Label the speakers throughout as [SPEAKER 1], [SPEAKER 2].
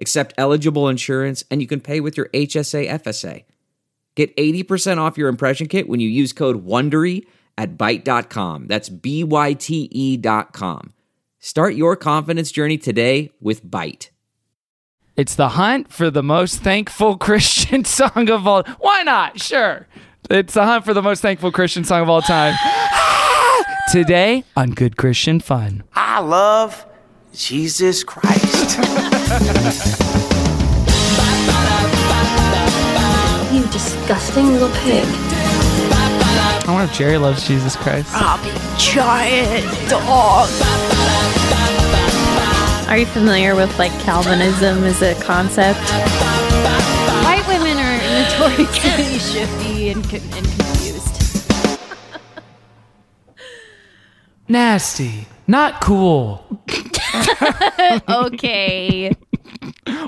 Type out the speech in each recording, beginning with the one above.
[SPEAKER 1] accept eligible insurance, and you can pay with your HSA FSA. Get 80% off your impression kit when you use code WONDERY at Byte.com. That's B-Y-T-E E dot com. Start your confidence journey today with Byte.
[SPEAKER 2] It's the hunt for the most thankful Christian song of all. Why not? Sure. It's the hunt for the most thankful Christian song of all time. Today on Good Christian Fun.
[SPEAKER 3] I love Jesus Christ.
[SPEAKER 4] You disgusting little pig.
[SPEAKER 2] I wonder if Jerry loves Jesus Christ.
[SPEAKER 4] Giant dog.
[SPEAKER 5] Are you familiar with like Calvinism as a concept? White women are notoriously shifty and, con- and confused.
[SPEAKER 2] Nasty. Not cool.
[SPEAKER 5] Okay.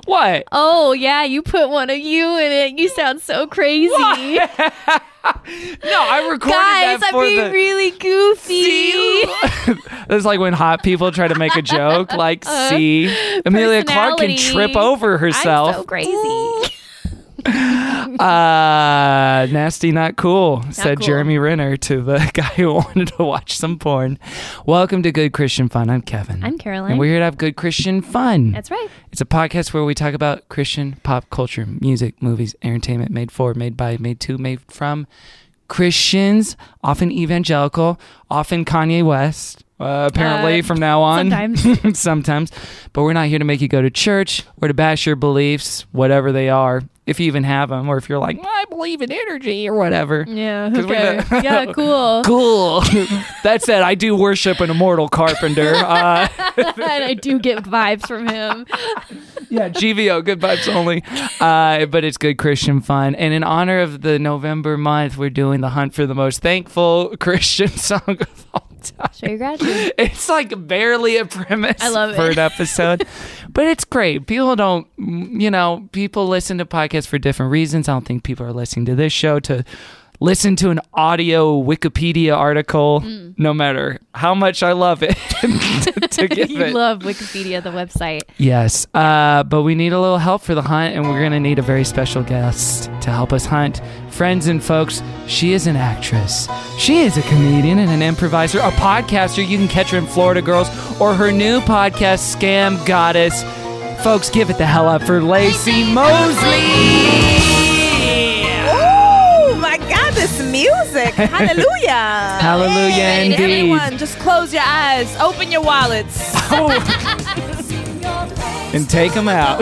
[SPEAKER 2] What?
[SPEAKER 5] Oh yeah, you put one of you in it. You sound so crazy,
[SPEAKER 2] No, I recorded
[SPEAKER 5] guys.
[SPEAKER 2] that
[SPEAKER 5] I'm
[SPEAKER 2] for
[SPEAKER 5] being
[SPEAKER 2] the.
[SPEAKER 5] really goofy.
[SPEAKER 2] See? That's like when hot people try to make a joke. Like, see, Amelia Clark can trip
[SPEAKER 5] Uh, Personality.
[SPEAKER 2] over herself.
[SPEAKER 5] I'm so crazy.
[SPEAKER 2] Uh, nasty, not cool, said
[SPEAKER 5] cool.
[SPEAKER 2] Jeremy Renner to the guy who wanted to watch some porn. Welcome to Good Christian Fun. I'm Kevin.
[SPEAKER 5] I'm Caroline.
[SPEAKER 2] And we're here to have good Christian fun.
[SPEAKER 5] That's right.
[SPEAKER 2] It's a podcast where we talk about Christian pop culture, music, movies, entertainment, made for, made by, made to, made from Christians, often evangelical, often Kanye West. Uh, apparently,
[SPEAKER 5] Uh,
[SPEAKER 2] from now on,
[SPEAKER 5] sometimes.
[SPEAKER 2] sometimes. But we're not here to make you go to church or to bash your beliefs, whatever they are, if you even have them, or if you're like, I believe in energy or whatever.
[SPEAKER 5] Yeah.
[SPEAKER 2] 'Cause we
[SPEAKER 5] Okay.
[SPEAKER 2] don't-
[SPEAKER 5] yeah. Cool.
[SPEAKER 2] Cool. that said, I do worship an immortal carpenter. Uh,
[SPEAKER 5] and I do get vibes from him.
[SPEAKER 2] yeah, GVO, good vibes only. Uh, but it's good Christian fun. And in honor of the November month, we're doing the hunt for the most thankful Christian song of all time.
[SPEAKER 5] Show your gratitude.
[SPEAKER 2] It's like barely a premise
[SPEAKER 5] I love
[SPEAKER 2] for
[SPEAKER 5] it.
[SPEAKER 2] an episode, but it's great. People don't, you know, people listen to podcasts for different reasons. I don't think people are listening to this show to listen to an audio Wikipedia article,
[SPEAKER 5] Mm.
[SPEAKER 2] no matter how much I love it. to, to give
[SPEAKER 5] You
[SPEAKER 2] it.
[SPEAKER 5] love Wikipedia, the website.
[SPEAKER 2] Yes, uh, but we need a little help for the hunt, and we're going to need a very special guest to help us hunt. Friends and folks, she is an actress. She is a comedian and an improviser, a podcaster. You can catch her in Florida Girls or her new podcast, Scam Goddess. Folks, give it the hell up for Lacey Mosley!
[SPEAKER 6] Oh my God, this music. Hallelujah.
[SPEAKER 2] Hallelujah,
[SPEAKER 6] And
[SPEAKER 2] indeed.
[SPEAKER 6] Everyone, just close your eyes, open your wallets.
[SPEAKER 2] And take them out.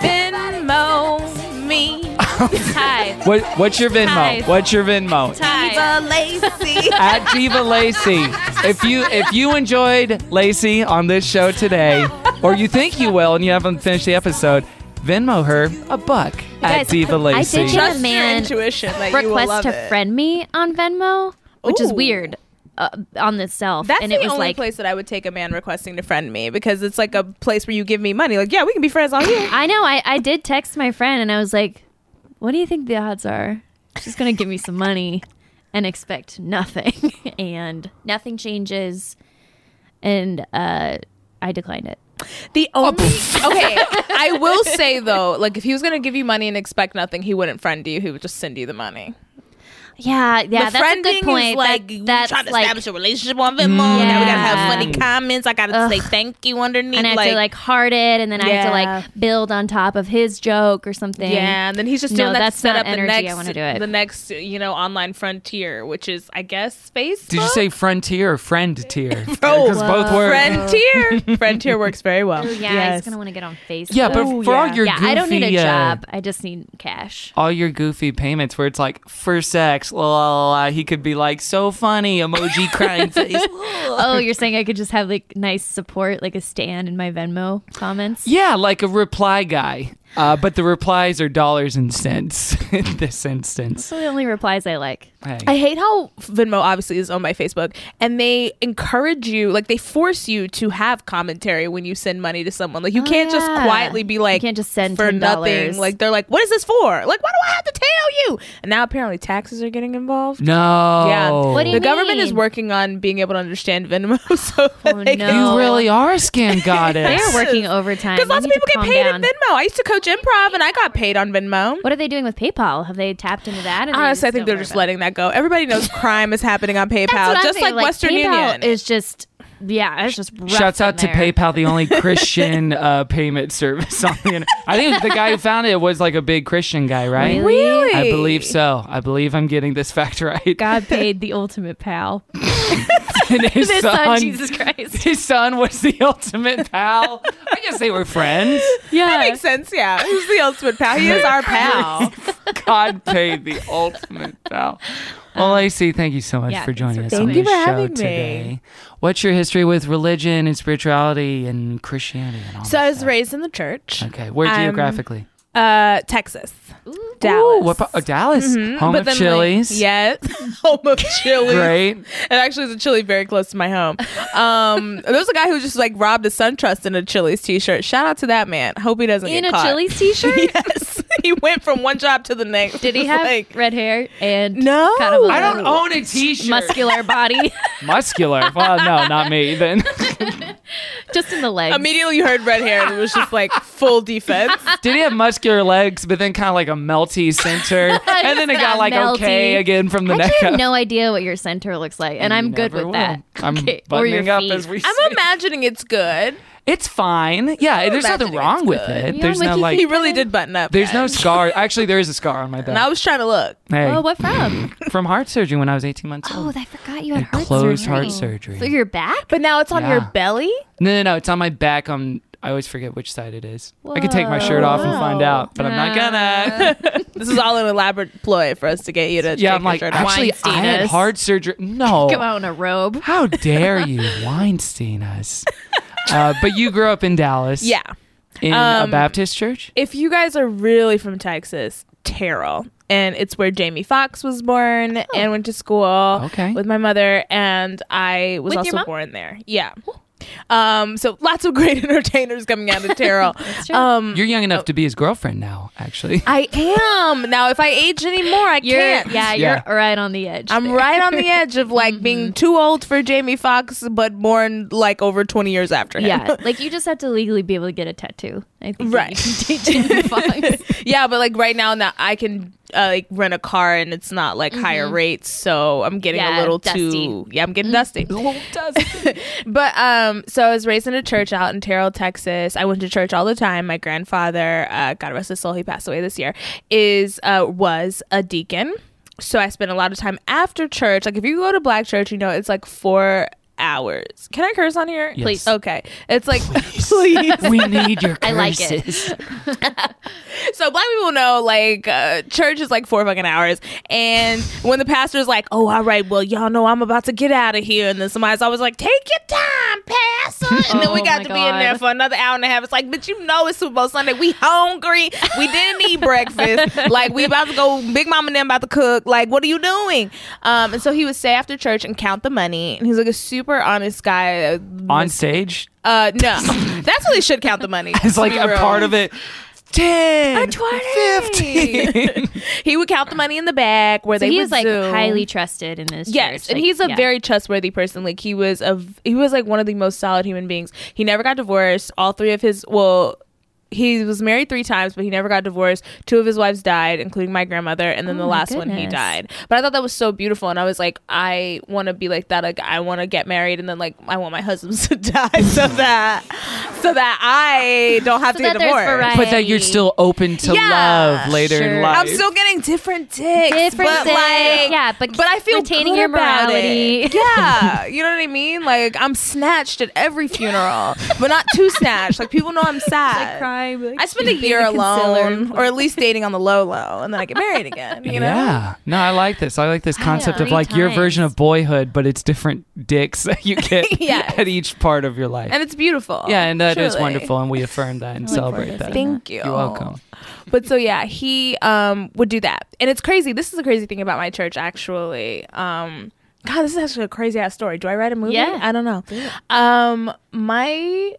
[SPEAKER 6] Venmo me.
[SPEAKER 5] Hi.
[SPEAKER 2] what, what's your Venmo?
[SPEAKER 5] Hi.
[SPEAKER 2] What's your Venmo?
[SPEAKER 5] Hi.
[SPEAKER 6] Diva Lacey.
[SPEAKER 2] at Diva Lacey. If you if you enjoyed Lacey on this show today, or you think you will and you haven't finished the episode, Venmo her a buck at
[SPEAKER 5] Guys,
[SPEAKER 2] Diva
[SPEAKER 5] I
[SPEAKER 2] Lacey.
[SPEAKER 5] think
[SPEAKER 6] Trust your
[SPEAKER 5] Man,
[SPEAKER 6] intuition. Like, you will
[SPEAKER 5] Request
[SPEAKER 6] love
[SPEAKER 5] to
[SPEAKER 6] it.
[SPEAKER 5] friend me on Venmo, which is
[SPEAKER 6] Ooh.
[SPEAKER 5] weird uh, on itself.
[SPEAKER 6] That's
[SPEAKER 5] and
[SPEAKER 6] the
[SPEAKER 5] it was
[SPEAKER 6] only
[SPEAKER 5] like,
[SPEAKER 6] place that I would take a man requesting to friend me because it's like a place where you give me money. Like, yeah, we can be friends on here.
[SPEAKER 5] I know. I, I did text my friend and I was like, what do you think the odds are? She's going to give me some money and expect nothing. and nothing changes. And uh, I declined it.
[SPEAKER 6] The
[SPEAKER 2] Oh,
[SPEAKER 6] only okay, I will say though, like if he was gonna give you money and expect nothing, he wouldn't friend you. He would just send you the money.
[SPEAKER 5] Yeah, yeah, that's a
[SPEAKER 6] befriending
[SPEAKER 5] good point.
[SPEAKER 6] Is like
[SPEAKER 5] that,
[SPEAKER 6] you
[SPEAKER 5] that's
[SPEAKER 6] trying to
[SPEAKER 5] like,
[SPEAKER 6] establish a relationship on Venmo. Now we gotta have funny comments. I gotta say thank you underneath.
[SPEAKER 5] and I have to like heart it, and then I have to
[SPEAKER 6] Yeah.
[SPEAKER 5] like build on top of his joke or something.
[SPEAKER 6] yeah, and then he's just
[SPEAKER 5] No,
[SPEAKER 6] doing that
[SPEAKER 5] that's
[SPEAKER 6] to set
[SPEAKER 5] not
[SPEAKER 6] up the
[SPEAKER 5] energy. I
[SPEAKER 6] next,
[SPEAKER 5] wanna do it.
[SPEAKER 6] the next you know online frontier, which is I guess Facebook.
[SPEAKER 2] Did you say frontier or friend tier?
[SPEAKER 6] Bro.
[SPEAKER 2] Because both work.
[SPEAKER 6] Oh, frontier? frontier works very well.
[SPEAKER 5] Oh, yeah. I
[SPEAKER 6] Yes.
[SPEAKER 5] just gonna want to get on Facebook.
[SPEAKER 2] Yeah, but
[SPEAKER 6] Ooh,
[SPEAKER 2] for all
[SPEAKER 6] yeah.
[SPEAKER 2] your
[SPEAKER 5] yeah,
[SPEAKER 2] goofy,
[SPEAKER 5] I don't need a
[SPEAKER 2] uh,
[SPEAKER 5] job. I just need cash.
[SPEAKER 2] all your goofy payments where it's like for sex, la la la. la. He could be like so funny, emoji crying face.
[SPEAKER 5] Oh, you're saying I could just have like nice support, like a stand in my Venmo comments?
[SPEAKER 2] Yeah, like a reply guy. Uh, but the replies are dollars and cents in this instance.
[SPEAKER 5] So the only replies I like.
[SPEAKER 2] Hey.
[SPEAKER 6] I hate how Venmo obviously is owned by Facebook, and they encourage you, like they force you to have commentary when you send money to someone. Like you can't just
[SPEAKER 5] Oh, yeah.
[SPEAKER 6] quietly be like,
[SPEAKER 5] can't just send
[SPEAKER 6] for
[SPEAKER 5] $10.
[SPEAKER 6] nothing. Like they're like, what is this for? Like why do I have to tell you? And now apparently taxes are getting involved.
[SPEAKER 2] no.
[SPEAKER 6] Yeah,
[SPEAKER 5] What do you
[SPEAKER 6] the government is
[SPEAKER 5] mean?
[SPEAKER 6] working on being able to understand Venmo. So that
[SPEAKER 5] Oh,
[SPEAKER 6] they
[SPEAKER 5] no.
[SPEAKER 6] can-
[SPEAKER 2] You really are a scam goddess.
[SPEAKER 5] They're working overtime.
[SPEAKER 6] because
[SPEAKER 5] They
[SPEAKER 6] lots of
[SPEAKER 5] need to
[SPEAKER 6] people get
[SPEAKER 5] calm
[SPEAKER 6] paid
[SPEAKER 5] down.
[SPEAKER 6] in Venmo. I used to coach improv, and I got paid on Venmo.
[SPEAKER 5] What are they doing with PayPal? Have they tapped into that? and they
[SPEAKER 6] Honestly, I
[SPEAKER 5] just
[SPEAKER 6] think
[SPEAKER 5] don't
[SPEAKER 6] they're just
[SPEAKER 5] worry about it?
[SPEAKER 6] letting that go. Everybody knows crime is happening on PayPal,
[SPEAKER 5] That's what I'm
[SPEAKER 6] just
[SPEAKER 5] thinking,
[SPEAKER 6] like, Western
[SPEAKER 5] PayPal
[SPEAKER 6] Union.
[SPEAKER 5] is just yeah, it's just rough
[SPEAKER 2] Shouts out to
[SPEAKER 5] in there.
[SPEAKER 2] PayPal, the only Christian uh, payment service on the internet. I think the guy who founded it was like a big Christian guy, right?
[SPEAKER 6] Really?
[SPEAKER 2] I believe so. I believe I'm getting this fact right.
[SPEAKER 5] God paid the ultimate pal.
[SPEAKER 2] And his,
[SPEAKER 5] His son, Jesus Christ.
[SPEAKER 2] His son was the ultimate pal. I guess they were friends.
[SPEAKER 5] Yeah.
[SPEAKER 6] That makes sense. Yeah, he's the ultimate pal. He is our pal.
[SPEAKER 2] God paid the ultimate pal. Well, Lacey, thank you so much
[SPEAKER 5] yeah,
[SPEAKER 2] for
[SPEAKER 5] thanks
[SPEAKER 2] joining
[SPEAKER 5] for
[SPEAKER 2] us
[SPEAKER 5] coming.
[SPEAKER 2] on
[SPEAKER 5] Thank
[SPEAKER 6] you
[SPEAKER 2] this show
[SPEAKER 6] for having me.
[SPEAKER 2] today. What's your history with religion and spirituality and Christianity and all
[SPEAKER 6] so
[SPEAKER 2] that
[SPEAKER 6] I was
[SPEAKER 2] stuff?
[SPEAKER 6] raised in the church.
[SPEAKER 2] Okay, where
[SPEAKER 6] Um,
[SPEAKER 2] geographically?
[SPEAKER 6] Uh, Texas,
[SPEAKER 2] Oh,
[SPEAKER 6] Dallas.
[SPEAKER 2] what, pa- oh, Dallas, home
[SPEAKER 6] But
[SPEAKER 2] of
[SPEAKER 6] then, like,
[SPEAKER 2] Chili's.
[SPEAKER 6] yes, home of Chili's.
[SPEAKER 2] Great.
[SPEAKER 6] It actually is a Chili very close to my home. Um, there's a guy who just like robbed a SunTrust in a Chili's t-shirt. Shout out to that man. Hope he doesn't
[SPEAKER 5] In
[SPEAKER 6] get
[SPEAKER 5] a
[SPEAKER 6] caught.
[SPEAKER 5] Chili's t-shirt?
[SPEAKER 6] yes, he went from one job to the next.
[SPEAKER 5] Did he
[SPEAKER 6] It's
[SPEAKER 5] have
[SPEAKER 6] like-
[SPEAKER 5] red hair and
[SPEAKER 6] No.
[SPEAKER 5] kind of a
[SPEAKER 2] I don't own a T-shirt.
[SPEAKER 5] muscular body
[SPEAKER 2] Muscular. Well, no, not me. Then
[SPEAKER 5] just in the legs?
[SPEAKER 6] Immediately you heard red hair and it was just like full defense.
[SPEAKER 2] did he have muscular legs, but then kind of like a melty center, and then it got
[SPEAKER 5] got
[SPEAKER 2] like okay
[SPEAKER 5] melty.
[SPEAKER 2] again from the
[SPEAKER 5] I
[SPEAKER 2] neck
[SPEAKER 5] actually
[SPEAKER 2] up.
[SPEAKER 5] have no idea what your center looks like, and I'm good
[SPEAKER 2] Never
[SPEAKER 5] with
[SPEAKER 2] will.
[SPEAKER 5] that.
[SPEAKER 2] I'm
[SPEAKER 5] Okay, or your
[SPEAKER 2] buttoning up
[SPEAKER 5] feet.
[SPEAKER 2] as we. speak.
[SPEAKER 6] I'm imagining it's good.
[SPEAKER 2] It's fine. Yeah, there's nothing
[SPEAKER 6] imagining
[SPEAKER 2] wrong
[SPEAKER 6] it's
[SPEAKER 2] with
[SPEAKER 6] good.
[SPEAKER 2] it.
[SPEAKER 5] Yeah,
[SPEAKER 2] there's
[SPEAKER 5] I'm
[SPEAKER 2] no
[SPEAKER 5] with you.
[SPEAKER 2] like.
[SPEAKER 6] He really did button up.
[SPEAKER 2] There's no
[SPEAKER 6] guys.
[SPEAKER 2] scar. Actually, there is a scar on my
[SPEAKER 6] And I
[SPEAKER 2] back.
[SPEAKER 6] was trying to look.
[SPEAKER 2] Hey,
[SPEAKER 5] Oh, what from?
[SPEAKER 2] from heart surgery when I was 18 months
[SPEAKER 5] Oh,
[SPEAKER 2] old.
[SPEAKER 5] I forgot you had heart
[SPEAKER 2] closed
[SPEAKER 5] surgery.
[SPEAKER 2] heart surgery.
[SPEAKER 5] So your back?
[SPEAKER 6] But now it's on
[SPEAKER 2] Yeah.
[SPEAKER 6] your belly?
[SPEAKER 2] No, no, no. It's on my back. On I always forget which side it is. I could take my shirt off and find out, but I'm not gonna.
[SPEAKER 6] This is all an elaborate ploy for us to get you to
[SPEAKER 2] yeah,
[SPEAKER 6] take
[SPEAKER 2] I'm like
[SPEAKER 6] your shirt off.
[SPEAKER 2] actually I had
[SPEAKER 5] Weinsteinus.
[SPEAKER 2] hard surgery. No,
[SPEAKER 5] Come out in a robe.
[SPEAKER 2] how dare you, Weinstein us? Uh, but you grew up in Dallas.
[SPEAKER 6] Yeah.
[SPEAKER 2] in a
[SPEAKER 6] Um,
[SPEAKER 2] Baptist church.
[SPEAKER 6] If you guys are really from Texas, Terrell. And it's where Jamie Foxx was born and went to school
[SPEAKER 2] Oh. Okay.
[SPEAKER 6] with my mother and I was
[SPEAKER 5] With your
[SPEAKER 6] also
[SPEAKER 5] mom?
[SPEAKER 6] born there. Yeah. Um, so lots of great entertainers coming out of Terrell. um
[SPEAKER 2] You're young enough to be his girlfriend now. Actually,
[SPEAKER 6] I am. Now if I age anymore, I
[SPEAKER 5] You're
[SPEAKER 6] can't.
[SPEAKER 5] yeah,
[SPEAKER 2] Yeah.
[SPEAKER 5] you're right on the edge.
[SPEAKER 6] I'm
[SPEAKER 5] there.
[SPEAKER 6] right on the edge of like being too old for Jamie Foxx, but born like over 20 years after him.
[SPEAKER 5] Yeah, like you just have to legally be able to get a tattoo. I think that
[SPEAKER 6] Right.
[SPEAKER 5] You can date Jamie Foxx.
[SPEAKER 6] yeah, but like right now, now I can uh, like rent a car and it's not like higher rates, so I'm getting
[SPEAKER 5] Mm-hmm.
[SPEAKER 6] a
[SPEAKER 5] Yeah,
[SPEAKER 6] little
[SPEAKER 5] dusty.
[SPEAKER 6] too
[SPEAKER 5] Mm-hmm.
[SPEAKER 6] yeah, I'm getting dusty. but um, so I was raised in a church out in Terrell, Texas. I went to church all the time. My grandfather, uh, God rest his soul, he passed away this year, is uh, was a deacon. So I spent a lot of time after church. Like if you go to black church, you know it's like four hours. Can I curse on here?
[SPEAKER 2] Please.
[SPEAKER 6] Okay. It's like please.
[SPEAKER 2] we need your curses.
[SPEAKER 5] I like it.
[SPEAKER 6] So black people know like uh, church is like four fucking hours, and when the pastor's like, "Oh, all right, well, y'all know I'm about to get out of here," and then somebody's always like, "Take your time, pastor," and then we
[SPEAKER 5] Oh
[SPEAKER 6] got
[SPEAKER 5] my
[SPEAKER 6] to be in there
[SPEAKER 5] God.
[SPEAKER 6] for another hour and a half. It's like, but you know, it's Super Bowl Sunday. We hungry. We didn't eat breakfast. Like we about to go. Big Mama and them about to cook. Like, what are you doing? Um, and so he would stay after church and count the money, and he's like a super honest guy.
[SPEAKER 2] On stage,
[SPEAKER 6] Uh, no, that's what they should count the money.
[SPEAKER 2] it's like
[SPEAKER 6] to be
[SPEAKER 2] a
[SPEAKER 6] real.
[SPEAKER 2] part of it. 10,
[SPEAKER 6] 20.
[SPEAKER 2] 15.
[SPEAKER 6] He would count the money in the bag where
[SPEAKER 5] So
[SPEAKER 6] they
[SPEAKER 5] he
[SPEAKER 6] would
[SPEAKER 5] is like
[SPEAKER 6] zoom.
[SPEAKER 5] highly trusted in this.
[SPEAKER 6] Yes,
[SPEAKER 5] church.
[SPEAKER 6] and
[SPEAKER 5] Like,
[SPEAKER 6] he's a
[SPEAKER 5] yeah.
[SPEAKER 6] very trustworthy person. Like he was a v- he was like one of the most solid human beings. He never got divorced. All three of his well, he was married three times, but he never got divorced. Two of his wives died, including my grandmother, and then
[SPEAKER 5] Oh
[SPEAKER 6] the
[SPEAKER 5] my
[SPEAKER 6] last one he
[SPEAKER 5] goodness.
[SPEAKER 6] died. But I thought that was so beautiful, and I was like, I want to be like that. Like I want to get married, and then like I want my husbands to die so that so that I don't have
[SPEAKER 5] So
[SPEAKER 6] to get
[SPEAKER 5] that there's
[SPEAKER 6] divorced.
[SPEAKER 2] but that you're
[SPEAKER 5] variety.
[SPEAKER 2] still open to
[SPEAKER 6] Yeah,
[SPEAKER 2] love later in
[SPEAKER 5] sure.
[SPEAKER 2] life.
[SPEAKER 6] I'm still getting different dicks.
[SPEAKER 5] Different
[SPEAKER 6] but
[SPEAKER 5] dick.
[SPEAKER 6] like,
[SPEAKER 5] Yeah, but
[SPEAKER 6] but I feel
[SPEAKER 5] retaining
[SPEAKER 6] good
[SPEAKER 5] your
[SPEAKER 6] about it.
[SPEAKER 5] morality.
[SPEAKER 6] Yeah, you know what I mean. Like I'm snatched at every funeral, but not too snatched. Like people know I'm sad.
[SPEAKER 5] cry. be like,
[SPEAKER 6] I spend a
[SPEAKER 5] "Baby,
[SPEAKER 6] year
[SPEAKER 5] console her."
[SPEAKER 6] alone, or at least dating on the low low, and then I get married again. You know?
[SPEAKER 2] Yeah. No, I like this. I like this concept of
[SPEAKER 5] Three
[SPEAKER 2] like your
[SPEAKER 5] times.
[SPEAKER 2] version of boyhood, but it's different dicks that you get
[SPEAKER 6] Yes.
[SPEAKER 2] at each part of your life.
[SPEAKER 6] And it's beautiful.
[SPEAKER 2] yeah, and that is
[SPEAKER 6] truly.
[SPEAKER 2] wonderful, and we affirm that and
[SPEAKER 5] look forward
[SPEAKER 2] celebrate
[SPEAKER 5] to
[SPEAKER 2] that.
[SPEAKER 5] seeing
[SPEAKER 6] Thank you.
[SPEAKER 2] You're welcome.
[SPEAKER 6] But so yeah, he um would do that. And it's crazy. This is the crazy thing about my church actually. Um God, this is actually a crazy ass story. Do I write a movie?
[SPEAKER 5] Yeah.
[SPEAKER 6] I don't know. Um my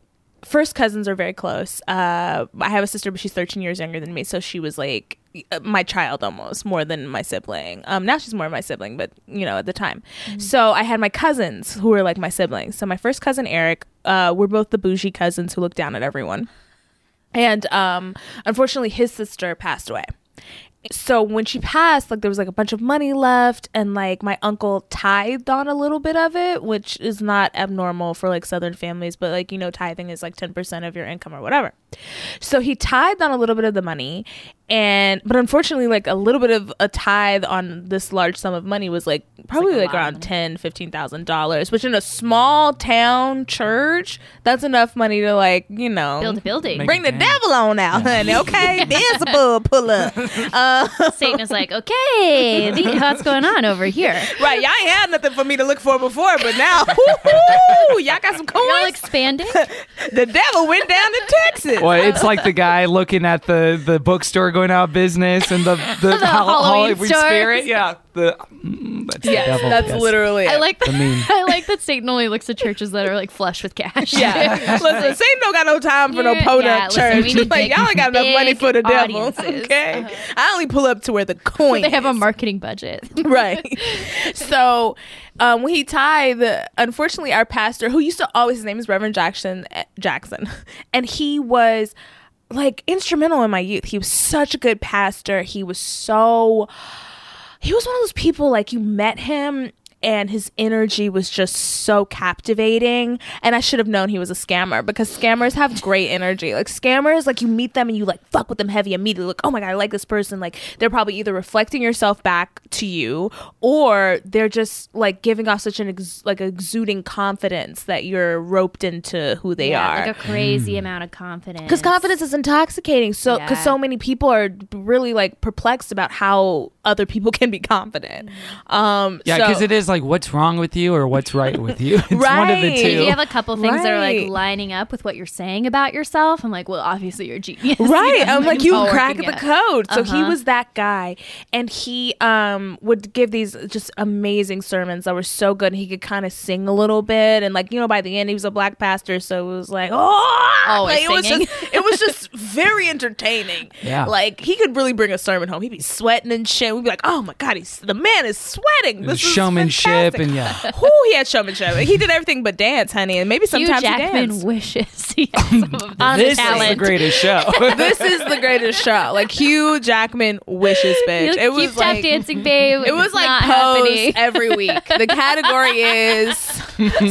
[SPEAKER 6] first cousins are very close. Uh I have a sister but she's 13 years younger than me, so she was like uh, my child almost more than my sibling. Um now she's more my sibling, but you know, at the time. So I had my cousins who were like my siblings. So my first cousin Eric, uh we're both the bougie cousins who look down at everyone and um unfortunately his sister passed away so when she passed like there was like a bunch of money left and like my uncle tithed on a little bit of it which is not abnormal for like southern families but like you know tithing is like 10% of your income or whatever so he tithed on a little bit of the money and but unfortunately like a little bit of a tithe on this large sum of money was like probably like, around 10 15000 dollars which in a small town church that's enough money to like you know
[SPEAKER 5] Build a building.
[SPEAKER 6] Bring the
[SPEAKER 2] Dang.
[SPEAKER 6] devil on out, honey. Okay, there's a bull pull up.
[SPEAKER 5] Satan is like, okay, the, what's going on over here?
[SPEAKER 6] Right, y'all ain't had nothing for me to look for before, but now, woo-hoo, y'all got some
[SPEAKER 5] Y'all
[SPEAKER 6] coins.
[SPEAKER 5] expanding?
[SPEAKER 6] The devil went down to Texas.
[SPEAKER 2] Well, it's like the guy looking at the, the bookstore going out of business and the, the, Hall-
[SPEAKER 5] Halloween
[SPEAKER 2] Halloween
[SPEAKER 5] store.
[SPEAKER 2] spirit. Yeah. The, mm, that's the devil.
[SPEAKER 6] that's
[SPEAKER 2] Yes.
[SPEAKER 6] literally.
[SPEAKER 5] I like that.
[SPEAKER 2] meme.
[SPEAKER 5] I like that Satan only looks at churches that are like flush with cash.
[SPEAKER 6] Yeah, listen, Satan don't got no time for no
[SPEAKER 5] Yeah,
[SPEAKER 6] podunk
[SPEAKER 5] listen, we
[SPEAKER 6] church. like
[SPEAKER 5] need big-
[SPEAKER 6] y'all ain't got enough money for the
[SPEAKER 5] big
[SPEAKER 6] devil.
[SPEAKER 5] audiences. Uh-huh.
[SPEAKER 6] Okay, I only pull up to where the coin.
[SPEAKER 5] they have a
[SPEAKER 6] is.
[SPEAKER 5] marketing budget.
[SPEAKER 6] right. so um, when he tithed, unfortunately, our pastor, who used to always, his name is Reverend Jackson, eh, Jackson, and he was like instrumental in my youth. He was such a good pastor. He was so he was one of those people like you met him and his energy was just so captivating and i should have known he was a scammer because scammers have great energy like scammers like you meet them and you like fuck with them heavy immediately like oh my god i like this person like they're probably either reflecting yourself back to you or they're just like giving off such an ex- like exuding confidence that you're roped into who they are
[SPEAKER 5] like a crazy amount of confidence.
[SPEAKER 6] because confidence is intoxicating so because
[SPEAKER 5] Yeah.
[SPEAKER 6] so many people are really like perplexed about how other people can be confident um
[SPEAKER 2] Yeah,
[SPEAKER 6] so-
[SPEAKER 2] because it is like what's wrong with you or what's right with you. It's one of the
[SPEAKER 6] Right.
[SPEAKER 2] two.
[SPEAKER 5] If you have a couple things that are like
[SPEAKER 6] Right.
[SPEAKER 5] lining up with what you're saying about yourself, I'm like, well, obviously you're a genius.
[SPEAKER 6] right i'm like you
[SPEAKER 5] all
[SPEAKER 6] crack
[SPEAKER 5] working Uh-huh.
[SPEAKER 6] the
[SPEAKER 5] out.
[SPEAKER 6] code so he was that guy and he um would give these just amazing sermons that were so good and he could kind of sing a little bit and like you know by the end he was a black pastor so it was like oh
[SPEAKER 5] Always
[SPEAKER 6] like, it was
[SPEAKER 5] singing.
[SPEAKER 6] just it was just very entertaining
[SPEAKER 2] Yeah.
[SPEAKER 6] like he could really bring a sermon home he'd be sweating and shit we'd be like oh my god he's the man is sweating this is
[SPEAKER 2] showmanship
[SPEAKER 6] fantastic.
[SPEAKER 2] and yeah.
[SPEAKER 6] Who he had showmanship. He did everything but dance, honey, and maybe
[SPEAKER 5] Hugh
[SPEAKER 6] sometimes he
[SPEAKER 5] Jackman
[SPEAKER 6] danced.
[SPEAKER 5] wishes he had some of this
[SPEAKER 2] This is the
[SPEAKER 5] talent.
[SPEAKER 2] greatest show.
[SPEAKER 6] this is the greatest show. Like Hugh Jackman wishes, bitch.
[SPEAKER 5] You
[SPEAKER 6] It was
[SPEAKER 5] keep tap
[SPEAKER 6] like
[SPEAKER 5] dancing, babe.
[SPEAKER 6] it was like
[SPEAKER 5] Not
[SPEAKER 6] pose
[SPEAKER 5] happening.
[SPEAKER 6] every week. The category is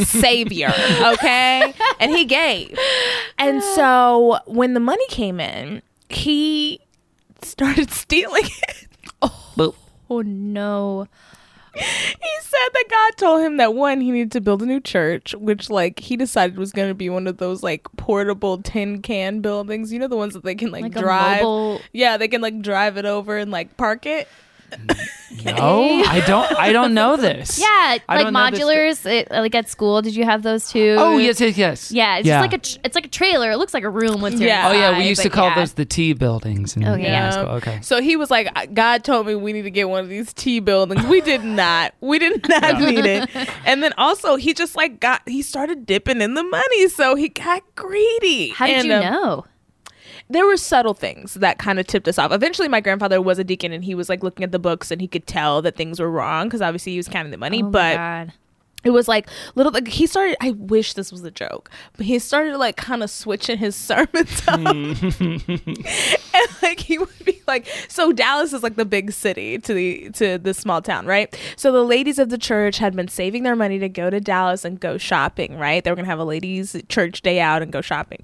[SPEAKER 6] savior, okay? And he gave. And so when the money came in, he started stealing it.
[SPEAKER 5] Oh no!
[SPEAKER 6] He said that God told him that one, he needed to build a new church, which like he decided was going to be one of those like portable tin can buildings. You know the ones that they can like,
[SPEAKER 5] Like a
[SPEAKER 6] drive.
[SPEAKER 5] mobile-
[SPEAKER 6] Yeah, they can like drive it over and like park it.
[SPEAKER 2] no, I don't. I don't know this.
[SPEAKER 5] Yeah,
[SPEAKER 2] I
[SPEAKER 5] like
[SPEAKER 2] don't know this-
[SPEAKER 5] modulars. It, like at school, did you have those too?
[SPEAKER 2] Oh yes, yes, yes.
[SPEAKER 5] Yeah, it's just like a tr- it's like a trailer. It looks like a room with your
[SPEAKER 6] Yeah.
[SPEAKER 2] Oh yeah, we used to
[SPEAKER 5] but
[SPEAKER 2] call
[SPEAKER 5] yeah.
[SPEAKER 2] those the T buildings. In
[SPEAKER 5] Okay.
[SPEAKER 2] in high
[SPEAKER 5] Yeah.
[SPEAKER 2] school. Okay.
[SPEAKER 6] Um, So he was like, "I- God told me we need to get one of these tea buildings. We did not. We did not need it. And then also he just like got he started dipping in the money, so he got greedy.
[SPEAKER 5] How did
[SPEAKER 6] And,
[SPEAKER 5] you
[SPEAKER 6] um,
[SPEAKER 5] know?
[SPEAKER 6] there were subtle things that kind of tipped us off. Eventually, my grandfather was a deacon, and he was like looking at the books, and he could tell that things were wrong because obviously he was counting the money.
[SPEAKER 5] Oh my
[SPEAKER 6] but
[SPEAKER 5] God.
[SPEAKER 6] it was like little. Like, he started. I wish this was a joke, but he started like kind of switching his sermons up, and like he would be like, "So Dallas is like the big city to the to the small town, right? So the ladies of the church had been saving their money to go to Dallas and go shopping, right? They were gonna have a ladies' church day out and go shopping,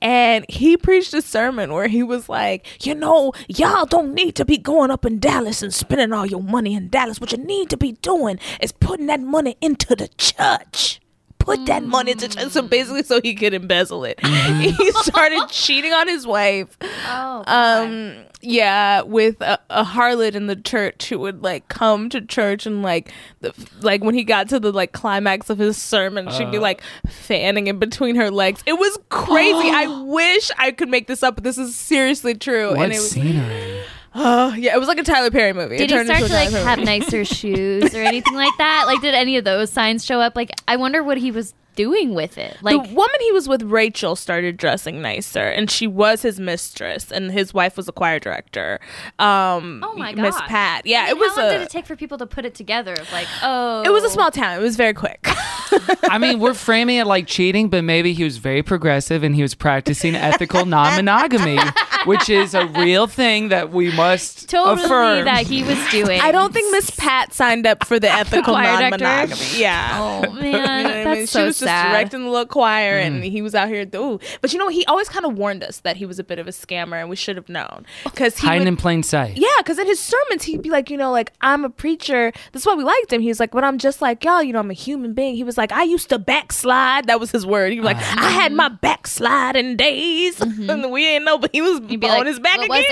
[SPEAKER 6] and he preached a sermon where he was like, you know, y'all don't need to be going up in Dallas and spending all your money in Dallas. What you need to be doing is putting that money into the church. put that money to tr-" so basically so he could embezzle it. he started cheating on his wife.
[SPEAKER 5] Oh,
[SPEAKER 6] Um, yeah, with a, a harlot in the church who would like come to church and like, the, like when he got to the like climax of his sermon, she'd be like fanning in between her legs. It was crazy. I wish I could make this up, but this is seriously true.
[SPEAKER 2] What
[SPEAKER 6] and it was,
[SPEAKER 2] scenery?
[SPEAKER 6] oh yeah, it was like a Tyler Perry movie. It
[SPEAKER 5] did he
[SPEAKER 6] turned
[SPEAKER 5] start to
[SPEAKER 6] into a
[SPEAKER 5] like
[SPEAKER 6] Tyler Perry
[SPEAKER 5] have
[SPEAKER 6] movie.
[SPEAKER 5] nicer shoes or anything like that? Like, did any of those signs show up? Like, I wonder what he was doing with it. Like,
[SPEAKER 6] the woman he was with, Rachel, started dressing nicer, and she was his mistress, and his wife was a choir director. Um,
[SPEAKER 5] oh my god,
[SPEAKER 6] Miss Pat. Yeah,
[SPEAKER 5] I
[SPEAKER 6] it
[SPEAKER 5] mean,
[SPEAKER 6] was
[SPEAKER 5] How long
[SPEAKER 6] a.
[SPEAKER 5] did it take for people to put it together? Of like, oh,
[SPEAKER 6] it was a small town. It was very quick.
[SPEAKER 2] I mean, we're framing it like cheating, but maybe he was very progressive and he was practicing ethical non monogamy, which is a real thing that we must
[SPEAKER 5] totally
[SPEAKER 2] affirm.
[SPEAKER 5] that he was doing.
[SPEAKER 6] I don't think Miss Pat signed up for the ethical
[SPEAKER 5] Choir director?
[SPEAKER 6] non-monogamy. Yeah.
[SPEAKER 5] Oh man,
[SPEAKER 6] You know what I
[SPEAKER 5] that's
[SPEAKER 6] mean?
[SPEAKER 5] so
[SPEAKER 6] she was
[SPEAKER 5] sad. Mm.
[SPEAKER 6] just directing the little choir, and he was out here. Ooh. But you know, he always kind of warned us that he was a bit of a scammer, and we should have known
[SPEAKER 5] Oh,
[SPEAKER 6] because he
[SPEAKER 2] Hiding
[SPEAKER 6] would-
[SPEAKER 2] in plain sight.
[SPEAKER 6] Yeah, because in his sermons, he'd be like, you know, like, I'm a preacher. That's why we liked him. He was like, but I'm just like, y'all, you know, I'm a human being. He was like, I used to backslide. That was his word. He was like, I
[SPEAKER 5] Ah.
[SPEAKER 6] had my backsliding days. and we didn't know, but he was on
[SPEAKER 5] Mm-hmm. be like,
[SPEAKER 6] his back
[SPEAKER 5] "What was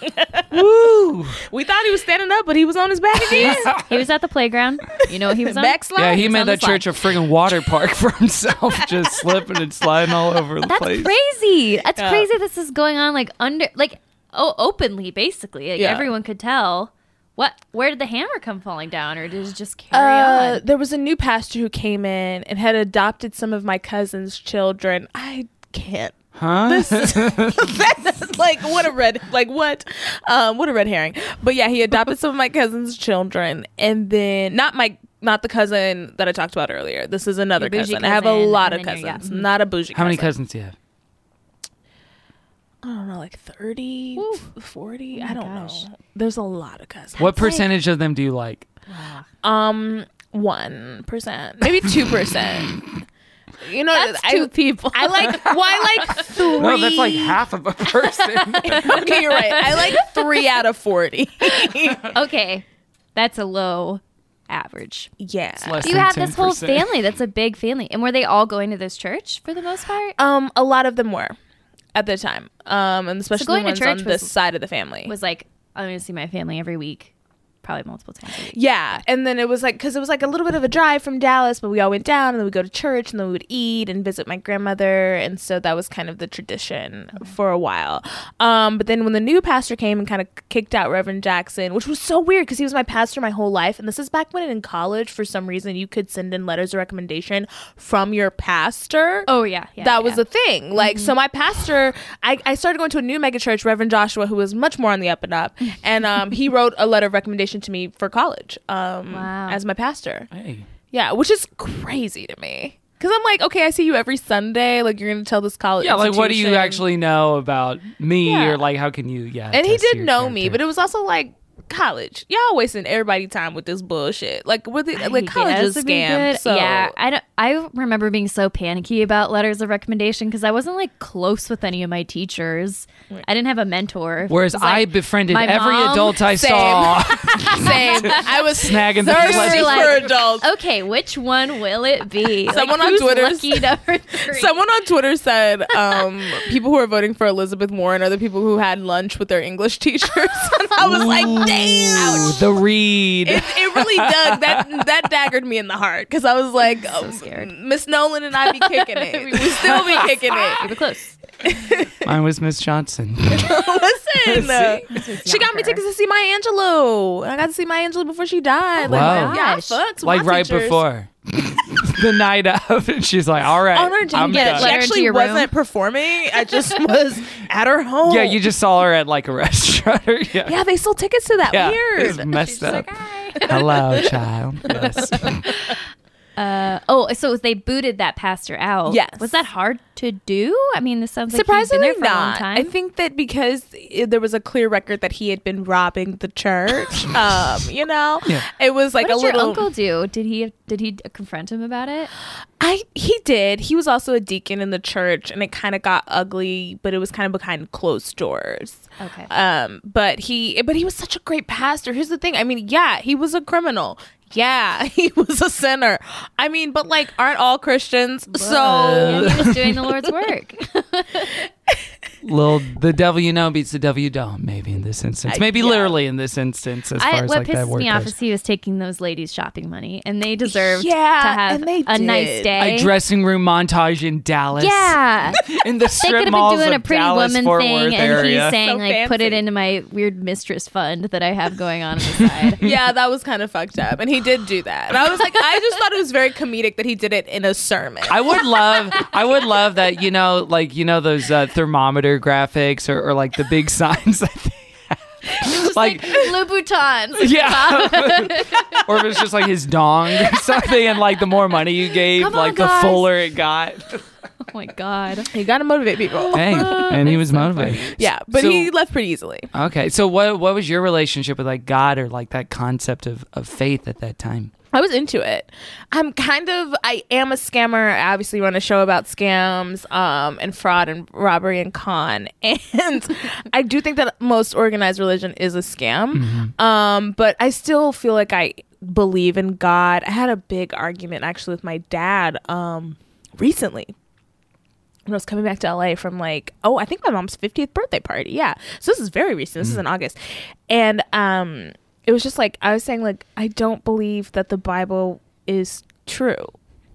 [SPEAKER 6] again.
[SPEAKER 2] Woo!
[SPEAKER 6] we thought he was standing up, but he was on his back again.
[SPEAKER 5] He was at the playground. You know what he was on?
[SPEAKER 6] backslide.
[SPEAKER 2] Yeah, he
[SPEAKER 6] was on
[SPEAKER 2] made
[SPEAKER 6] the
[SPEAKER 2] that church
[SPEAKER 6] slide.
[SPEAKER 2] a friggin' water park for himself, just slipping and sliding all over the
[SPEAKER 5] That's
[SPEAKER 2] place.
[SPEAKER 5] crazy. That's crazy. This is going on like under, like oh, openly, basically. Like
[SPEAKER 6] Yeah.
[SPEAKER 5] everyone could tell. What? Where did the hammer come falling down, or did it just carry
[SPEAKER 6] Uh,
[SPEAKER 5] on?
[SPEAKER 6] there was a new pastor who came in and had adopted some of my cousin's children. I can't
[SPEAKER 2] Huh?
[SPEAKER 6] That's like what a red like what um what a red herring but yeah he adopted some of my cousin's children and then not my not the cousin that i talked about earlier this is another
[SPEAKER 5] Your bougie
[SPEAKER 6] cousin. i have a
[SPEAKER 5] cousin,
[SPEAKER 6] lot of
[SPEAKER 5] and then your- yeah. Mm-hmm.
[SPEAKER 6] cousins not a bougie
[SPEAKER 2] How many
[SPEAKER 6] cousin.
[SPEAKER 2] cousins do you have?
[SPEAKER 6] i don't know like 30 40 i don't know there's a lot of cousins
[SPEAKER 2] What percentage of them do you like?
[SPEAKER 6] um one percent maybe two percent you know
[SPEAKER 5] That's
[SPEAKER 6] I,
[SPEAKER 5] two people.
[SPEAKER 6] I like well i like three
[SPEAKER 2] No, that's like half of a person.
[SPEAKER 6] okay you're right i like three out of 40
[SPEAKER 5] okay, that's a low average.
[SPEAKER 6] yeah
[SPEAKER 2] Less
[SPEAKER 5] You
[SPEAKER 2] than
[SPEAKER 5] have this whole
[SPEAKER 2] 10%.
[SPEAKER 5] family. That's a big family. And were they all going to this church for the most part?
[SPEAKER 6] Um, a lot of them were at the time, um, and especially
[SPEAKER 5] going
[SPEAKER 6] the
[SPEAKER 5] to
[SPEAKER 6] ones
[SPEAKER 5] church
[SPEAKER 6] on
[SPEAKER 5] was-
[SPEAKER 6] this side of the family.
[SPEAKER 5] Was like I'm going to see my family every week, probably multiple times. A week.
[SPEAKER 6] yeah, and then it was like because it was like a little bit of a drive from Dallas, but we all went down and then we go to church and then we would eat and visit my grandmother, and so that was kind of the tradition for a while. Um, but then when the new pastor came and kind of kicked out Reverend Jackson, which was so weird because he was my pastor my whole life, and this is back when in college for some reason you could send in letters of recommendation from your pastor.
[SPEAKER 5] Oh yeah, yeah
[SPEAKER 6] that was
[SPEAKER 5] yeah.
[SPEAKER 6] a thing. Like,
[SPEAKER 5] Mm.
[SPEAKER 6] so my pastor, I, I started going to a new megachurch, Reverend Joshua, who was much more on the up and up,
[SPEAKER 5] Mm.
[SPEAKER 6] and um, he wrote a letter of recommendation to me for college um,
[SPEAKER 5] Wow.
[SPEAKER 6] as my pastor.
[SPEAKER 2] Hey.
[SPEAKER 6] Yeah, which is crazy to me because I'm like, okay, I see you every Sunday. Like, you're gonna tell this college.
[SPEAKER 2] Yeah, like what do you
[SPEAKER 6] institution.
[SPEAKER 2] actually know about me,
[SPEAKER 6] Yeah.
[SPEAKER 2] or like how can you? Yeah,
[SPEAKER 6] And he
[SPEAKER 2] attest to
[SPEAKER 6] did
[SPEAKER 2] your
[SPEAKER 6] know me, but
[SPEAKER 2] character?
[SPEAKER 6] it was also like college. Y'all wasting everybody time with this bullshit. Like, what the, like
[SPEAKER 5] I
[SPEAKER 6] college
[SPEAKER 5] guess
[SPEAKER 6] is
[SPEAKER 5] it'd be
[SPEAKER 6] scam.
[SPEAKER 5] good.
[SPEAKER 6] So
[SPEAKER 5] Yeah, I don't, I remember being so panicky about letters of recommendation because I wasn't like close with any of my teachers. I didn't have a mentor.
[SPEAKER 2] Whereas
[SPEAKER 5] It was,
[SPEAKER 2] I
[SPEAKER 5] like,
[SPEAKER 2] befriended
[SPEAKER 5] my
[SPEAKER 2] every
[SPEAKER 5] mom-
[SPEAKER 2] adult I
[SPEAKER 6] Same.
[SPEAKER 2] saw.
[SPEAKER 6] same. I was
[SPEAKER 2] Snagging the
[SPEAKER 6] thirsty
[SPEAKER 2] pleasure.
[SPEAKER 6] for adults.
[SPEAKER 5] Okay, which one will it be? Like,
[SPEAKER 6] Someone on
[SPEAKER 5] who's
[SPEAKER 6] Twitter-
[SPEAKER 5] lucky number three?
[SPEAKER 6] Someone on Twitter said um, people who are voting for Elizabeth Warren are the people who had lunch with their English teachers. and I was like, damn.
[SPEAKER 2] Ooh, the read.
[SPEAKER 6] It, it really dug that that daggered me in the heart because I was like, oh,
[SPEAKER 5] scared.
[SPEAKER 6] Miss Nolan and I be kicking it. We still be kicking
[SPEAKER 5] You were
[SPEAKER 6] it.
[SPEAKER 5] close.
[SPEAKER 2] Mine was Miss Johnson.
[SPEAKER 6] Listen, uh,
[SPEAKER 5] was
[SPEAKER 6] she got me
[SPEAKER 5] Yonker.
[SPEAKER 6] tickets to see Maya Angelou. I got to see Maya Angelou before she died.
[SPEAKER 5] Oh.
[SPEAKER 6] Like,
[SPEAKER 2] Wow.
[SPEAKER 6] yeah, I
[SPEAKER 5] Gosh.
[SPEAKER 6] fucks with
[SPEAKER 2] like
[SPEAKER 6] my
[SPEAKER 2] right
[SPEAKER 6] teachers.
[SPEAKER 2] before the night of and she's like all right,
[SPEAKER 6] Oh, no, didn't
[SPEAKER 2] I'm
[SPEAKER 6] get it.
[SPEAKER 2] done.
[SPEAKER 6] She
[SPEAKER 5] Let her into
[SPEAKER 6] actually
[SPEAKER 5] your room.
[SPEAKER 6] wasn't performing. I just was at her home.
[SPEAKER 2] yeah you just saw her at like a restaurant or- yeah
[SPEAKER 6] Yeah, they sold tickets to that.
[SPEAKER 2] Yeah,
[SPEAKER 6] Weird.
[SPEAKER 2] it's messed up hello child yes
[SPEAKER 5] Uh, oh, so they booted that pastor out.
[SPEAKER 6] Yes.
[SPEAKER 5] Was that hard to do? I mean, this sounds
[SPEAKER 6] Surprisingly
[SPEAKER 5] like he's been there for a long
[SPEAKER 6] not.
[SPEAKER 5] time.
[SPEAKER 6] I think that because i there was a clear record that he had been robbing the church. um, you know, it was like
[SPEAKER 5] what did
[SPEAKER 6] a little.
[SPEAKER 5] your uncle do? Did he did he confront him about it?
[SPEAKER 6] I he did. He was also a deacon in the church, and it kind of got ugly, but it was kind of behind closed doors.
[SPEAKER 5] Okay.
[SPEAKER 6] Um, but he but he was such a great pastor. Here's the thing. I mean, yeah, he was a criminal. yeah, he was a sinner. I mean, but like, aren't all Christians? So
[SPEAKER 5] And he was doing the Lord's work.
[SPEAKER 2] Little the devil you know beats the devil you don't. Maybe in this instance, maybe literally in this instance, as far
[SPEAKER 5] I,
[SPEAKER 2] as
[SPEAKER 5] what
[SPEAKER 2] like that
[SPEAKER 5] pisses
[SPEAKER 2] word
[SPEAKER 5] me off
[SPEAKER 2] goes.
[SPEAKER 5] is he was taking those ladies shopping money, and they deserved
[SPEAKER 6] Yeah,
[SPEAKER 5] to have
[SPEAKER 6] and they
[SPEAKER 5] a nice
[SPEAKER 6] did.
[SPEAKER 5] day.
[SPEAKER 2] a dressing room montage in Dallas.
[SPEAKER 5] yeah,
[SPEAKER 2] in the
[SPEAKER 5] they
[SPEAKER 2] strip
[SPEAKER 5] could have
[SPEAKER 2] malls
[SPEAKER 5] been doing
[SPEAKER 2] of
[SPEAKER 5] a pretty
[SPEAKER 2] Dallas,
[SPEAKER 5] woman
[SPEAKER 2] Fort
[SPEAKER 5] thing,
[SPEAKER 2] Worth
[SPEAKER 5] and
[SPEAKER 2] area.
[SPEAKER 5] he's saying
[SPEAKER 6] So
[SPEAKER 5] like, "Put it
[SPEAKER 6] fancy.
[SPEAKER 5] into my weird mistress fund that I have going on on the side."
[SPEAKER 6] yeah, that was kind of fucked up, and he did do that. And I was like, I just thought it was very comedic that he did it in a sermon.
[SPEAKER 2] I would love, I would love that you know, like you know those uh, thermometer graphics or, or like the big signs that they have, like
[SPEAKER 5] Louboutins.
[SPEAKER 2] yeah, or if it's just like his dong or something, and like the more money you gave,
[SPEAKER 5] Come on,
[SPEAKER 2] like
[SPEAKER 5] guys.
[SPEAKER 2] the fuller it got.
[SPEAKER 5] Oh my god.
[SPEAKER 6] you gotta motivate people.
[SPEAKER 2] Hey, and he was motivated.
[SPEAKER 6] Yeah, but
[SPEAKER 2] So-
[SPEAKER 6] he left pretty easily.
[SPEAKER 2] Okay, so what what was your relationship with like God or like that concept of of faith at that time?
[SPEAKER 6] I was into it. I'm kind of I am a scammer. I obviously run a show about scams um and fraud and robbery and con. And I do think that most organized religion is a scam. Um but I still feel like I believe in God. I had a big argument actually with my dad um recently when I was coming back to LA from like, oh, I think my mom's 50th birthday party. Yeah. So this is very recent. This is in August. And um it was just like I was saying like I don't believe that the Bible is true.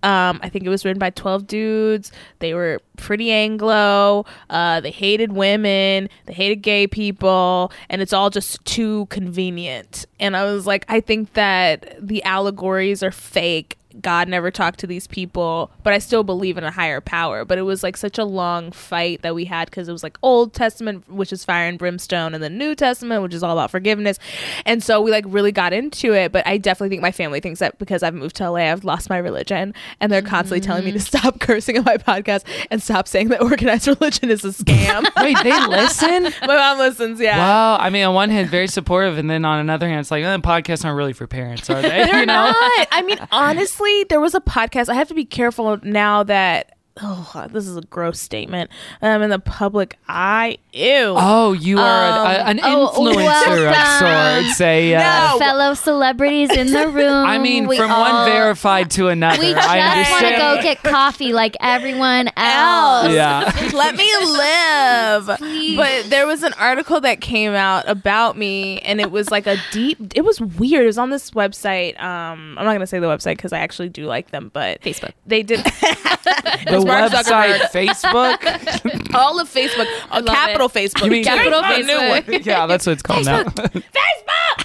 [SPEAKER 6] Um, I think it was written by 12 dudes. They were pretty Anglo. Uh, they hated women. They hated gay people. And it's all just too convenient. And I was like, I think that the allegories are fake. God never talked to these people, but I still believe in a higher power. But it was like such a long fight that we had because it was like Old Testament, which is fire and brimstone, and the New Testament, which is all about forgiveness. And so we like really got into it. But I definitely think my family thinks that because I've moved to LA, I've lost my religion. And they're constantly telling me to stop cursing on my podcast and stop saying that organized religion is a scam.
[SPEAKER 2] Wait, they listen.
[SPEAKER 6] my mom listens, yeah.
[SPEAKER 2] Wow. I mean, on one hand, very supportive, and then on another hand, it's like, eh, podcasts aren't really for parents, are they?
[SPEAKER 6] They're not. I mean, honestly, there was a podcast. I have to be careful now that. Oh, this is a gross statement. Um, in the public eye, ew.
[SPEAKER 2] Oh, you are a- a- an
[SPEAKER 5] oh,
[SPEAKER 2] influencer of
[SPEAKER 5] welcome.
[SPEAKER 2] sorts. A, uh,
[SPEAKER 6] No. Oh.
[SPEAKER 5] Fellow celebrities in the room.
[SPEAKER 2] I mean,
[SPEAKER 5] We
[SPEAKER 2] from
[SPEAKER 5] all-
[SPEAKER 2] one verified to another.
[SPEAKER 5] We
[SPEAKER 2] I
[SPEAKER 5] just want to
[SPEAKER 2] understand.
[SPEAKER 5] go get coffee like everyone else.
[SPEAKER 2] Yeah.
[SPEAKER 6] Let me live. But there was an article that came out about me, and it was like a deep. It was weird. It was on this website. Um, I'm not gonna say the website because I actually do like them, but
[SPEAKER 5] Facebook.
[SPEAKER 6] They did
[SPEAKER 2] The
[SPEAKER 6] Mark
[SPEAKER 2] website, Facebook.
[SPEAKER 6] all of Facebook, all capital Facebook,
[SPEAKER 2] You mean
[SPEAKER 6] capital
[SPEAKER 2] a
[SPEAKER 6] Facebook.
[SPEAKER 2] new one? Yeah, that's what it's called now.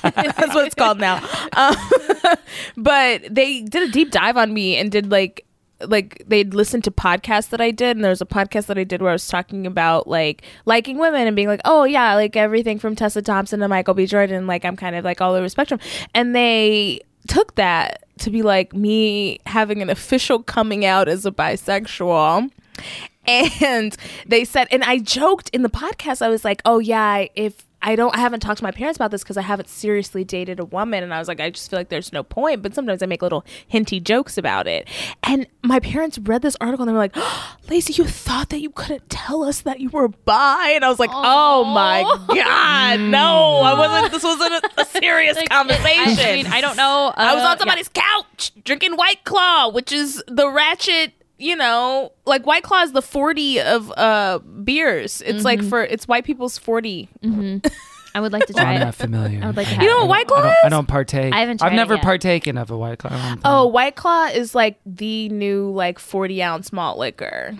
[SPEAKER 6] That's what it's called now. Um, but they did a deep dive on me and did like like they'd listened to podcasts that I did and there was a podcast that I did where I was talking about like liking women and being like, Oh yeah, like everything from Tessa Thompson to Michael B. Jordan, like I'm kind of like all over the spectrum. And they took that to be like me having an official coming out as a bisexual. And they said, and I joked in the podcast, I was like, oh, yeah, I- if I don't, I haven't talked to my parents about this because I haven't seriously dated a woman. And I was like, I just feel like there's no point. But sometimes I make little hinty jokes about it. And my parents read this article and they were like, Lacey, you thought that you couldn't tell us that you were bi. And I was like, oh my God, no, I wasn't, this wasn't a, a serious conversation.
[SPEAKER 5] I mean, I don't know. Uh,
[SPEAKER 6] I was on somebody's couch drinking White Claw, which is the ratchet. You know, like White Claw is the forty of uh beers. It's
[SPEAKER 5] Mm-hmm.
[SPEAKER 6] like for it's white people's 40
[SPEAKER 5] I would like to
[SPEAKER 2] I'm
[SPEAKER 5] try
[SPEAKER 2] not
[SPEAKER 5] it.
[SPEAKER 2] familiar.
[SPEAKER 5] I would like to have
[SPEAKER 6] You
[SPEAKER 5] it.
[SPEAKER 6] know what White Claw
[SPEAKER 2] I don't, I
[SPEAKER 6] is?
[SPEAKER 2] don't partake.
[SPEAKER 5] I haven't
[SPEAKER 2] I've
[SPEAKER 5] tried it
[SPEAKER 2] never
[SPEAKER 5] yet.
[SPEAKER 2] partaken of a white claw. I don't-
[SPEAKER 6] Oh, White Claw is like the new like forty ounce malt liquor,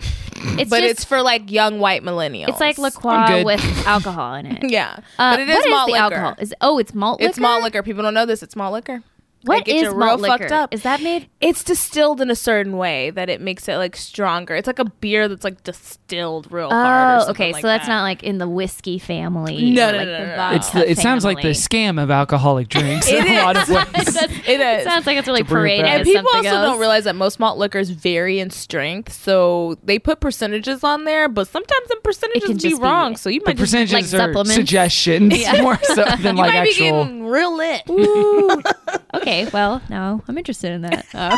[SPEAKER 5] It's
[SPEAKER 6] but
[SPEAKER 5] just,
[SPEAKER 6] it's for like young white millennials.
[SPEAKER 5] it's like La
[SPEAKER 2] I'm
[SPEAKER 5] Croix
[SPEAKER 2] good.
[SPEAKER 5] with alcohol in it.
[SPEAKER 6] yeah,
[SPEAKER 5] Uh,
[SPEAKER 6] but it
[SPEAKER 5] what
[SPEAKER 6] is malt
[SPEAKER 5] the
[SPEAKER 6] liquor.
[SPEAKER 5] alcohol? Is oh, it's malt liquor.
[SPEAKER 6] It's malt liquor. People don't know this. It's malt liquor.
[SPEAKER 5] What
[SPEAKER 6] They get
[SPEAKER 5] is
[SPEAKER 6] you real
[SPEAKER 5] malt liquor?
[SPEAKER 6] fucked up.
[SPEAKER 5] Is that made?
[SPEAKER 6] It's distilled in a certain way that it makes it like stronger. It's like a beer that's like distilled real hard. or
[SPEAKER 5] Oh,
[SPEAKER 6] something
[SPEAKER 5] okay.
[SPEAKER 6] like
[SPEAKER 5] so that's
[SPEAKER 6] that.
[SPEAKER 5] not like in the whiskey family.
[SPEAKER 6] No,
[SPEAKER 5] or,
[SPEAKER 6] no,
[SPEAKER 5] like,
[SPEAKER 6] no,
[SPEAKER 5] the
[SPEAKER 6] no, no.
[SPEAKER 5] vodka
[SPEAKER 2] it's the, it sounds like the
[SPEAKER 5] family.
[SPEAKER 2] scam of alcoholic drinks.
[SPEAKER 6] It
[SPEAKER 2] in a lot
[SPEAKER 6] is.
[SPEAKER 2] of ways.
[SPEAKER 6] It is.
[SPEAKER 5] It sounds like it's really
[SPEAKER 2] To bring it
[SPEAKER 5] paraded.
[SPEAKER 2] back.
[SPEAKER 5] as
[SPEAKER 6] and people also
[SPEAKER 5] something else.
[SPEAKER 6] don't realize that most malt liquors vary in strength, so they put percentages on there, but sometimes them percentages
[SPEAKER 5] can
[SPEAKER 6] be
[SPEAKER 5] just be-
[SPEAKER 6] wrong. so you
[SPEAKER 2] The
[SPEAKER 6] might just,
[SPEAKER 2] percentages
[SPEAKER 5] like
[SPEAKER 2] are
[SPEAKER 5] supplements.
[SPEAKER 2] suggestions more so than like
[SPEAKER 6] might be
[SPEAKER 2] actual.
[SPEAKER 6] getting real lit.
[SPEAKER 5] Okay, well now I'm interested in that. Uh,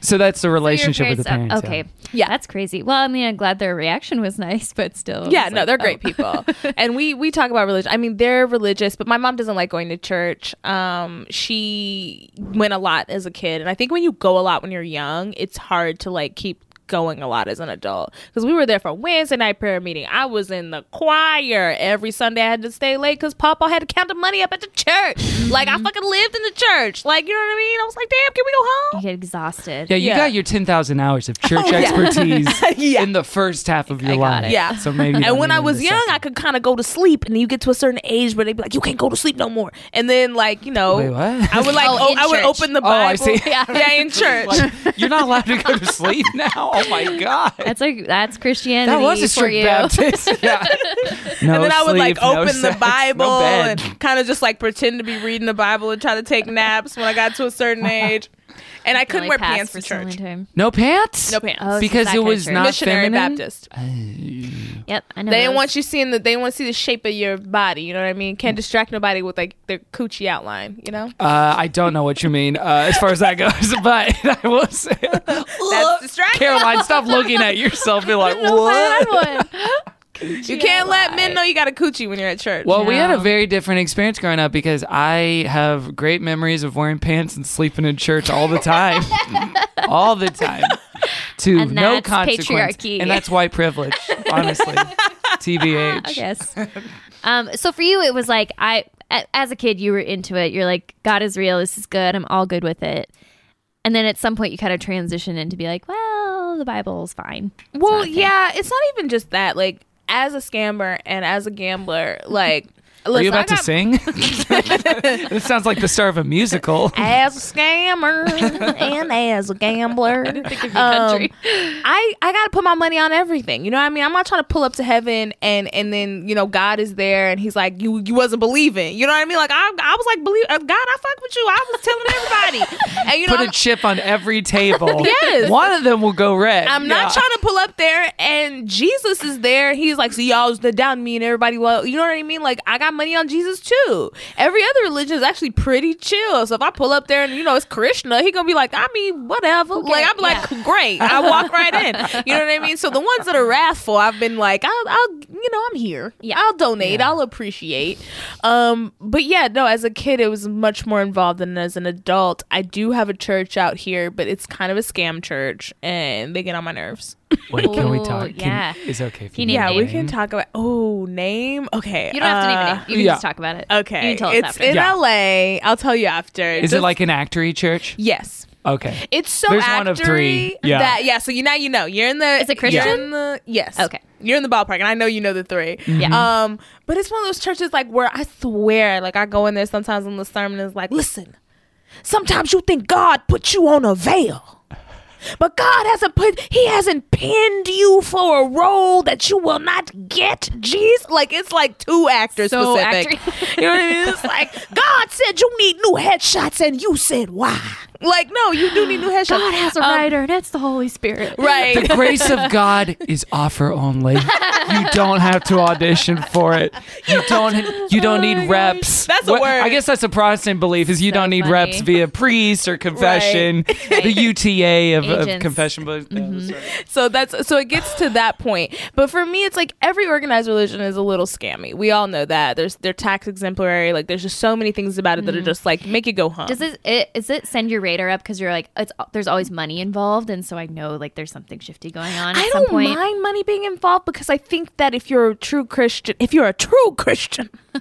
[SPEAKER 2] So that's the relationship with the
[SPEAKER 5] Your parents-
[SPEAKER 2] parents.
[SPEAKER 5] uh,
[SPEAKER 2] yeah.
[SPEAKER 5] Okay.
[SPEAKER 6] Yeah.
[SPEAKER 5] That's crazy. Well, I mean, I'm glad their reaction was nice, but still. it
[SPEAKER 6] Yeah,
[SPEAKER 5] was
[SPEAKER 6] no,
[SPEAKER 5] like,
[SPEAKER 6] they're
[SPEAKER 5] oh.
[SPEAKER 6] great people. and we we talk about religion. I mean, they're religious, but my mom doesn't like going to church. Um, she went a lot as a kid, and I think when you go a lot when you're young, it's hard to like keep going a lot as an adult because we were there for Wednesday night prayer meeting. I was in the choir every Sunday. I had to stay late because Papa had to count the money up at the church. like I fucking lived in the church. Like you know what I mean? I was like, damn, can we go
[SPEAKER 5] You
[SPEAKER 6] home?
[SPEAKER 5] get exhausted.
[SPEAKER 2] Yeah, you
[SPEAKER 6] Yeah. Oh,
[SPEAKER 2] got your 10,000 hours of church expertise in the first half of your life.
[SPEAKER 6] it. Yeah.
[SPEAKER 2] So maybe
[SPEAKER 6] and when I was young,
[SPEAKER 2] I
[SPEAKER 6] I could kind of go to sleep, and you get to a certain age where they'd be like, "You can't go to sleep no more." And then, like you know,
[SPEAKER 2] Wait, what?
[SPEAKER 6] I would like,
[SPEAKER 5] Oh,
[SPEAKER 6] oh,
[SPEAKER 5] in
[SPEAKER 6] I would
[SPEAKER 5] church.
[SPEAKER 6] open the
[SPEAKER 2] Oh, I
[SPEAKER 6] Bible,
[SPEAKER 2] see.
[SPEAKER 6] yeah, yeah, in church.
[SPEAKER 2] Like, you're not allowed to go to sleep now. Oh my god.
[SPEAKER 5] That's like, that's Christianity.
[SPEAKER 2] that was a
[SPEAKER 5] for
[SPEAKER 2] strict
[SPEAKER 5] you.
[SPEAKER 2] Baptist. Yeah. No
[SPEAKER 6] and then I would like
[SPEAKER 2] sleep, no
[SPEAKER 6] open the
[SPEAKER 2] sex, no
[SPEAKER 6] Bible
[SPEAKER 2] bed.
[SPEAKER 6] and kind of just like pretend to be reading the Bible and try to take naps when I got to a certain age. And I couldn't wear
[SPEAKER 5] Like, pass
[SPEAKER 6] pants
[SPEAKER 5] for
[SPEAKER 6] to
[SPEAKER 5] so long
[SPEAKER 6] church.
[SPEAKER 5] time.
[SPEAKER 2] No pants?
[SPEAKER 6] No pants.
[SPEAKER 5] Oh, it's
[SPEAKER 2] Because
[SPEAKER 5] that
[SPEAKER 2] it
[SPEAKER 5] kind
[SPEAKER 2] was
[SPEAKER 5] of
[SPEAKER 2] not
[SPEAKER 6] Missionary
[SPEAKER 2] feminine?
[SPEAKER 6] Baptist.
[SPEAKER 5] Yep. I know.
[SPEAKER 6] They didn't
[SPEAKER 5] those.
[SPEAKER 6] want you seeing the. They didn't want to see the shape of your body. You know what I mean?
[SPEAKER 2] Mm.
[SPEAKER 6] Can't distract nobody with like their coochie outline. You know
[SPEAKER 2] Uh, I don't know what you mean uh, as far as that goes, but I will say,
[SPEAKER 6] that's distracting.
[SPEAKER 2] Caroline, stop looking at yourself. Be like, what?
[SPEAKER 6] You can't let men know you got a coochie when you're at church.
[SPEAKER 2] Well, we had a
[SPEAKER 5] No.
[SPEAKER 2] very different experience growing up because I have great memories of wearing pants and sleeping in church all the time. all the time. To
[SPEAKER 5] And
[SPEAKER 2] no
[SPEAKER 5] that's
[SPEAKER 2] consequence.
[SPEAKER 5] patriarchy.
[SPEAKER 2] And that's white privilege, honestly. TBH.
[SPEAKER 5] Yes. um, so for you, it was like I, a- as a kid, you were into it. You're like, God is real. This is good. I'm all good with it. And then at some point, you kind of transition into be like, well, the Bible's fine. It's
[SPEAKER 6] well,
[SPEAKER 5] not a thing.
[SPEAKER 6] yeah, it's not even just that. Like, as a scammer and as a gambler, like,
[SPEAKER 2] Are
[SPEAKER 6] listen,
[SPEAKER 2] you
[SPEAKER 6] I
[SPEAKER 2] about to
[SPEAKER 6] got-
[SPEAKER 2] sing? this sounds like the start of a musical.
[SPEAKER 6] As a scammer and as a gambler, um,
[SPEAKER 5] country.
[SPEAKER 6] I I gotta put my money on everything. You know what I mean? I'm not trying to pull up to heaven and and then you know God is there and He's like you you wasn't believing. You know what I mean? Like I, I was like believe uh, God, I fuck with you. I was telling everybody, and you know
[SPEAKER 2] Put
[SPEAKER 6] I'm-
[SPEAKER 2] a chip on every table.
[SPEAKER 6] Yes.
[SPEAKER 2] One of them will go red.
[SPEAKER 6] I'm not
[SPEAKER 2] Yeah.
[SPEAKER 6] trying to pull up there and Jesus is there. He's like, so y'all was the down me and everybody. Well, you know what I mean? Like, I got money on Jesus too. Every other religion is actually pretty chill. So if I pull up there and, you know, it's Krishna, he going to be like, I mean, whatever. Like, I'm like, great. I walk right in. You know what I mean? So the ones that are wrathful, I've been like, I'll, I'll you know, I'm here. Yeah. I'll donate. I'll appreciate. Um, But yeah, no, as a kid, it was much more involved than as an adult. I do have a church out here, but it's kind of a scam church and they get on my nerves.
[SPEAKER 2] Wait, can we
[SPEAKER 5] Ooh,
[SPEAKER 2] talk? Can-
[SPEAKER 5] yeah.
[SPEAKER 2] It's okay. if
[SPEAKER 5] Can
[SPEAKER 2] you
[SPEAKER 5] you
[SPEAKER 6] Yeah,
[SPEAKER 2] name
[SPEAKER 5] name
[SPEAKER 6] we
[SPEAKER 2] it.
[SPEAKER 6] can talk about. Oh, name? Okay. uh,
[SPEAKER 5] You don't have to name it. You can
[SPEAKER 2] yeah.
[SPEAKER 5] just talk about it.
[SPEAKER 6] Okay.
[SPEAKER 5] Uh, You can tell us
[SPEAKER 6] it's
[SPEAKER 5] after.
[SPEAKER 6] in
[SPEAKER 2] Yeah.
[SPEAKER 6] LA. I'll tell you after.
[SPEAKER 2] Is it
[SPEAKER 6] Just-
[SPEAKER 2] like an actory church?
[SPEAKER 6] Yes.
[SPEAKER 2] Okay.
[SPEAKER 6] It's so
[SPEAKER 2] There's
[SPEAKER 6] actory
[SPEAKER 2] one of three. Yeah.
[SPEAKER 6] Yeah. That, yeah. So you now you know you're in the.
[SPEAKER 5] Is it Christian?
[SPEAKER 6] you're in the- yes.
[SPEAKER 5] Okay.
[SPEAKER 6] You're in the ballpark, and I know you know the three.
[SPEAKER 2] Mm-hmm.
[SPEAKER 5] Yeah.
[SPEAKER 6] Um, but it's one of those churches like where I swear, like I go in there sometimes and the sermon is like, listen, sometimes you think God put you on a veil. But God hasn't put, He hasn't pinned you for a role that you will not get. Jeez, like it's like two actors
[SPEAKER 5] So
[SPEAKER 6] specific.
[SPEAKER 5] actory.
[SPEAKER 6] You know what I mean? It's like God said you need new headshots, and you said why? Like, no, you do need new headshots.
[SPEAKER 5] God has a
[SPEAKER 6] Um,
[SPEAKER 5] writer, and it's the Holy Spirit.
[SPEAKER 6] right?
[SPEAKER 2] The grace of God is offer only. You don't have to audition for it. You don't. You don't need reps.
[SPEAKER 6] That's a
[SPEAKER 2] What-
[SPEAKER 6] word.
[SPEAKER 2] I guess that's a Protestant belief: is you
[SPEAKER 5] So
[SPEAKER 2] don't need
[SPEAKER 5] funny.
[SPEAKER 2] reps via priest or confession, the UTA of, of
[SPEAKER 5] Agents.
[SPEAKER 2] confession. But
[SPEAKER 6] Mm-hmm.
[SPEAKER 2] yeah, that's right.
[SPEAKER 6] so that's so it gets to that point. But for me, it's like every organized religion is a little scammy. We all know that. There's they're tax exemplary. Like there's just so many things about it that are just like make Mm. it go home.
[SPEAKER 5] Does it, it is it send your radar up because you're like it's there's always money involved and so I know like there's something shifty going on
[SPEAKER 6] I
[SPEAKER 5] at some
[SPEAKER 6] don't
[SPEAKER 5] point.
[SPEAKER 6] mind money being involved because I think that if you're a true Christian, if you're a true Christian,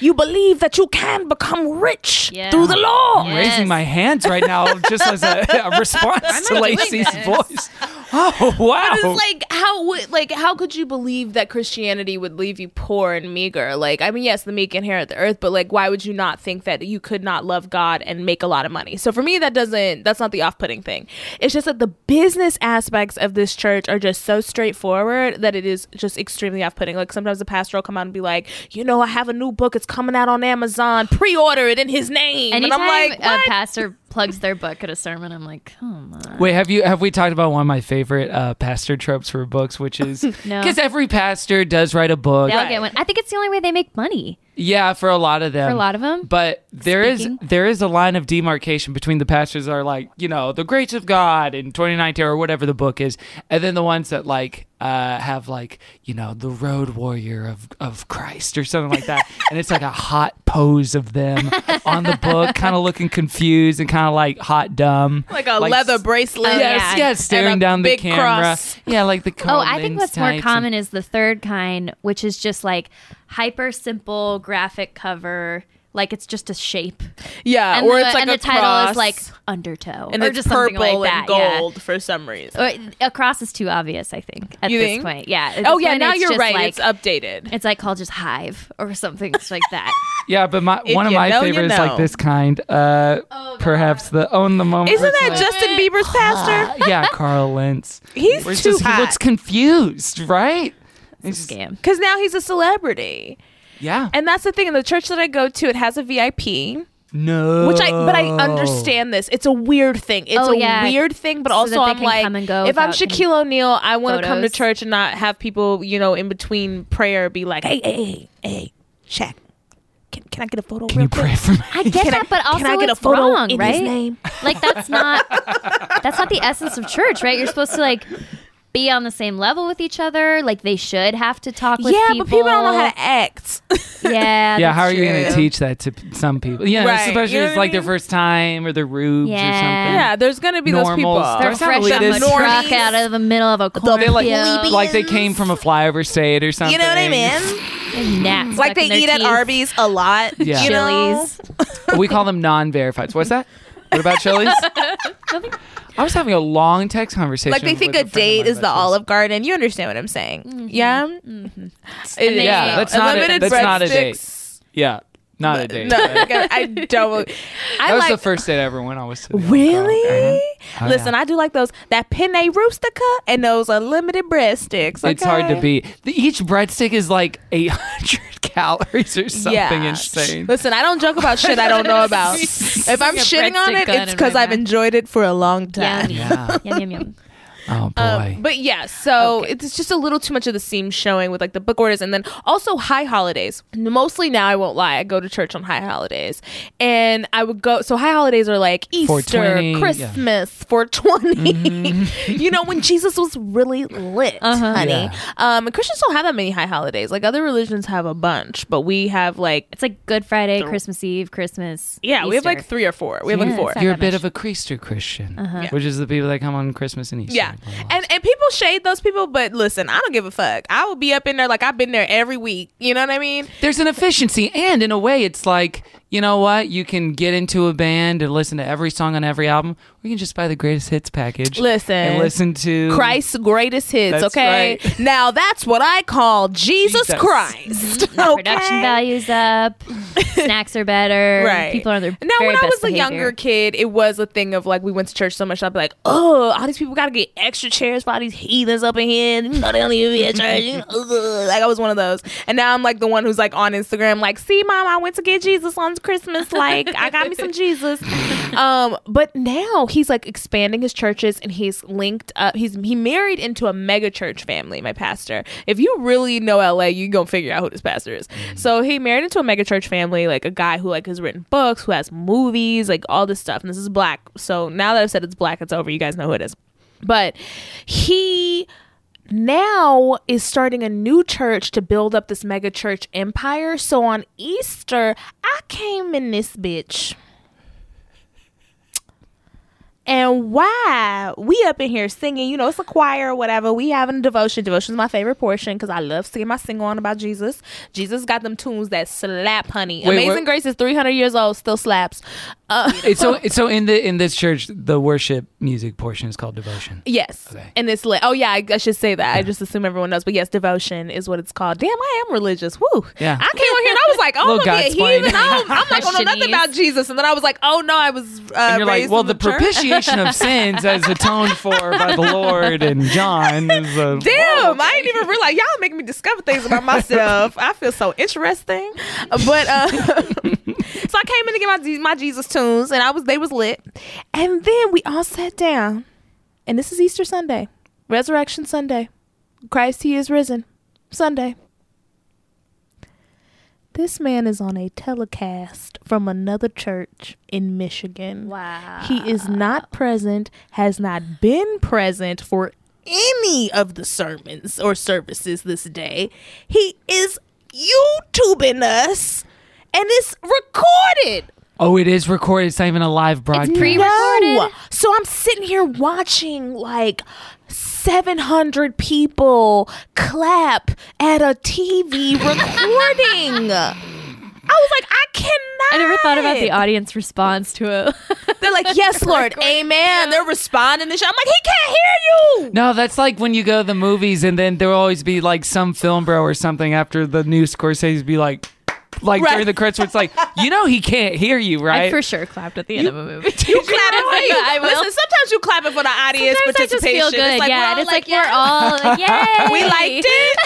[SPEAKER 6] you believe that you can become rich
[SPEAKER 5] Yeah.
[SPEAKER 6] through the law.
[SPEAKER 2] I'm raising
[SPEAKER 5] Yes.
[SPEAKER 2] my hands right now just as a, a response to Lacey's voice. Oh wow!
[SPEAKER 6] But it's like how would like how could you believe that Christianity would leave you poor and meager? Like I mean, yes, the meek inherit the earth, but like why would you not think that you could not love God and make a lot of money? So for me, that doesn't that's not the off putting thing. It's just that the business aspects of this church are just so straightforward that it is just extremely off putting. Like sometimes the pastor will come out and be like, you know, I have a new book, it's coming out on Amazon, pre order it in His name,
[SPEAKER 5] Anytime
[SPEAKER 6] and I'm like,
[SPEAKER 5] a
[SPEAKER 6] what?
[SPEAKER 5] pastor plugs their book at a sermon. I'm like, come on.
[SPEAKER 2] Wait, have you have we talked about one of my favorite uh, pastor tropes for books, which is
[SPEAKER 5] No.
[SPEAKER 2] because every pastor does write a book.
[SPEAKER 5] They'll get one. I think it's the only way they make money.
[SPEAKER 2] Yeah, for a lot of them.
[SPEAKER 5] For a lot of 'em?
[SPEAKER 2] But there is
[SPEAKER 5] Speaking.
[SPEAKER 2] there is a line of demarcation between the pastors that are like, you know, the grace of God in 2019 or whatever the book is, and then the ones that like uh, have like, you know, the road warrior of, of Christ or something like that. and it's like a hot pose of them on the book, kind of looking confused and kind of like hot dumb.
[SPEAKER 6] like a leather bracelet.
[SPEAKER 5] Oh,
[SPEAKER 2] Yes,
[SPEAKER 5] yeah.
[SPEAKER 2] yes, staring
[SPEAKER 6] And a
[SPEAKER 2] down the
[SPEAKER 6] big
[SPEAKER 2] camera.
[SPEAKER 6] cross.
[SPEAKER 2] Yeah, like the
[SPEAKER 5] Oh,
[SPEAKER 2] Carl
[SPEAKER 5] I think
[SPEAKER 2] Lentz
[SPEAKER 5] what's more
[SPEAKER 2] types and-
[SPEAKER 5] common is the third kind, which is just like hyper simple graphic cover. Like it's just a shape.
[SPEAKER 6] Yeah,
[SPEAKER 5] and
[SPEAKER 6] or
[SPEAKER 5] the,
[SPEAKER 6] it's like
[SPEAKER 5] and
[SPEAKER 6] a
[SPEAKER 5] the title
[SPEAKER 6] cross,
[SPEAKER 5] is like undertow.
[SPEAKER 6] and
[SPEAKER 5] or
[SPEAKER 6] it's
[SPEAKER 5] just something
[SPEAKER 6] purple
[SPEAKER 5] like
[SPEAKER 6] and
[SPEAKER 5] that, yeah.
[SPEAKER 6] gold for some reason.
[SPEAKER 5] Or, a cross is too obvious, I think, at
[SPEAKER 6] You
[SPEAKER 5] this
[SPEAKER 6] think?
[SPEAKER 5] point. Yeah. at
[SPEAKER 6] oh
[SPEAKER 5] this
[SPEAKER 6] yeah,
[SPEAKER 5] point,
[SPEAKER 6] now
[SPEAKER 5] it's
[SPEAKER 6] you're
[SPEAKER 5] just
[SPEAKER 6] right.
[SPEAKER 5] Like,
[SPEAKER 6] it's updated.
[SPEAKER 5] it's like called just hive or something just like that.
[SPEAKER 2] Yeah, but my
[SPEAKER 6] If
[SPEAKER 2] one of
[SPEAKER 6] you
[SPEAKER 2] my
[SPEAKER 6] know, you
[SPEAKER 2] favorites like
[SPEAKER 6] know.
[SPEAKER 2] this kind. Uh, perhaps the own the moment.
[SPEAKER 6] Isn't that
[SPEAKER 2] personality.
[SPEAKER 6] Justin Bieber's pastor?
[SPEAKER 2] yeah, Carl Lentz.
[SPEAKER 6] He's
[SPEAKER 2] Where it's
[SPEAKER 6] too
[SPEAKER 2] just- He
[SPEAKER 6] hot.
[SPEAKER 2] looks confused, right? He's just-
[SPEAKER 5] Scam.
[SPEAKER 6] Because now he's a celebrity,
[SPEAKER 2] yeah.
[SPEAKER 6] and that's the thing. In the church that I go to, it has a VIP.
[SPEAKER 2] no.
[SPEAKER 6] Which I, but I understand this. It's a weird thing. It's
[SPEAKER 5] Oh,
[SPEAKER 6] a
[SPEAKER 5] yeah.
[SPEAKER 6] weird thing, but
[SPEAKER 5] So that
[SPEAKER 6] also
[SPEAKER 5] they
[SPEAKER 6] I'm
[SPEAKER 5] can
[SPEAKER 6] like,
[SPEAKER 5] come and go
[SPEAKER 6] if I'm
[SPEAKER 5] without
[SPEAKER 6] Shaquille O'Neal, I want to come to
[SPEAKER 5] photos.
[SPEAKER 6] church and not have people, you know, in between prayer be like, hey, hey, hey, hey, Shaq, can, can I get a photo?
[SPEAKER 2] Can you pray for me?
[SPEAKER 5] I get
[SPEAKER 6] Can I-
[SPEAKER 5] that, but
[SPEAKER 6] can
[SPEAKER 5] also
[SPEAKER 6] I get a
[SPEAKER 5] it's
[SPEAKER 6] photo
[SPEAKER 5] wrong,
[SPEAKER 6] in his
[SPEAKER 5] right?
[SPEAKER 6] name?
[SPEAKER 5] Like that's not that's not the essence of church, right? You're supposed to like be on the same level with each other. Like they should have to talk with
[SPEAKER 6] yeah, but
[SPEAKER 5] people.
[SPEAKER 6] people don't know how to act.
[SPEAKER 5] Yeah,
[SPEAKER 2] yeah,
[SPEAKER 5] that's
[SPEAKER 2] how are you going
[SPEAKER 5] true.
[SPEAKER 2] to teach that to p- some people? Yeah,
[SPEAKER 6] Right,
[SPEAKER 2] especially
[SPEAKER 6] you know
[SPEAKER 2] if it's
[SPEAKER 6] what I
[SPEAKER 2] like their
[SPEAKER 6] mean?
[SPEAKER 2] first time or their rubes or
[SPEAKER 5] Yeah.
[SPEAKER 2] something.
[SPEAKER 6] yeah, there's gonna be those people.
[SPEAKER 2] Normals.
[SPEAKER 5] They're
[SPEAKER 2] That's
[SPEAKER 5] fresh
[SPEAKER 2] not
[SPEAKER 5] from a
[SPEAKER 2] elitist.
[SPEAKER 5] truck
[SPEAKER 6] Normies.
[SPEAKER 5] out of the middle of a cornfield.
[SPEAKER 2] They like, like they came from a flyover state or something.
[SPEAKER 6] you know what I mean?
[SPEAKER 5] And gnats
[SPEAKER 6] Like
[SPEAKER 5] stuck
[SPEAKER 6] they
[SPEAKER 5] in their
[SPEAKER 6] eat at
[SPEAKER 5] teeth.
[SPEAKER 6] Arby's a lot.
[SPEAKER 2] Yeah.
[SPEAKER 6] You know?
[SPEAKER 5] Chili's.
[SPEAKER 2] we call them non-verifieds. What's that? What about Chili's? I was having a long text conversation.
[SPEAKER 6] Like they think
[SPEAKER 2] with friend
[SPEAKER 6] a
[SPEAKER 2] of
[SPEAKER 6] date
[SPEAKER 2] mine
[SPEAKER 6] is the
[SPEAKER 2] about this.
[SPEAKER 6] Olive Garden. You understand what I'm saying?
[SPEAKER 5] Mm-hmm.
[SPEAKER 6] Yeah. It
[SPEAKER 5] they-
[SPEAKER 6] is.
[SPEAKER 2] Yeah, that's not a-
[SPEAKER 6] Unlimited
[SPEAKER 2] that's not a date.
[SPEAKER 6] breadsticks.
[SPEAKER 2] Yeah, not a date.
[SPEAKER 6] No,
[SPEAKER 2] right?
[SPEAKER 6] I don't. I
[SPEAKER 2] That was
[SPEAKER 6] like.
[SPEAKER 2] the first date I ever went on was to the Olive Garden.
[SPEAKER 6] Really?
[SPEAKER 2] Oh,
[SPEAKER 6] Listen,
[SPEAKER 2] yeah.
[SPEAKER 6] I do like those that penne rooster cut and those unlimited breadsticks.
[SPEAKER 2] It's hard to
[SPEAKER 6] okay?
[SPEAKER 2] beat. The- each breadstick is like 800 calories or something
[SPEAKER 6] Yeah.
[SPEAKER 2] insane.
[SPEAKER 6] Listen, I don't joke about shit I don't know about. if I'm
[SPEAKER 5] Yeah,
[SPEAKER 6] shitting on
[SPEAKER 5] breadstick
[SPEAKER 6] it,
[SPEAKER 5] gun
[SPEAKER 6] it's
[SPEAKER 5] in
[SPEAKER 6] because
[SPEAKER 5] my
[SPEAKER 6] I've
[SPEAKER 5] mouth.
[SPEAKER 6] enjoyed it for a long time.
[SPEAKER 5] Yum,
[SPEAKER 2] Yeah.
[SPEAKER 5] yum, yum, yum.
[SPEAKER 2] Oh boy.
[SPEAKER 6] Um, but yeah, so it's just a little too much of the seam showing with like the book orders and then also high holidays. Mostly now, I won't lie, I go to church on high holidays. And I would go, so high holidays are like Easter,
[SPEAKER 2] 420, yeah.
[SPEAKER 6] Christmas, 420. you know, when Jesus was really lit, honey.
[SPEAKER 2] Yeah.
[SPEAKER 6] Um, and Christians don't have that many high holidays. Like other religions have a bunch, but we have like,
[SPEAKER 5] It's like Good Friday, Christmas Eve, Christmas.
[SPEAKER 6] yeah, we have
[SPEAKER 5] Easter.
[SPEAKER 6] like three or four. We have
[SPEAKER 5] Yeah,
[SPEAKER 6] like four.
[SPEAKER 5] it's not
[SPEAKER 2] You're a
[SPEAKER 5] that
[SPEAKER 2] bit
[SPEAKER 5] much.
[SPEAKER 2] of a creaster Christian, which is the people that come on Christmas and Easter.
[SPEAKER 6] Uh-huh. Yeah.
[SPEAKER 2] Blah, blah, blah.
[SPEAKER 6] And and people shade those people, but listen, I don't give a fuck. I will be up in there like I've been there every week. You know what I mean?
[SPEAKER 2] There's an efficiency, and in a way, it's like you know what you can get into a band and listen to every song on every album, or you can just buy the greatest hits package.
[SPEAKER 6] Listen.
[SPEAKER 2] and listen to
[SPEAKER 6] Christ's greatest hits,
[SPEAKER 2] That's
[SPEAKER 6] okay?
[SPEAKER 2] right.
[SPEAKER 6] Now that's what I call Jesus,
[SPEAKER 2] Jesus.
[SPEAKER 6] Christ.
[SPEAKER 5] production
[SPEAKER 6] okay?
[SPEAKER 5] values up, snacks are better,
[SPEAKER 6] Right.
[SPEAKER 5] People are on their
[SPEAKER 6] now,
[SPEAKER 5] very
[SPEAKER 6] when I
[SPEAKER 5] best
[SPEAKER 6] was a
[SPEAKER 5] behavior.
[SPEAKER 6] younger kid, it was a thing of like we went to church so much. I'd be like, "Oh, all these people got to get extra chairs for all these heathens up in here. You know they don't even be at church." You know, ugh." like I was one of those, and now I'm like the one who's like on Instagram, like, "See, mom, I went to get Jesus on Christmas. Like, I got me some Jesus." Um, but now he's like expanding his churches, and he's linked up. He's he married into a mega church family. My pastor. If you really know LA, you gonna figure out who this pastor is. So he married into a mega church family, like a guy who like has written books, who has movies, like all this stuff. And this is black. So now that I've said it's black, it's over. You guys know who it is. But he now is starting a new church to build up this mega church empire. So on Easter, I came in this bitch. And why we up in here singing, you know, it's a choir or whatever. We having a devotion. Devotion is my favorite portion because I love singing my sing on about Jesus. Jesus got them tunes that slap, honey.
[SPEAKER 2] Wait,
[SPEAKER 6] Amazing
[SPEAKER 2] what-
[SPEAKER 6] Grace is 300 years old, still slaps. Uh,
[SPEAKER 2] It's so it's so in the in this church the worship music portion is called devotion.
[SPEAKER 6] Yes.
[SPEAKER 2] Okay.
[SPEAKER 6] And it's lit. Oh, yeah, I, I should say that. I just assume everyone knows. But yes, devotion is what it's called. Damn, I am religious. Woo.
[SPEAKER 2] Yeah.
[SPEAKER 6] I came on here and I was like, like, oh, I'm
[SPEAKER 2] Little
[SPEAKER 6] gonna be a
[SPEAKER 2] God's plane.
[SPEAKER 6] heathen. I'm, I'm not gonna know nothing
[SPEAKER 5] Christianese.
[SPEAKER 6] about Jesus. And then I was like, oh no, I was. Uh,
[SPEAKER 2] and you're like,
[SPEAKER 6] raised
[SPEAKER 2] well,
[SPEAKER 6] in
[SPEAKER 2] the
[SPEAKER 6] church."
[SPEAKER 2] propitiation of sins as atoned for by the Lord and John. Is a,
[SPEAKER 6] Damn,
[SPEAKER 2] Oh,
[SPEAKER 6] I didn't even realize y'all making me discover things about myself. I feel so interesting. But uh, so I came in to get my Je- my Jesus tunes, and I was they was lit. And then we all sat down, and this is Easter Sunday, Resurrection Sunday, Christ He is risen Sunday. This man is on a telecast from another church in Michigan.
[SPEAKER 5] Wow.
[SPEAKER 6] He is not present, has not been present for any of the sermons or services this day. He is YouTubing us and it's recorded.
[SPEAKER 2] Oh, it is recorded. It's not even a live broadcast.
[SPEAKER 5] pre-recorded.
[SPEAKER 6] No. So I'm sitting here watching like 700 people clap at a TV recording. I was like, I cannot.
[SPEAKER 5] I never thought about the audience response to it.
[SPEAKER 6] They're like, yes, Lord, amen. They're responding to shit. I'm like, he can't hear you.
[SPEAKER 2] No, that's like when you go to the movies and then there'll always be like some film bro or something after the new Scorsese be like, like
[SPEAKER 6] Right.
[SPEAKER 2] during the credits, where it's like, you know, he can't hear you,
[SPEAKER 5] I
[SPEAKER 2] right?
[SPEAKER 5] for sure clapped at the end of a movie.
[SPEAKER 6] You clapping for you.
[SPEAKER 5] I will.
[SPEAKER 6] Listen, sometimes you clapping for the audience
[SPEAKER 5] Sometimes I just
[SPEAKER 6] participation.
[SPEAKER 5] feel good.
[SPEAKER 6] It's like,
[SPEAKER 5] yeah,
[SPEAKER 6] we're
[SPEAKER 5] and
[SPEAKER 6] all
[SPEAKER 5] it's like, we're
[SPEAKER 6] yeah,
[SPEAKER 5] all like, yay.
[SPEAKER 6] we liked it.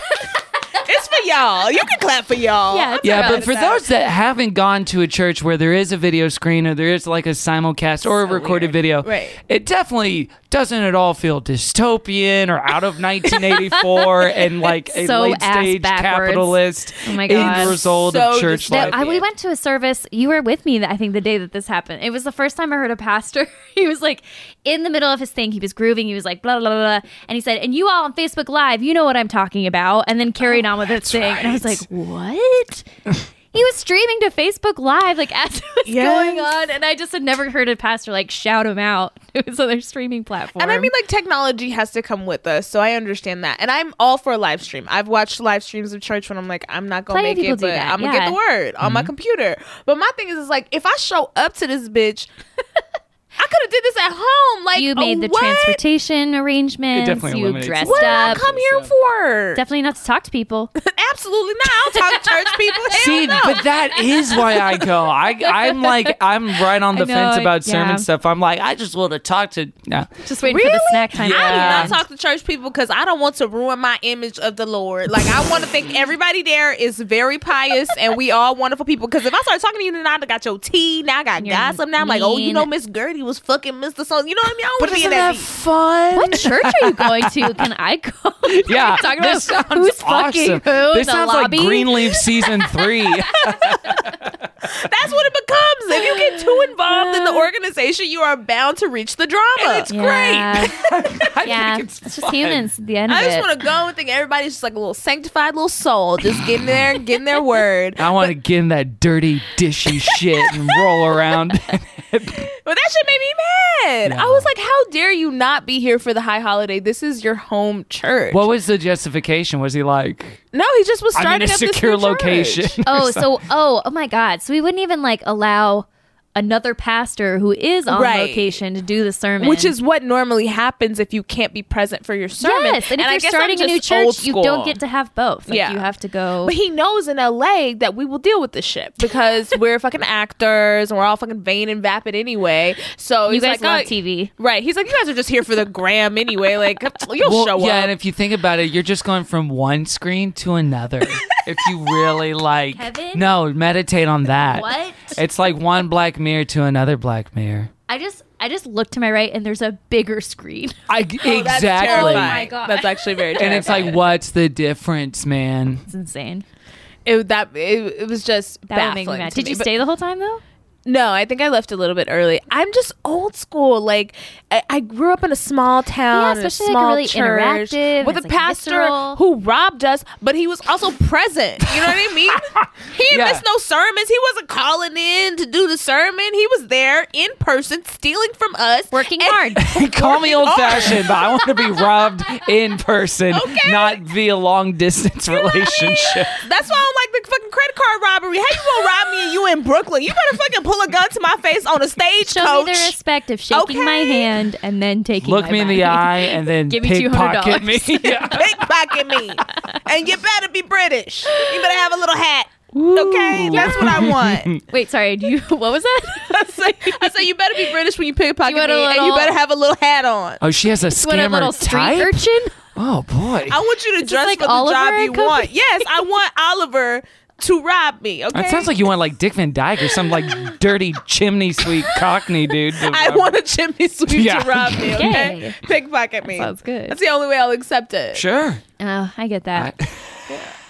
[SPEAKER 6] it's for y'all. You can clap for y'all.
[SPEAKER 5] Yeah, it's
[SPEAKER 2] yeah,
[SPEAKER 5] about
[SPEAKER 2] but for those that haven't gone to a church where there is a video screen or there is like a simulcast or a recorded video,
[SPEAKER 6] Right.
[SPEAKER 2] it definitely doesn't at all feel dystopian or out of 1984 and like a
[SPEAKER 5] So
[SPEAKER 2] late stage
[SPEAKER 5] ass-backwards.
[SPEAKER 2] capitalist
[SPEAKER 5] Oh my
[SPEAKER 2] end
[SPEAKER 5] God.
[SPEAKER 2] result
[SPEAKER 6] So
[SPEAKER 2] of church
[SPEAKER 6] dystopian.
[SPEAKER 2] life.
[SPEAKER 5] That- I, we went to a service. You were with me, I think, the day that this happened. It was the first time I heard a pastor. He was like in the middle of his thing. He was grooving. He was like, blah, blah, blah, blah. And he said, and you all on Facebook Live, you know what I'm talking about. And then
[SPEAKER 6] Oh,
[SPEAKER 5] carried on with his thing. And I was like, what? he was streaming to Facebook Live, like as it was
[SPEAKER 6] Yes.
[SPEAKER 5] going on. And I just had never heard a pastor like shout him out to his other streaming platform.
[SPEAKER 6] And I mean, like, technology has to come with us, so I understand that. And I'm all for live stream. I've watched live streams of church when I'm like, I'm not gonna
[SPEAKER 5] Plenty of
[SPEAKER 6] make
[SPEAKER 5] people
[SPEAKER 6] it,
[SPEAKER 5] do
[SPEAKER 6] but
[SPEAKER 5] that,
[SPEAKER 6] I'm gonna
[SPEAKER 5] yeah. Mm-hmm.
[SPEAKER 6] get the word on my computer. But my thing is, is like, if I show up to this bitch, I could have did this at home. Like,
[SPEAKER 5] you made the
[SPEAKER 6] what?
[SPEAKER 5] transportation arrangements.
[SPEAKER 2] definitely
[SPEAKER 5] you
[SPEAKER 2] eliminates
[SPEAKER 5] dressed
[SPEAKER 2] a lot.
[SPEAKER 6] What did I
[SPEAKER 5] up.
[SPEAKER 6] come here for?
[SPEAKER 5] Definitely not to talk to people.
[SPEAKER 6] Absolutely not. I don't talk to church people. Hell
[SPEAKER 2] See,
[SPEAKER 6] no.
[SPEAKER 2] but that is why I go. I, I'm like, I'm right on the
[SPEAKER 5] I know,
[SPEAKER 2] fence about
[SPEAKER 5] yeah.
[SPEAKER 2] sermon stuff. I'm like, I just want to talk to. No.
[SPEAKER 5] Just waiting for the snack time. to
[SPEAKER 6] I
[SPEAKER 5] come.
[SPEAKER 6] do
[SPEAKER 2] Yeah.
[SPEAKER 6] not talk to church people because I don't want to ruin my image of the Lord. Like I want to think everybody there is very pious and we all wonderful people. Because if I start talking to you, then I got your tea. Now I got
[SPEAKER 5] You're
[SPEAKER 6] gossip. Now I'm like, oh, you
[SPEAKER 5] mean.
[SPEAKER 6] know, Miss Gertie was fucking Mr. So. You know what I mean? I don't
[SPEAKER 2] But
[SPEAKER 6] want to be
[SPEAKER 2] isn't
[SPEAKER 6] in
[SPEAKER 2] that
[SPEAKER 6] that. deep.
[SPEAKER 2] fun?
[SPEAKER 5] What church are you going to? Can I go?
[SPEAKER 2] Yeah,
[SPEAKER 5] talking about
[SPEAKER 2] this sounds
[SPEAKER 5] who's fucking
[SPEAKER 2] awesome.
[SPEAKER 5] who.
[SPEAKER 2] This
[SPEAKER 5] the
[SPEAKER 2] sounds
[SPEAKER 5] lobby.
[SPEAKER 2] like Greenleaf season three.
[SPEAKER 6] That's what it becomes. If you get too involved in the organization, you are bound to reach the drama. it's
[SPEAKER 5] Yeah,
[SPEAKER 2] I
[SPEAKER 5] yeah.
[SPEAKER 2] think
[SPEAKER 5] It's,
[SPEAKER 2] it's,
[SPEAKER 5] just
[SPEAKER 2] fun.
[SPEAKER 5] humans. At the end of
[SPEAKER 6] I just
[SPEAKER 5] it.
[SPEAKER 6] want to go and think everybody's just like a little sanctified little soul, just getting there, getting their word.
[SPEAKER 2] I want to get in that dirty, dishy shit and roll around.
[SPEAKER 6] But that shit made me mad. I was like, how dare you not be here for the high holiday? This is your home church.
[SPEAKER 2] what was the justification? Was he like,
[SPEAKER 6] no, he just was starting
[SPEAKER 2] I'm in a
[SPEAKER 6] up this
[SPEAKER 2] secure
[SPEAKER 6] new church.
[SPEAKER 2] location?
[SPEAKER 5] oh, so oh, oh my God. So we wouldn't even like allow another pastor who is on
[SPEAKER 6] Right.
[SPEAKER 5] location to do the sermon,
[SPEAKER 6] Which is what normally happens if you can't be present for your sermon.
[SPEAKER 5] yes. And if
[SPEAKER 6] I
[SPEAKER 5] you're
[SPEAKER 6] guess I'm
[SPEAKER 5] starting a new
[SPEAKER 6] just old
[SPEAKER 5] church, you don't
[SPEAKER 6] school.
[SPEAKER 5] get to have both. Like,
[SPEAKER 6] Yeah.
[SPEAKER 5] you have to go.
[SPEAKER 6] But he knows in LA that we will deal with this shit because we're fucking actors and we're all fucking vain and vapid anyway. So
[SPEAKER 5] you
[SPEAKER 6] he's like,
[SPEAKER 5] guys love
[SPEAKER 6] oh,
[SPEAKER 5] TV.
[SPEAKER 6] Right. He's like, you guys are just here for the gram anyway. Like, you'll
[SPEAKER 2] Well,
[SPEAKER 6] show
[SPEAKER 2] yeah,
[SPEAKER 6] up.
[SPEAKER 2] and if you think about it, you're just going from one screen to another. if you really like,
[SPEAKER 5] Kevin?
[SPEAKER 2] no, meditate on that.
[SPEAKER 5] What?
[SPEAKER 2] It's like one Black Mirror to another Black Mirror.
[SPEAKER 5] I just I just look to my right and there's a bigger screen.
[SPEAKER 2] I
[SPEAKER 6] That's
[SPEAKER 2] exactly.
[SPEAKER 6] terrifying.
[SPEAKER 5] Oh my God.
[SPEAKER 6] That's actually very
[SPEAKER 2] and
[SPEAKER 6] terrifying.
[SPEAKER 2] it's like, what's the difference, man?
[SPEAKER 5] It's insane.
[SPEAKER 6] it, that it, it was just
[SPEAKER 5] That would
[SPEAKER 6] baffling.
[SPEAKER 5] make me mad.
[SPEAKER 6] to
[SPEAKER 5] Did
[SPEAKER 6] me.
[SPEAKER 5] you
[SPEAKER 6] But-
[SPEAKER 5] stay the whole time though?
[SPEAKER 6] No, I think I left a little bit early. I'm just old school. Like I, I grew up in a small town,
[SPEAKER 5] Yeah,
[SPEAKER 6] in a
[SPEAKER 5] especially, like,
[SPEAKER 6] small
[SPEAKER 5] really
[SPEAKER 6] church
[SPEAKER 5] interactive,
[SPEAKER 6] with a
[SPEAKER 5] it's, like,
[SPEAKER 6] pastor
[SPEAKER 5] visceral.
[SPEAKER 6] who robbed us, but he was also present. You know what I mean? he
[SPEAKER 2] Yeah.
[SPEAKER 6] missed no sermons. He wasn't calling in to do the sermon. He was there in person, stealing from us,
[SPEAKER 5] Working
[SPEAKER 6] And-
[SPEAKER 5] hard.
[SPEAKER 2] Call me
[SPEAKER 6] Working
[SPEAKER 2] old
[SPEAKER 6] hard.
[SPEAKER 2] fashioned, but I want to be robbed in person,
[SPEAKER 6] Okay.
[SPEAKER 2] not via long distance relationship.
[SPEAKER 6] That's why I don't like the fucking credit card robbery. How you gonna rob me and you in Brooklyn? You better fucking pull a gun to my face on a stage,
[SPEAKER 5] Show
[SPEAKER 6] coach.
[SPEAKER 5] me the respect of shaking my
[SPEAKER 6] Okay.
[SPEAKER 5] hand and then taking
[SPEAKER 2] Look
[SPEAKER 5] my
[SPEAKER 2] me in
[SPEAKER 5] money.
[SPEAKER 2] the eye and then
[SPEAKER 5] Give me
[SPEAKER 2] pickpocket me.
[SPEAKER 5] $200.
[SPEAKER 2] Yeah.
[SPEAKER 6] pickpocket me. And you better be British. You better have a little hat. Okay, that's what I want.
[SPEAKER 5] Wait, sorry. Do you? What was that?
[SPEAKER 6] I say, I say, you better be British when you pickpocket
[SPEAKER 5] You
[SPEAKER 6] me,
[SPEAKER 5] want a
[SPEAKER 6] and you
[SPEAKER 5] little-
[SPEAKER 6] better have a little hat on.
[SPEAKER 2] Oh, she has a
[SPEAKER 5] what a
[SPEAKER 2] scammer
[SPEAKER 5] little street
[SPEAKER 2] type.
[SPEAKER 5] urchin.
[SPEAKER 2] Oh boy.
[SPEAKER 6] I want you to dress
[SPEAKER 5] like
[SPEAKER 6] for the
[SPEAKER 5] Oliver
[SPEAKER 6] job
[SPEAKER 5] and
[SPEAKER 6] you
[SPEAKER 5] Company?
[SPEAKER 6] want. Yes, I want Oliver to rob me. Okay,
[SPEAKER 2] That sounds like you want like Dick Van Dyke or some like dirty chimney sweep Cockney dude. to
[SPEAKER 6] I
[SPEAKER 2] rob-
[SPEAKER 6] want a chimney sweep
[SPEAKER 2] Yeah.
[SPEAKER 6] to rob me. Okay,
[SPEAKER 5] Yay.
[SPEAKER 6] pickpocket me.
[SPEAKER 5] sounds good.
[SPEAKER 6] That's the only way I'll accept it.
[SPEAKER 2] Sure.
[SPEAKER 5] Oh, I get that.
[SPEAKER 2] I-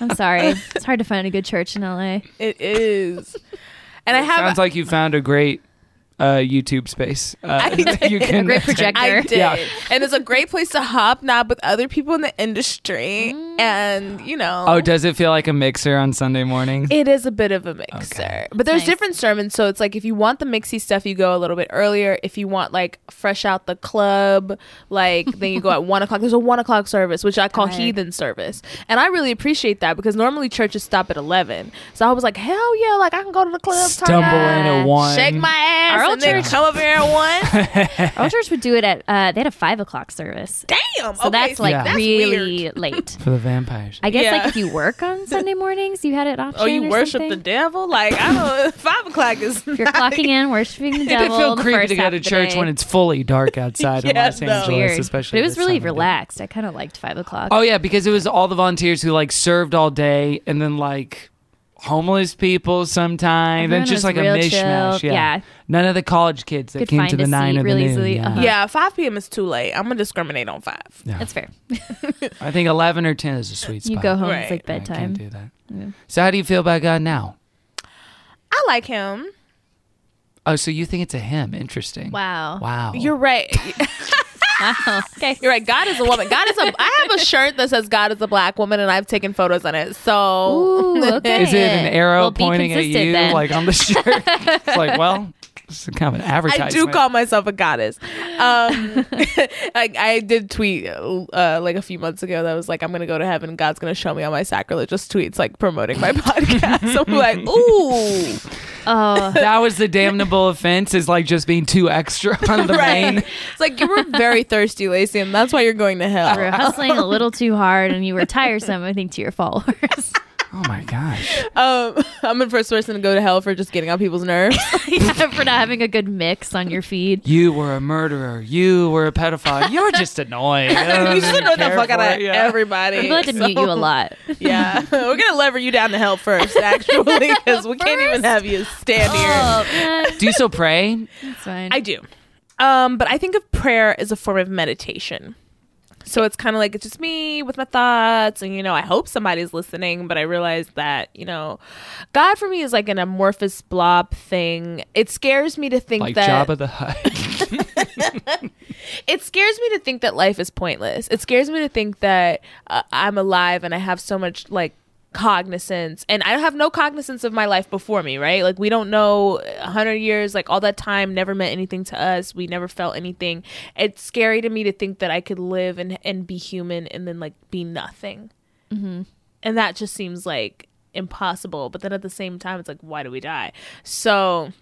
[SPEAKER 5] I'm sorry. It's hard to find a good church in LA.
[SPEAKER 6] It is. And I have
[SPEAKER 2] Sounds like you found a great uh, YouTube space. Uh, that you can,
[SPEAKER 5] Great projector.
[SPEAKER 6] I did.
[SPEAKER 2] Yeah.
[SPEAKER 6] And it's a great place to hobnob with other people in the industry. And, you know.
[SPEAKER 2] Oh, does it feel like a mixer on Sunday mornings?
[SPEAKER 6] It is a bit of a mixer, but there's
[SPEAKER 5] Nice.
[SPEAKER 6] different sermons. So it's like if you want the mixy stuff, you go a little bit earlier. If you want like fresh out the club, like then you go at one o'clock. There's a one o'clock service, which I call
[SPEAKER 5] Tired.
[SPEAKER 6] heathen service, and I really appreciate that because normally churches stop at eleven. So I was like, hell yeah, like I can go to the club, turn
[SPEAKER 2] Stumble
[SPEAKER 6] up,
[SPEAKER 2] into one.
[SPEAKER 6] shake my ass,
[SPEAKER 5] Our old
[SPEAKER 6] and then
[SPEAKER 5] church-
[SPEAKER 6] come over here at one.
[SPEAKER 5] Our church would do it at. Uh, they had a five o'clock service.
[SPEAKER 6] Damn,
[SPEAKER 5] So
[SPEAKER 6] okay,
[SPEAKER 5] that's like
[SPEAKER 2] Yeah. that's
[SPEAKER 5] really late.
[SPEAKER 2] for the vampires.
[SPEAKER 5] I guess like
[SPEAKER 6] Yeah.
[SPEAKER 5] if you work on Sunday mornings, you had it option.
[SPEAKER 6] Oh, you
[SPEAKER 5] or
[SPEAKER 6] worship
[SPEAKER 5] something.
[SPEAKER 6] the devil? Like I don't. Five o'clock is.
[SPEAKER 5] If You're clocking in, worshiping the
[SPEAKER 2] It did
[SPEAKER 5] devil.
[SPEAKER 2] feel
[SPEAKER 5] the
[SPEAKER 2] creepy
[SPEAKER 5] first
[SPEAKER 2] to go
[SPEAKER 5] half
[SPEAKER 2] to
[SPEAKER 5] of the
[SPEAKER 2] church
[SPEAKER 5] day.
[SPEAKER 2] when it's fully dark outside in
[SPEAKER 6] Yeah,
[SPEAKER 2] Los
[SPEAKER 6] no.
[SPEAKER 2] Angeles,
[SPEAKER 5] weird.
[SPEAKER 2] especially.
[SPEAKER 5] But it was
[SPEAKER 2] this
[SPEAKER 5] really
[SPEAKER 2] time of day.
[SPEAKER 5] relaxed. I kind of liked five o'clock.
[SPEAKER 2] Oh yeah, because it was all the volunteers who like served all day, and then like homeless people sometimes,
[SPEAKER 5] Everyone
[SPEAKER 2] and just
[SPEAKER 5] was
[SPEAKER 2] like a
[SPEAKER 5] real
[SPEAKER 2] mishmash.
[SPEAKER 5] chill.
[SPEAKER 2] Yeah.
[SPEAKER 5] Yeah.
[SPEAKER 2] none of the college kids that
[SPEAKER 5] Could
[SPEAKER 2] came
[SPEAKER 5] find
[SPEAKER 2] to the
[SPEAKER 5] a
[SPEAKER 2] nine
[SPEAKER 5] seat
[SPEAKER 2] or the
[SPEAKER 5] really
[SPEAKER 2] noon.
[SPEAKER 5] easily.
[SPEAKER 2] Yeah.
[SPEAKER 5] Uh-huh.
[SPEAKER 6] Yeah, five p.m. is too late. I'm gonna discriminate on five.
[SPEAKER 5] That's fair.
[SPEAKER 2] I think eleven or ten is a sweet spot.
[SPEAKER 5] You go home. It's
[SPEAKER 6] Right.
[SPEAKER 5] like
[SPEAKER 2] I can't do
[SPEAKER 5] bedtime.
[SPEAKER 2] that. So how do you feel about God now?
[SPEAKER 6] I like him.
[SPEAKER 2] Oh, so you think it's a him? Interesting.
[SPEAKER 5] Wow.
[SPEAKER 2] Wow.
[SPEAKER 6] You're right.
[SPEAKER 5] Wow. Okay.
[SPEAKER 6] You're right. God is a woman. God is a. I have a shirt that says God is a black woman, and I've taken photos on it. So
[SPEAKER 5] Ooh, okay.
[SPEAKER 2] Is it an arrow
[SPEAKER 5] Well, be
[SPEAKER 2] pointing at
[SPEAKER 5] consistent
[SPEAKER 2] you,
[SPEAKER 5] then.
[SPEAKER 2] like on the shirt? it's like, well, it's kind of an
[SPEAKER 6] I
[SPEAKER 2] advertisement.
[SPEAKER 6] do call myself a goddess. Um, like I did tweet uh, like a few months ago that was like, I'm gonna go to heaven. God's gonna show me all my sacrilegious tweets, like promoting my podcast. so I'm like, ooh,
[SPEAKER 5] oh,
[SPEAKER 2] that was the damnable offense is like just being too extra on the
[SPEAKER 6] right.
[SPEAKER 2] main.
[SPEAKER 6] It's like you were very thirsty, Lacey, and that's why you're going to hell.
[SPEAKER 5] you were hustling a little too hard, and you were tiresome. I think to your followers.
[SPEAKER 2] Oh my gosh.
[SPEAKER 6] Um, I'm the first person to go to hell for just getting on people's nerves.
[SPEAKER 5] yeah, for not having a good mix on your feed.
[SPEAKER 2] You were a murderer. You were a pedophile. You're just annoying.
[SPEAKER 6] you should know the fuck out of everybody.
[SPEAKER 5] People had to mute you a lot.
[SPEAKER 6] Yeah, we're gonna lever you down to hell first, actually, because we can't even
[SPEAKER 5] First?
[SPEAKER 6] have you stand here.
[SPEAKER 5] Oh, man,
[SPEAKER 2] Do you still pray?
[SPEAKER 5] it's fine.
[SPEAKER 6] I do, um, but I think of prayer as a form of meditation. So it's kind of like it's just me with my thoughts, and you know, I hope somebody's listening. But I realize that you know, God for me is like an amorphous blob thing. It scares me to think
[SPEAKER 2] Like
[SPEAKER 6] that
[SPEAKER 2] Jabba the Hutt.
[SPEAKER 6] it scares me to think that life is pointless. It scares me to think that uh, I'm alive and I have so much like cognizance and I have no cognizance of my life before me, right? Like we don't know a 100 years, like all that time never meant anything to us. We never felt anything. It's scary to me to think that I could live and and be human and then like be nothing. And that just seems like impossible, but then at the same time it's like why do we die? So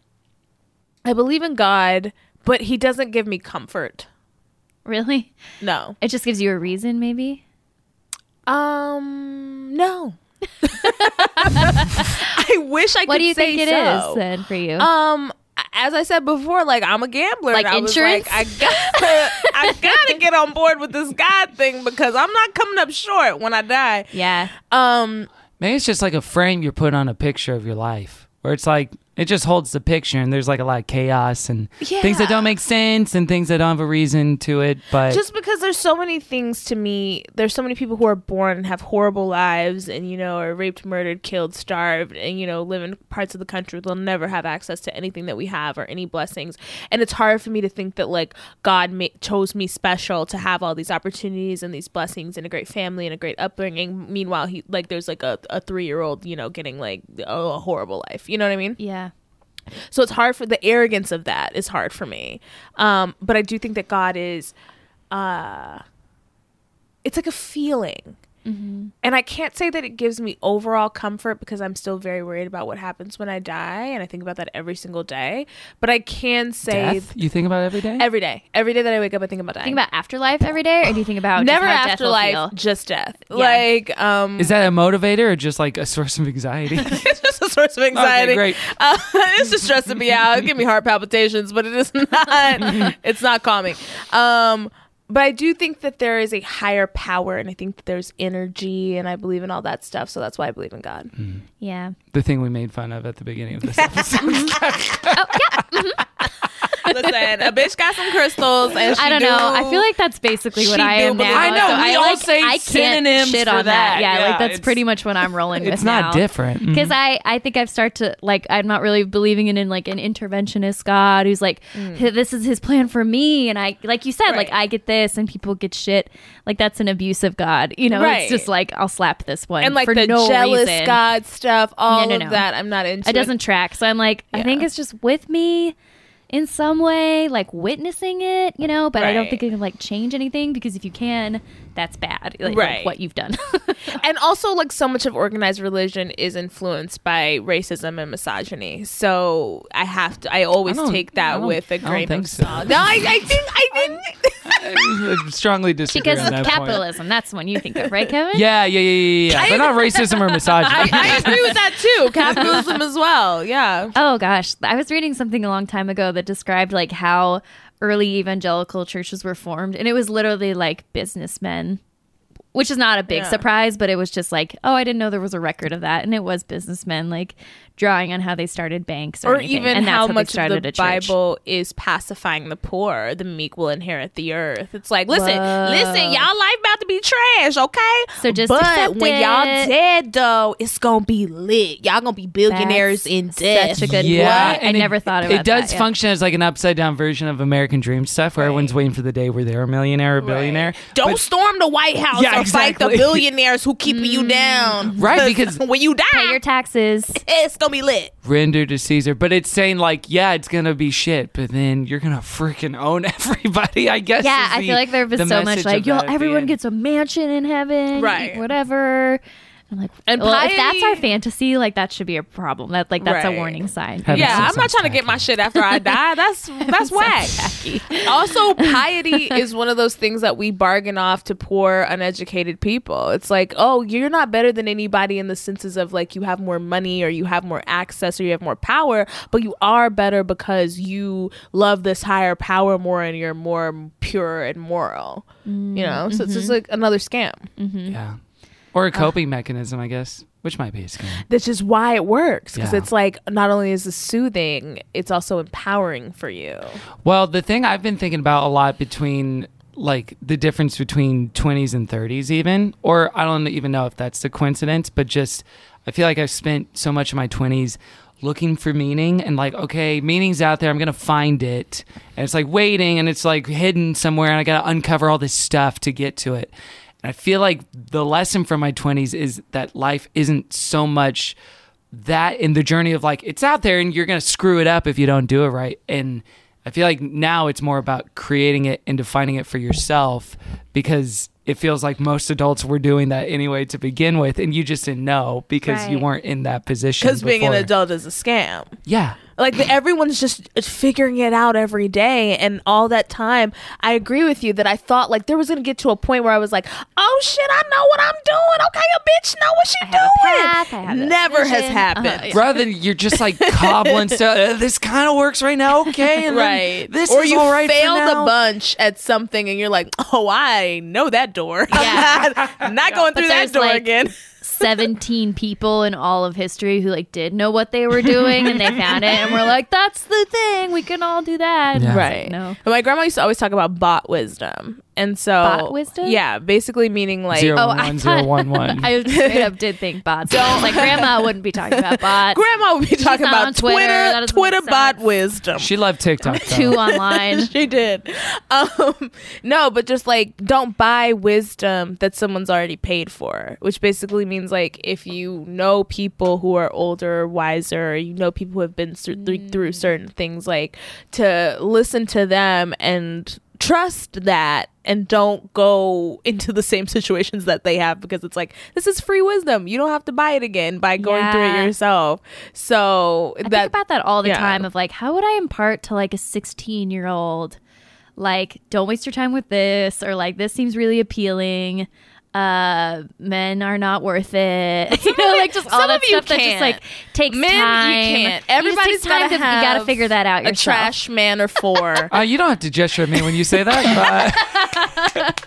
[SPEAKER 6] I believe in God, but he doesn't give me comfort.
[SPEAKER 5] Really?
[SPEAKER 6] No.
[SPEAKER 5] It just gives you a reason, maybe.
[SPEAKER 6] Um, no. I wish I could
[SPEAKER 5] What do you
[SPEAKER 6] say
[SPEAKER 5] think it is
[SPEAKER 6] so.
[SPEAKER 5] then for you?
[SPEAKER 6] Um, as I said before, like I'm a gambler.
[SPEAKER 5] Like
[SPEAKER 6] and I was
[SPEAKER 5] insurance?
[SPEAKER 6] like, I got, I gotta get on board with this God thing because I'm not coming up short when I die.
[SPEAKER 5] yeah.
[SPEAKER 6] Um,
[SPEAKER 2] Maybe it's just like a frame you put on a picture of your life where it's like, it just holds the picture and there's like a lot of chaos and things that
[SPEAKER 6] Yeah.
[SPEAKER 2] don't make sense and things that don't have a reason to it. But
[SPEAKER 6] just because there's so many things to me there's so many people who are born and have horrible lives and you know are raped murdered killed starved and you know live in parts of the country they'll never have access to anything that we have or any blessings and it's hard for me to think that like god ma- chose me special to have all these opportunities and these blessings and a great family and a great upbringing meanwhile he like there's like a, a three-year-old you know getting like a horrible life you know what i mean
[SPEAKER 5] Yeah.
[SPEAKER 6] so it's hard for the arrogance of that is hard for me. Um, but I do think that God is, uh, it's like a feeling.
[SPEAKER 5] Mm-hmm.
[SPEAKER 6] And I can't say that it gives me overall comfort because I'm still very worried about what happens when I die. And I think about that every single day. But I can say
[SPEAKER 2] Death? You think about it every day?
[SPEAKER 6] every day, every day that I wake up, I think about dying.
[SPEAKER 5] Think about afterlife every day, or do you think about
[SPEAKER 6] Never
[SPEAKER 5] just how death will
[SPEAKER 6] afterlife,
[SPEAKER 5] feel?
[SPEAKER 6] just death. Like, um,
[SPEAKER 2] Is that a motivator or just like a source of anxiety?
[SPEAKER 6] it's just a source of anxiety.
[SPEAKER 2] great.
[SPEAKER 6] Uh, it's just stressing me out. It give me heart palpitations, but it is not. it's not calming. Um, but I do think that there is a higher power, and I think that there's energy, and I believe in all that stuff. So that's why I believe in God.
[SPEAKER 5] Yeah.
[SPEAKER 2] the thing we made fun of at the beginning of this episode.
[SPEAKER 6] Listen, a bitch got some crystals, and she
[SPEAKER 5] I don't
[SPEAKER 6] do-
[SPEAKER 5] know. I feel like that's basically what
[SPEAKER 6] She
[SPEAKER 5] I
[SPEAKER 6] do
[SPEAKER 5] am
[SPEAKER 6] believe-
[SPEAKER 5] now.
[SPEAKER 6] I know,
[SPEAKER 5] so
[SPEAKER 6] we
[SPEAKER 5] I,
[SPEAKER 6] all
[SPEAKER 5] like,
[SPEAKER 6] say
[SPEAKER 5] I can't
[SPEAKER 6] synonyms
[SPEAKER 5] shit
[SPEAKER 6] for
[SPEAKER 5] on that.
[SPEAKER 6] that.
[SPEAKER 5] Yeah,
[SPEAKER 2] Yeah,
[SPEAKER 5] like that's
[SPEAKER 2] it's-
[SPEAKER 5] pretty much what I'm rolling with.
[SPEAKER 2] it's not
[SPEAKER 5] now.
[SPEAKER 2] different. Mhm.
[SPEAKER 5] because
[SPEAKER 6] Mm-hmm.
[SPEAKER 5] I I think I've started to like I'm not really believing in, in like an interventionist God who's like "Hey, this is his plan for me and I like you said like
[SPEAKER 6] Mm. Right.
[SPEAKER 5] I get this and people get shit like that's an abusive God you know
[SPEAKER 6] Right.
[SPEAKER 5] it's just like I'll slap this one
[SPEAKER 6] and like
[SPEAKER 5] for
[SPEAKER 6] the
[SPEAKER 5] no
[SPEAKER 6] jealous
[SPEAKER 5] reason.
[SPEAKER 6] God stuff, all
[SPEAKER 5] No, no,
[SPEAKER 6] of
[SPEAKER 5] no.
[SPEAKER 6] that. I'm not into.
[SPEAKER 5] it doesn't track so I'm like I think it's just with me in some way like witnessing it you know but I don't
[SPEAKER 6] Right.
[SPEAKER 5] think it can like change anything because if you can that's bad like, like
[SPEAKER 6] Right.
[SPEAKER 5] what you've done
[SPEAKER 6] and also like so much of organized religion is influenced by racism and misogyny so i have to i always
[SPEAKER 2] I don't-
[SPEAKER 6] take
[SPEAKER 2] I
[SPEAKER 6] that
[SPEAKER 2] don't-
[SPEAKER 6] with
[SPEAKER 2] I
[SPEAKER 6] a
[SPEAKER 2] don't
[SPEAKER 6] grain
[SPEAKER 2] think
[SPEAKER 6] of
[SPEAKER 2] so.
[SPEAKER 6] salt no I, I think i think
[SPEAKER 2] Mm-hmm. I strongly disagree
[SPEAKER 5] because
[SPEAKER 2] on that point.
[SPEAKER 5] capitalism that's the one you think of right Kevin
[SPEAKER 2] Yeah, yeah, yeah, yeah, yeah. But not racism or
[SPEAKER 6] I,
[SPEAKER 2] misogyny.
[SPEAKER 6] I agree with that too capitalism as well yeah
[SPEAKER 5] Oh gosh, I was reading something a long time ago that described like how early evangelical churches were formed, and it was literally like businessmen, which is not a big surprise, but it was just like, oh, I didn't know there was a record of that, and it was businessmen like drawing on how they started banks or,
[SPEAKER 6] or
[SPEAKER 5] anything,
[SPEAKER 6] even
[SPEAKER 5] and that's
[SPEAKER 6] how
[SPEAKER 5] they
[SPEAKER 6] much
[SPEAKER 5] started
[SPEAKER 6] of the
[SPEAKER 5] a church.
[SPEAKER 6] Bible is pacifying the poor. The meek will inherit the earth. It's like, listen, listen, y'all life about to be trash, okay?
[SPEAKER 5] So just
[SPEAKER 6] but
[SPEAKER 5] accept
[SPEAKER 6] when y'all
[SPEAKER 5] it.
[SPEAKER 6] dead though, it's gonna be lit. Y'all gonna be billionaires
[SPEAKER 5] That's
[SPEAKER 6] in death.
[SPEAKER 5] such a good
[SPEAKER 2] yeah,
[SPEAKER 5] point. I
[SPEAKER 2] and
[SPEAKER 5] never
[SPEAKER 2] it,
[SPEAKER 5] thought
[SPEAKER 2] it.
[SPEAKER 5] about
[SPEAKER 2] It does
[SPEAKER 5] that, yeah.
[SPEAKER 2] function as like an upside down version of American Dream stuff, where everyone's waiting for the day where they're a millionaire or billionaire.
[SPEAKER 6] Don't storm the White House
[SPEAKER 2] Yeah,
[SPEAKER 6] or fight
[SPEAKER 2] exactly.
[SPEAKER 6] the billionaires who keeping you down.
[SPEAKER 2] Right, because-
[SPEAKER 6] when you die,
[SPEAKER 5] Mm. Pay your taxes.
[SPEAKER 6] it's gonna be lit.
[SPEAKER 2] render to Caesar. But it's saying like, yeah, it's gonna be shit, but then you're gonna freaking own everybody. I guess.
[SPEAKER 5] Yeah,
[SPEAKER 2] is
[SPEAKER 5] I
[SPEAKER 2] the-
[SPEAKER 5] feel like there was
[SPEAKER 2] the
[SPEAKER 5] so
[SPEAKER 2] message
[SPEAKER 5] much
[SPEAKER 2] of
[SPEAKER 5] like,
[SPEAKER 2] that
[SPEAKER 5] y'all,
[SPEAKER 2] at the
[SPEAKER 5] everyone
[SPEAKER 2] end.
[SPEAKER 5] gets a mansion in heaven,
[SPEAKER 6] Right.
[SPEAKER 5] Whatever. I'm like,
[SPEAKER 6] And
[SPEAKER 5] well, if that's
[SPEAKER 6] piety-
[SPEAKER 5] our fantasy, like that should be a problem. That like that's
[SPEAKER 6] Right.
[SPEAKER 5] a warning sign.
[SPEAKER 2] Heaven
[SPEAKER 6] Yeah,
[SPEAKER 2] sounds
[SPEAKER 6] I'm not trying to get my shit after I die. That's that's whack. Also, piety is one of those things that we bargain off to poor, uneducated people. It's like, oh, you're not better than anybody in the senses of like you have more money or you have more access or you have more power, but you are better because you love this higher power more and you're more pure and moral. You know, so it's just like another scam.
[SPEAKER 2] Yeah, or a coping mechanism, I guess, which might be a scam.
[SPEAKER 6] That's just why it works because
[SPEAKER 2] Yeah.
[SPEAKER 6] it's like not only is it soothing, it's also empowering for you.
[SPEAKER 2] Well, the thing I've been thinking about a lot between like the difference between 20s and 30s even or I don't even know if that's a coincidence, but just I feel like I've spent so much of my 20s looking for meaning and like okay, meaning's out there, I'm going to find it. And it's like waiting and it's like hidden somewhere and I got to uncover all this stuff to get to it. And I feel like the lesson from my 20s is that life isn't so much that in the journey of like it's out there and you're gonna screw it up if you don't do it right and i feel like now it's more about creating it and defining it for yourself because it feels like most adults were doing that anyway to begin with and you just didn't know because you
[SPEAKER 5] Right.
[SPEAKER 2] weren't in that position
[SPEAKER 6] because being an
[SPEAKER 2] before.
[SPEAKER 6] adult is a scam.
[SPEAKER 2] yeah
[SPEAKER 6] Like the, everyone's just figuring it out every day, and all that time. I agree with you that I thought like there was gonna get to a point where I was like, "Oh shit, I know what I'm doing." Okay, a bitch know what she
[SPEAKER 5] have a
[SPEAKER 6] doing.
[SPEAKER 5] path, I have a
[SPEAKER 6] Never has
[SPEAKER 5] vision. Uh-huh,
[SPEAKER 6] happened.
[SPEAKER 2] rather than you're just like cobbling stuff uh, this kind of works right now okay and then
[SPEAKER 6] Right.
[SPEAKER 2] this
[SPEAKER 6] or
[SPEAKER 2] is
[SPEAKER 6] you
[SPEAKER 2] all right for
[SPEAKER 6] failed
[SPEAKER 2] now.
[SPEAKER 6] a bunch at something and you're like, oh, I know that door.
[SPEAKER 5] Yeah.
[SPEAKER 6] I'm not going through that
[SPEAKER 5] there's,
[SPEAKER 6] door
[SPEAKER 5] like,
[SPEAKER 6] again.
[SPEAKER 5] 17 people in all of history who like did know what they were doing and they found it and we're like, that's the thing. We can all do that. And it's like,
[SPEAKER 6] Right.
[SPEAKER 5] No.
[SPEAKER 6] And my grandma used to always talk about bot wisdom. And so
[SPEAKER 5] Bot wisdom?
[SPEAKER 6] Yeah, basically meaning like
[SPEAKER 2] Zero
[SPEAKER 5] Oh,
[SPEAKER 2] one
[SPEAKER 5] I
[SPEAKER 2] one zero
[SPEAKER 5] thought
[SPEAKER 2] one one.
[SPEAKER 5] I straight up did think bots. I was like grandma wouldn't be talking about bots.
[SPEAKER 6] grandma would be talking
[SPEAKER 5] not on
[SPEAKER 6] about
[SPEAKER 5] Twitter.
[SPEAKER 6] Twitter,
[SPEAKER 5] That doesn't
[SPEAKER 6] Twitter
[SPEAKER 5] make
[SPEAKER 6] bot
[SPEAKER 5] sense.
[SPEAKER 6] wisdom.
[SPEAKER 2] she loved tiktok though.
[SPEAKER 5] Two online.
[SPEAKER 6] she did. Um, no, but just like don't buy wisdom that someone's already paid for, which basically means like if you know people who are older, wiser, you know
[SPEAKER 5] Mm.
[SPEAKER 6] people who have been through, through certain things, like to listen to them and trust that and don't go into the same situations that they have because it's like this is free wisdom. You don't have to buy it again by going through
[SPEAKER 5] Yeah.
[SPEAKER 6] it yourself. So
[SPEAKER 5] I think about that all the
[SPEAKER 6] yeah.
[SPEAKER 5] time of like, how would I impart to like a 16 year old, like, don't waste your time with this, or like, this seems really appealing. Uh, men are not worth it. You know, like just all
[SPEAKER 6] some
[SPEAKER 5] that
[SPEAKER 6] of you
[SPEAKER 5] stuff that just like
[SPEAKER 6] can't.
[SPEAKER 5] takes
[SPEAKER 6] men, you
[SPEAKER 5] time. It
[SPEAKER 6] can't.
[SPEAKER 5] just takes
[SPEAKER 6] Everybody's
[SPEAKER 5] time
[SPEAKER 6] gotta
[SPEAKER 5] to- you gotta
[SPEAKER 6] have
[SPEAKER 5] figure that out
[SPEAKER 6] A
[SPEAKER 5] yourself.
[SPEAKER 6] trash man or four.
[SPEAKER 2] Uh, you don't have to gesture at me when you say that. But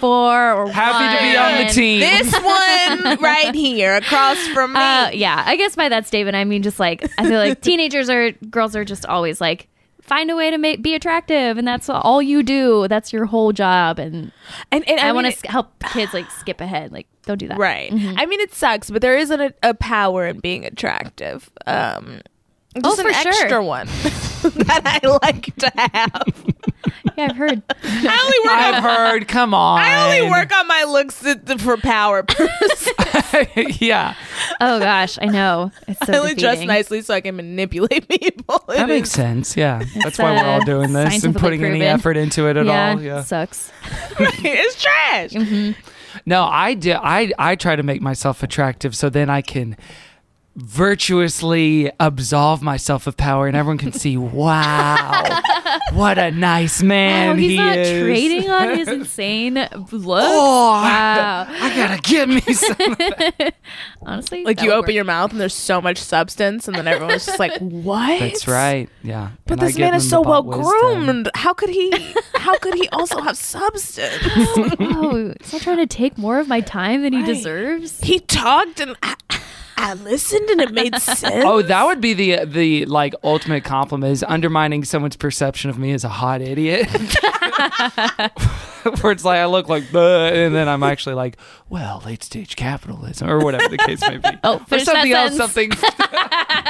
[SPEAKER 5] Four or
[SPEAKER 2] happy to be on the
[SPEAKER 5] one.
[SPEAKER 2] team.
[SPEAKER 6] this one right here across from me.
[SPEAKER 5] Uh, yeah, I guess by that statement, I mean just like I feel like teenagers are girls are just always like find a way to make be attractive, and that's all you do. That's your whole job, and
[SPEAKER 6] and, and
[SPEAKER 5] I,
[SPEAKER 6] mean,
[SPEAKER 5] want to
[SPEAKER 6] it-
[SPEAKER 5] sk help kids like skip ahead. Like, don't do that.
[SPEAKER 6] Right.
[SPEAKER 5] mm-hmm.
[SPEAKER 6] I mean, it sucks, but there is a, a power in being attractive. Um, just
[SPEAKER 5] Oh, for
[SPEAKER 6] an
[SPEAKER 5] sure.
[SPEAKER 6] extra one that I like to have.
[SPEAKER 5] Yeah, I've heard.
[SPEAKER 6] I only work.
[SPEAKER 2] I've heard. Come on.
[SPEAKER 6] I only work on my looks at the- for power purposes.
[SPEAKER 2] yeah,
[SPEAKER 5] Oh gosh, I know. It's so
[SPEAKER 6] I only dress
[SPEAKER 5] defeating.
[SPEAKER 6] nicely so I can manipulate people. It
[SPEAKER 2] that makes
[SPEAKER 6] is-
[SPEAKER 2] sense. Yeah, that's why we're all
[SPEAKER 5] uh,
[SPEAKER 2] doing this and
[SPEAKER 5] scientifically
[SPEAKER 2] putting any
[SPEAKER 5] proven.
[SPEAKER 2] effort into it at
[SPEAKER 5] Yeah,
[SPEAKER 2] all. Yeah.
[SPEAKER 5] sucks.
[SPEAKER 6] it's trash.
[SPEAKER 2] No, I do. I I try to make myself attractive so then I can virtuously absolve myself of power and everyone can see wow what a nice man
[SPEAKER 5] Oh, he's
[SPEAKER 2] he
[SPEAKER 5] not
[SPEAKER 2] is
[SPEAKER 5] trading on his insane looks.
[SPEAKER 2] oh I-
[SPEAKER 5] wow.
[SPEAKER 2] I, gotta give me some
[SPEAKER 5] Honestly,
[SPEAKER 6] Like
[SPEAKER 5] that
[SPEAKER 6] you
[SPEAKER 5] would
[SPEAKER 6] open
[SPEAKER 5] work.
[SPEAKER 6] your mouth and there's so much substance, and then everyone's just like, "What?"
[SPEAKER 2] that's right yeah
[SPEAKER 6] But this man is so well groomed. How could he? How could he also have substance?
[SPEAKER 5] Oh, he's not trying to take more of my time than he deserves.
[SPEAKER 6] he talked and I, I listened and it made sense.
[SPEAKER 2] oh that would be the the like ultimate compliment is undermining someone's perception of me as a hot idiot where it's like i look like "Bleh," and then i'm actually like well late stage capitalism or whatever the case may be
[SPEAKER 5] Oh,
[SPEAKER 2] or
[SPEAKER 5] finish that
[SPEAKER 2] something else
[SPEAKER 5] sentence.
[SPEAKER 2] something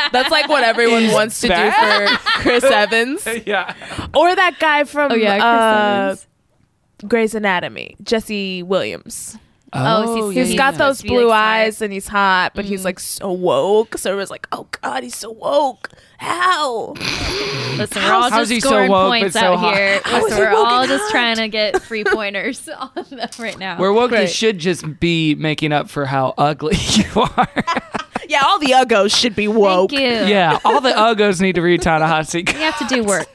[SPEAKER 6] That's like what everyone wants to do for Chris Evans
[SPEAKER 2] yeah
[SPEAKER 6] or that guy from
[SPEAKER 5] Oh yeah, Chris
[SPEAKER 6] uh,
[SPEAKER 5] Evans.
[SPEAKER 6] Grey's Anatomy, Jesse Williams.
[SPEAKER 5] Oh,
[SPEAKER 2] he's
[SPEAKER 5] he's-
[SPEAKER 6] He's
[SPEAKER 5] Yeah,
[SPEAKER 6] got
[SPEAKER 5] he's
[SPEAKER 6] those
[SPEAKER 5] supposed to be,
[SPEAKER 6] blue
[SPEAKER 5] like, smart.
[SPEAKER 6] eyes and he's hot, but he's like so woke. So everyone's like, "Oh God, he's so woke." How?
[SPEAKER 5] Listen, we're all
[SPEAKER 2] How's
[SPEAKER 5] just
[SPEAKER 2] he so
[SPEAKER 5] scoring
[SPEAKER 2] woke
[SPEAKER 5] points
[SPEAKER 2] but so
[SPEAKER 5] out
[SPEAKER 2] hot?
[SPEAKER 5] here.
[SPEAKER 6] How is
[SPEAKER 5] Listen,
[SPEAKER 6] he
[SPEAKER 5] we're
[SPEAKER 6] woke
[SPEAKER 5] all
[SPEAKER 6] and
[SPEAKER 5] just
[SPEAKER 6] hot?
[SPEAKER 5] trying to get free pointers on them right now.
[SPEAKER 2] Where wokeness
[SPEAKER 6] Right.
[SPEAKER 2] should just be making up for how ugly you are.
[SPEAKER 6] Yeah, all the uggos should be woke.
[SPEAKER 5] Thank you. Yeah.
[SPEAKER 2] yeah, all the uggos need to read
[SPEAKER 5] You
[SPEAKER 2] Tanahashi.
[SPEAKER 5] have to do work.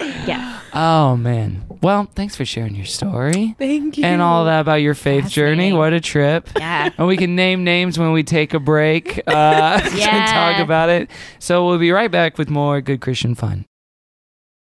[SPEAKER 5] yeah.
[SPEAKER 2] Oh man. Well, thanks for sharing your story
[SPEAKER 6] Thank you.
[SPEAKER 2] and all that about your faith journey. What a trip.
[SPEAKER 5] Yeah.
[SPEAKER 2] And we can name names when we take a break uh, and talk
[SPEAKER 5] Yeah.
[SPEAKER 2] about it. So we'll be right back with more good Christian fun.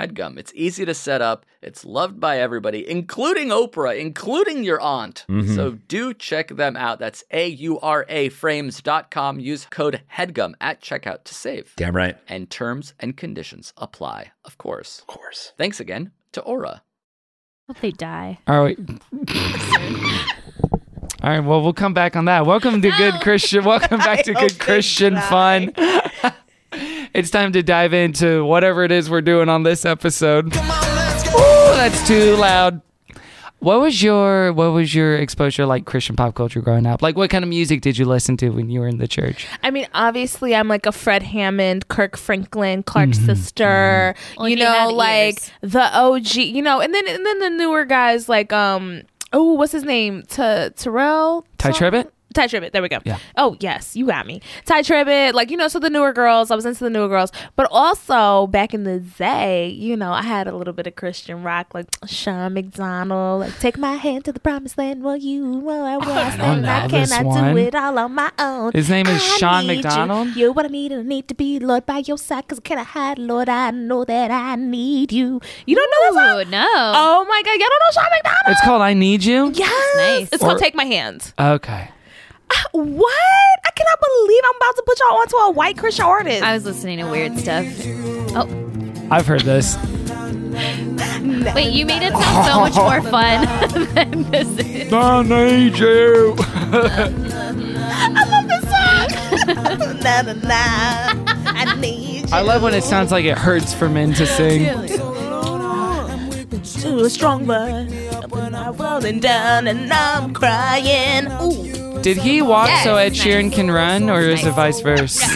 [SPEAKER 7] HEADGUM. It's easy to set up, it's loved by everybody, including Oprah, including your aunt.
[SPEAKER 8] Mhm.
[SPEAKER 7] So do check them out. That's A U R A frames.com. Use code HEADGUM at checkout to save.
[SPEAKER 8] Damn right.
[SPEAKER 7] And terms and conditions apply, of course.
[SPEAKER 8] Of course.
[SPEAKER 7] Thanks again to Aura.
[SPEAKER 5] Hope they die.
[SPEAKER 2] All right. All right, well, we'll come back on that. Welcome to Good Christian. Welcome back to Good Christian Fun. it's time to dive into whatever it is we're doing on this episode. Ooh, that's too loud. What was your what was your exposure like Christian pop culture growing up? Like what kind of music did you listen to when you were in the church?
[SPEAKER 6] I mean, obviously, I'm like a Fred Hammond, Kirk Franklin, Clark's
[SPEAKER 2] Mm-hmm.
[SPEAKER 6] sister.
[SPEAKER 5] Well,
[SPEAKER 6] you
[SPEAKER 5] and you have
[SPEAKER 6] know, like
[SPEAKER 5] ears.
[SPEAKER 6] the OG. You know, and then and then the newer guys like um oh what's his name T- Terrell
[SPEAKER 2] Ty
[SPEAKER 6] Some-
[SPEAKER 2] Tribbett?
[SPEAKER 6] Ty Tribbett. There we go.
[SPEAKER 2] Yeah.
[SPEAKER 6] Oh yes, you got me. Ty Tribbett. Like you know, so the newer girls. I was into the newer girls, but also back in the day, you know, I had a little bit of Christian rock, like Sean McDonald, like "Take my hand to the promised land." Well, you know I was,
[SPEAKER 2] don't
[SPEAKER 6] and
[SPEAKER 2] know
[SPEAKER 6] I
[SPEAKER 2] this
[SPEAKER 6] cannot
[SPEAKER 2] one.
[SPEAKER 6] do it all on my own.
[SPEAKER 2] His name is
[SPEAKER 6] I
[SPEAKER 2] Sean
[SPEAKER 6] need
[SPEAKER 2] McDonald?
[SPEAKER 6] You. You're what I need, and I need to be, Lord, by your side, cause I cannot hide, Lord. I know that I need you. You don't know that
[SPEAKER 5] Oh
[SPEAKER 6] song?
[SPEAKER 5] no!
[SPEAKER 6] Oh my God, y'all don't know Sean McDonald?
[SPEAKER 2] It's called I Need You?
[SPEAKER 6] yes,
[SPEAKER 5] nice.
[SPEAKER 6] it's
[SPEAKER 2] Or-
[SPEAKER 6] called "Take My Hand."
[SPEAKER 2] Okay.
[SPEAKER 6] What? I cannot believe I'm about to put y'all onto a white Christian artist.
[SPEAKER 5] I was listening to weird stuff. Oh,
[SPEAKER 2] I've heard this.
[SPEAKER 5] wait, you made it sound so much more fun than this is.
[SPEAKER 2] I need you.
[SPEAKER 6] I love this song. na, na, na. I need
[SPEAKER 2] I love when it sounds like it hurts for men to sing.
[SPEAKER 6] you strong but up in my world and down and I'm crying. Ooh.
[SPEAKER 2] Did he walk so Ed
[SPEAKER 5] Yes.
[SPEAKER 2] Sheeran can run, or is it vice
[SPEAKER 5] Nice.
[SPEAKER 2] versa?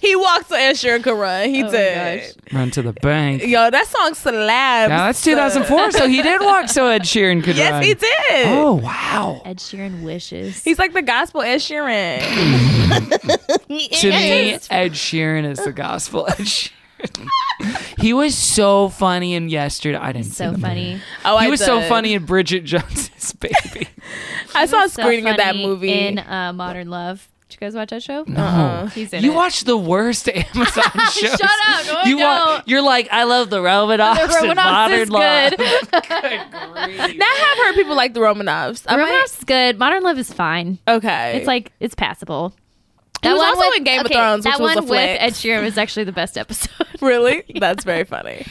[SPEAKER 6] He walked to Ed Sheeran could run.
[SPEAKER 5] Oh
[SPEAKER 6] He did.
[SPEAKER 2] Run to the bank.
[SPEAKER 6] Yo, that song slaps.
[SPEAKER 2] Now that's 2004, so he did walk so Ed Sheeran could
[SPEAKER 6] Yes,
[SPEAKER 2] run.
[SPEAKER 6] he did.
[SPEAKER 2] Oh wow!
[SPEAKER 5] Ed Sheeran wishes.
[SPEAKER 6] He's like the gospel Ed Sheeran.
[SPEAKER 2] To me, Ed Sheeran is the gospel. Ed Sheeran. he was so funny in yesterday. I didn't. see
[SPEAKER 5] so
[SPEAKER 2] the movie.
[SPEAKER 5] funny.
[SPEAKER 6] Oh,
[SPEAKER 2] He
[SPEAKER 6] I
[SPEAKER 2] was so
[SPEAKER 6] did.
[SPEAKER 2] funny in Bridget Jones's Baby.
[SPEAKER 6] I saw a
[SPEAKER 5] So
[SPEAKER 6] screening of that
[SPEAKER 5] funny
[SPEAKER 6] movie.
[SPEAKER 5] in uh, Modern Love. Did you guys watch that show?
[SPEAKER 2] No.
[SPEAKER 5] He's in
[SPEAKER 2] You
[SPEAKER 5] it.
[SPEAKER 2] watch the worst Amazon shows.
[SPEAKER 5] Shut up. No, I
[SPEAKER 2] you
[SPEAKER 5] don't.
[SPEAKER 2] you're like, I love the Romanoffs
[SPEAKER 5] The
[SPEAKER 2] and
[SPEAKER 5] Romanoffs
[SPEAKER 2] Modern
[SPEAKER 5] is
[SPEAKER 2] Love.
[SPEAKER 5] good.
[SPEAKER 6] now I have heard people like the Romanovs. I might-
[SPEAKER 5] Romanoff's is good. Modern Love is fine.
[SPEAKER 6] Okay.
[SPEAKER 5] It's like it's passable.
[SPEAKER 6] He was also in Game of Thrones,
[SPEAKER 5] That
[SPEAKER 6] which was
[SPEAKER 5] one
[SPEAKER 6] a flick.
[SPEAKER 5] with Ed Sheeran was actually the best episode.
[SPEAKER 6] really? That's very funny.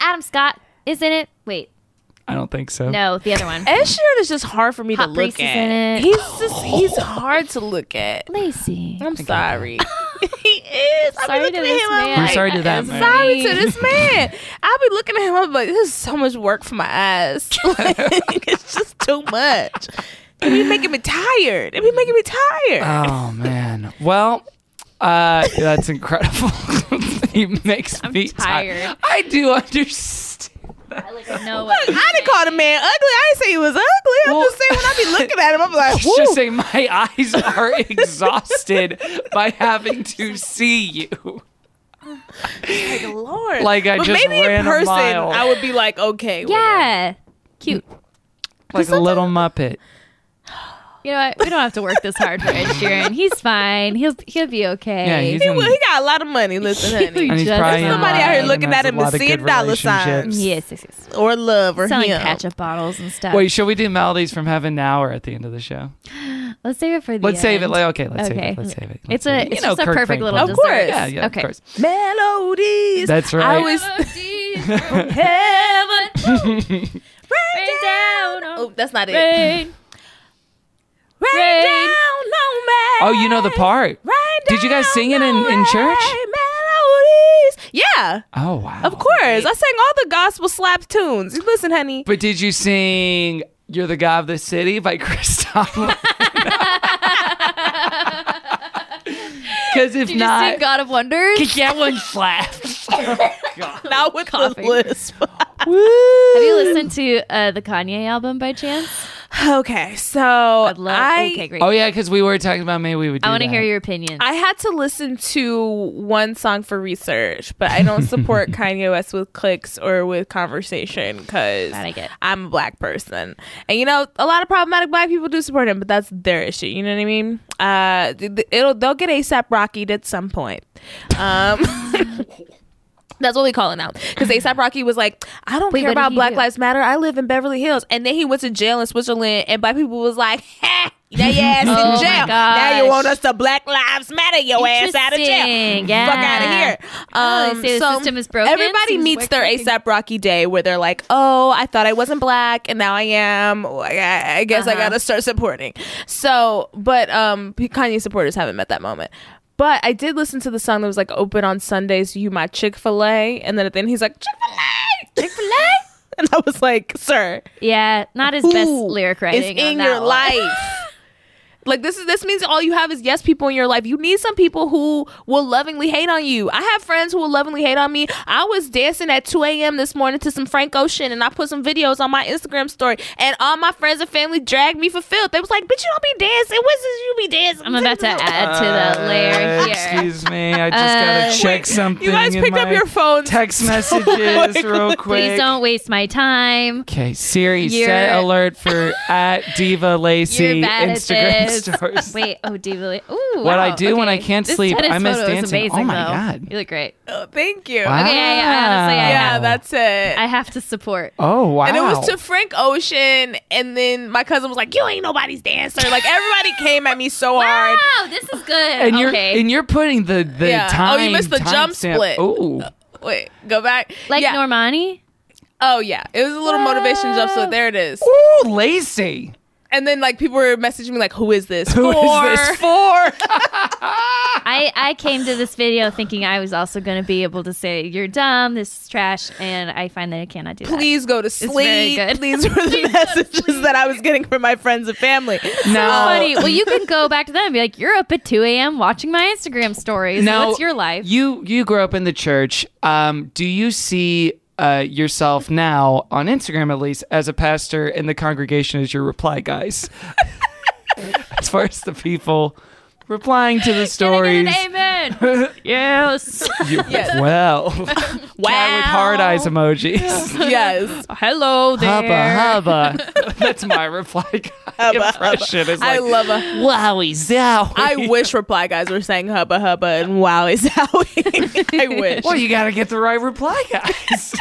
[SPEAKER 5] Adam Scott is in it. Wait,
[SPEAKER 2] I don't think so.
[SPEAKER 5] no, the other one.
[SPEAKER 6] Ed Sheeran is just hard for me
[SPEAKER 5] Hot
[SPEAKER 6] to
[SPEAKER 5] Priest
[SPEAKER 6] look
[SPEAKER 5] is
[SPEAKER 6] at.
[SPEAKER 5] in it.
[SPEAKER 6] He's just he's hard to look at.
[SPEAKER 5] Lacey.
[SPEAKER 6] I'm sorry. he is.
[SPEAKER 5] Sorry
[SPEAKER 6] I'll be
[SPEAKER 5] to
[SPEAKER 6] looking at
[SPEAKER 5] this
[SPEAKER 6] him. I'm
[SPEAKER 5] man.
[SPEAKER 2] I'm
[SPEAKER 6] like,
[SPEAKER 2] sorry to that man.
[SPEAKER 6] Sorry to this man. I'll be looking at him. I'm like, this is so much work for my eyes. Like, it's just too much. It be making me tired. It be making me tired.
[SPEAKER 2] Oh man. Well, uh, that's incredible. he makes me
[SPEAKER 5] tired.
[SPEAKER 2] I do understand.
[SPEAKER 5] I like know
[SPEAKER 6] Look, I didn't call the man ugly. I didn't say he was ugly. I'm
[SPEAKER 2] Well-
[SPEAKER 6] just saying when I be looking at him, I'm like,
[SPEAKER 2] It's just
[SPEAKER 6] whoo.
[SPEAKER 2] saying my eyes are exhausted by having to see you.
[SPEAKER 6] Lord.
[SPEAKER 2] Like I
[SPEAKER 6] but
[SPEAKER 2] just
[SPEAKER 6] maybe
[SPEAKER 2] ran
[SPEAKER 6] in
[SPEAKER 2] a
[SPEAKER 6] person,
[SPEAKER 2] mile.
[SPEAKER 6] I would be like, okay,
[SPEAKER 5] Yeah. Cute.
[SPEAKER 2] Like a little Muppet.
[SPEAKER 5] You know what? We don't have to work this hard for Ed Sheeran. He's fine. He'll he'll be okay.
[SPEAKER 2] Yeah, he's
[SPEAKER 6] He,
[SPEAKER 2] in-
[SPEAKER 6] will- he got a lot of money. Listen, honey.
[SPEAKER 2] and he's
[SPEAKER 5] just
[SPEAKER 2] probably
[SPEAKER 5] fine.
[SPEAKER 2] in
[SPEAKER 5] Somebody out here
[SPEAKER 2] line and
[SPEAKER 6] looking
[SPEAKER 2] has
[SPEAKER 6] at
[SPEAKER 2] a
[SPEAKER 6] him to
[SPEAKER 2] lot of
[SPEAKER 6] see
[SPEAKER 2] good
[SPEAKER 6] dollar signs.
[SPEAKER 2] relationships.
[SPEAKER 5] yes, yes, yes.
[SPEAKER 6] Or love or
[SPEAKER 5] Selling
[SPEAKER 6] him.
[SPEAKER 5] ketchup bottles and stuff.
[SPEAKER 2] Wait, should we do melodies from heaven now or at the end of the show?
[SPEAKER 5] let's save it for the.
[SPEAKER 2] Let's save it.
[SPEAKER 5] end.
[SPEAKER 2] Like, okay, let's save
[SPEAKER 5] Okay.
[SPEAKER 2] it. Let's save it.
[SPEAKER 5] It's
[SPEAKER 2] Let's save
[SPEAKER 5] a-
[SPEAKER 2] it.
[SPEAKER 5] it's just a perfect little
[SPEAKER 2] Franklin.
[SPEAKER 6] Of course. dessert.
[SPEAKER 2] Yeah, yeah,
[SPEAKER 5] Okay.
[SPEAKER 2] of course.
[SPEAKER 6] Melodies.
[SPEAKER 2] That's
[SPEAKER 6] I
[SPEAKER 2] right.
[SPEAKER 6] was
[SPEAKER 5] Rain down on-
[SPEAKER 6] Oh, that's not it. Rain,
[SPEAKER 5] rain. rain.
[SPEAKER 6] down on me.
[SPEAKER 2] oh, you know the part.
[SPEAKER 6] Rain
[SPEAKER 2] Did you guys
[SPEAKER 6] down
[SPEAKER 2] sing it in-
[SPEAKER 6] on
[SPEAKER 2] in
[SPEAKER 6] me.
[SPEAKER 2] church?
[SPEAKER 6] Melodies. Yeah.
[SPEAKER 2] Oh wow.
[SPEAKER 6] Of course. I sang all the gospel slap tunes. You Listen, honey.
[SPEAKER 2] But did you sing "You're the God of the City" by Chris Tomlin? Because if
[SPEAKER 5] Did you
[SPEAKER 2] not,
[SPEAKER 5] sing God of Wonders? Have
[SPEAKER 2] that one slaps.
[SPEAKER 6] Not with the
[SPEAKER 5] coughing.
[SPEAKER 6] lisp.
[SPEAKER 5] you listened to uh, the Kanye album by chance?
[SPEAKER 6] Okay, so I,
[SPEAKER 5] I'd love. okay, great.
[SPEAKER 2] oh yeah, because we were talking about maybe we would. Do
[SPEAKER 5] I want to
[SPEAKER 2] that.
[SPEAKER 5] hear your opinion.
[SPEAKER 6] I had to listen to one song for research, but I don't support Kanye West with clicks or with conversation because
[SPEAKER 5] That I get.
[SPEAKER 6] I'm a black person. And you know, a lot of problematic black people do support him, but that's their issue. You know what I mean? Uh, th- th- it'll they'll get ASAP Rocky at some point. Um, that's what we call it now because ASAP Rocky was like, I don't
[SPEAKER 5] Wait,
[SPEAKER 6] care
[SPEAKER 5] what did
[SPEAKER 6] about
[SPEAKER 5] he
[SPEAKER 6] Black
[SPEAKER 5] do?
[SPEAKER 6] Lives Matter. I live in Beverly Hills, and then he went to jail in Switzerland, and black people was like, ha, now your ass
[SPEAKER 5] Oh my
[SPEAKER 6] in jail. Now you
[SPEAKER 5] gosh.
[SPEAKER 6] want us to Black Lives Matter your ass out of jail.
[SPEAKER 5] Interesting, yeah.
[SPEAKER 6] Fuck out of here. Um,
[SPEAKER 5] Oh, they say the system is broken?
[SPEAKER 6] Everybody
[SPEAKER 5] Seems
[SPEAKER 6] meets their
[SPEAKER 5] working.
[SPEAKER 6] ASAP Rocky day where they're like, oh, I thought I wasn't black, and now I am. Oh, I, I guess
[SPEAKER 5] Uh-huh.
[SPEAKER 6] I gotta start supporting. So, but um, Kanye supporters haven't met that moment. But I did listen to the song that was like open on Sundays, You My Chick Fil A, and then at the end he's like Chick Fil A, Chick Fil A. And I was like, sir,
[SPEAKER 5] Yeah, not his best
[SPEAKER 6] who
[SPEAKER 5] lyric writing.
[SPEAKER 6] is in
[SPEAKER 5] on
[SPEAKER 6] your
[SPEAKER 5] that one.
[SPEAKER 6] life. like this is this means all you have is yes people in your life. You need some people who will lovingly hate on you. I have friends who will lovingly hate on me. I was dancing at 2 a.m. this morning to some Frank Ocean, and I put some videos on my Instagram story, and all my friends and family dragged me for filth. They was like, "Bitch, you don't be dancing. What's this? You be dancing?"
[SPEAKER 5] I'm about to add to that layer
[SPEAKER 2] Uh,
[SPEAKER 5] here. Uh,
[SPEAKER 2] Excuse me, I just gotta check something.
[SPEAKER 6] You guys
[SPEAKER 2] in
[SPEAKER 6] picked up
[SPEAKER 2] my
[SPEAKER 6] your phones.
[SPEAKER 2] text messages real quick.
[SPEAKER 5] Please don't waste my time.
[SPEAKER 2] Okay, Siri, set
[SPEAKER 5] You're-
[SPEAKER 2] alert for at Diva Lacey
[SPEAKER 5] You're bad
[SPEAKER 2] Instagram
[SPEAKER 5] at this.
[SPEAKER 2] stories.
[SPEAKER 5] Wait, oh, Diva. Ooh,
[SPEAKER 2] What I
[SPEAKER 5] wow,
[SPEAKER 2] do when I
[SPEAKER 5] okay.
[SPEAKER 2] can't
[SPEAKER 5] This
[SPEAKER 2] sleep,
[SPEAKER 5] tennis
[SPEAKER 2] I miss
[SPEAKER 5] photo is
[SPEAKER 2] dancing. Oh
[SPEAKER 5] Amazing,
[SPEAKER 2] my
[SPEAKER 5] though.
[SPEAKER 2] God.
[SPEAKER 5] You look great.
[SPEAKER 6] Oh, thank you.
[SPEAKER 2] Wow.
[SPEAKER 5] Okay, yeah, yeah, honestly, I-
[SPEAKER 6] Yeah, that's it.
[SPEAKER 5] I have to support.
[SPEAKER 2] Oh wow!
[SPEAKER 6] And it was to Frank Ocean, and then my cousin was like, "You ain't nobody's dancer." Like everybody came at me so hard.
[SPEAKER 5] Wow, this is good.
[SPEAKER 2] and you're
[SPEAKER 5] okay.
[SPEAKER 2] and you're putting the the
[SPEAKER 6] Yeah.
[SPEAKER 2] time.
[SPEAKER 6] Oh, you missed the
[SPEAKER 2] time
[SPEAKER 6] jump
[SPEAKER 2] stamp.
[SPEAKER 6] split.
[SPEAKER 2] Ooh,
[SPEAKER 6] Wait, go back.
[SPEAKER 5] like
[SPEAKER 6] yeah.
[SPEAKER 5] Normani?
[SPEAKER 6] Oh yeah, it was a little motivation jump. So there it is.
[SPEAKER 2] ooh, Lacey.
[SPEAKER 6] And then like people were messaging me like, "Who is this?
[SPEAKER 2] Who is
[SPEAKER 6] for?"
[SPEAKER 2] this for?
[SPEAKER 5] I, I came to this video thinking I was also going to be able to say, you're dumb, this is trash, and I find that I cannot do that.
[SPEAKER 6] Please go to
[SPEAKER 5] very
[SPEAKER 6] sleep.
[SPEAKER 5] good.
[SPEAKER 6] These were the messages that I was getting from my friends and family.
[SPEAKER 2] No.
[SPEAKER 5] Funny. Well, you can go back to them and be like, you're up at 2 a.m. watching my Instagram stories.
[SPEAKER 2] Now,
[SPEAKER 5] What's your life?
[SPEAKER 2] You you grew up in the church. Um, do you see uh, yourself now on Instagram at least as a pastor and the congregation as your reply guys? as far as the people replying to the
[SPEAKER 5] Can I
[SPEAKER 2] stories.
[SPEAKER 5] get an amen? yes.
[SPEAKER 2] Well, wow. with hard eyes emojis.
[SPEAKER 6] Yes,
[SPEAKER 5] Hello there.
[SPEAKER 2] Hubba hubba. That's my reply guy impression. Is
[SPEAKER 6] I
[SPEAKER 2] like,
[SPEAKER 6] love a.
[SPEAKER 2] Wowie zowie.
[SPEAKER 6] I wish reply guys were saying hubba hubba and wow is howie. I wish.
[SPEAKER 2] well, you got to get the right reply guys.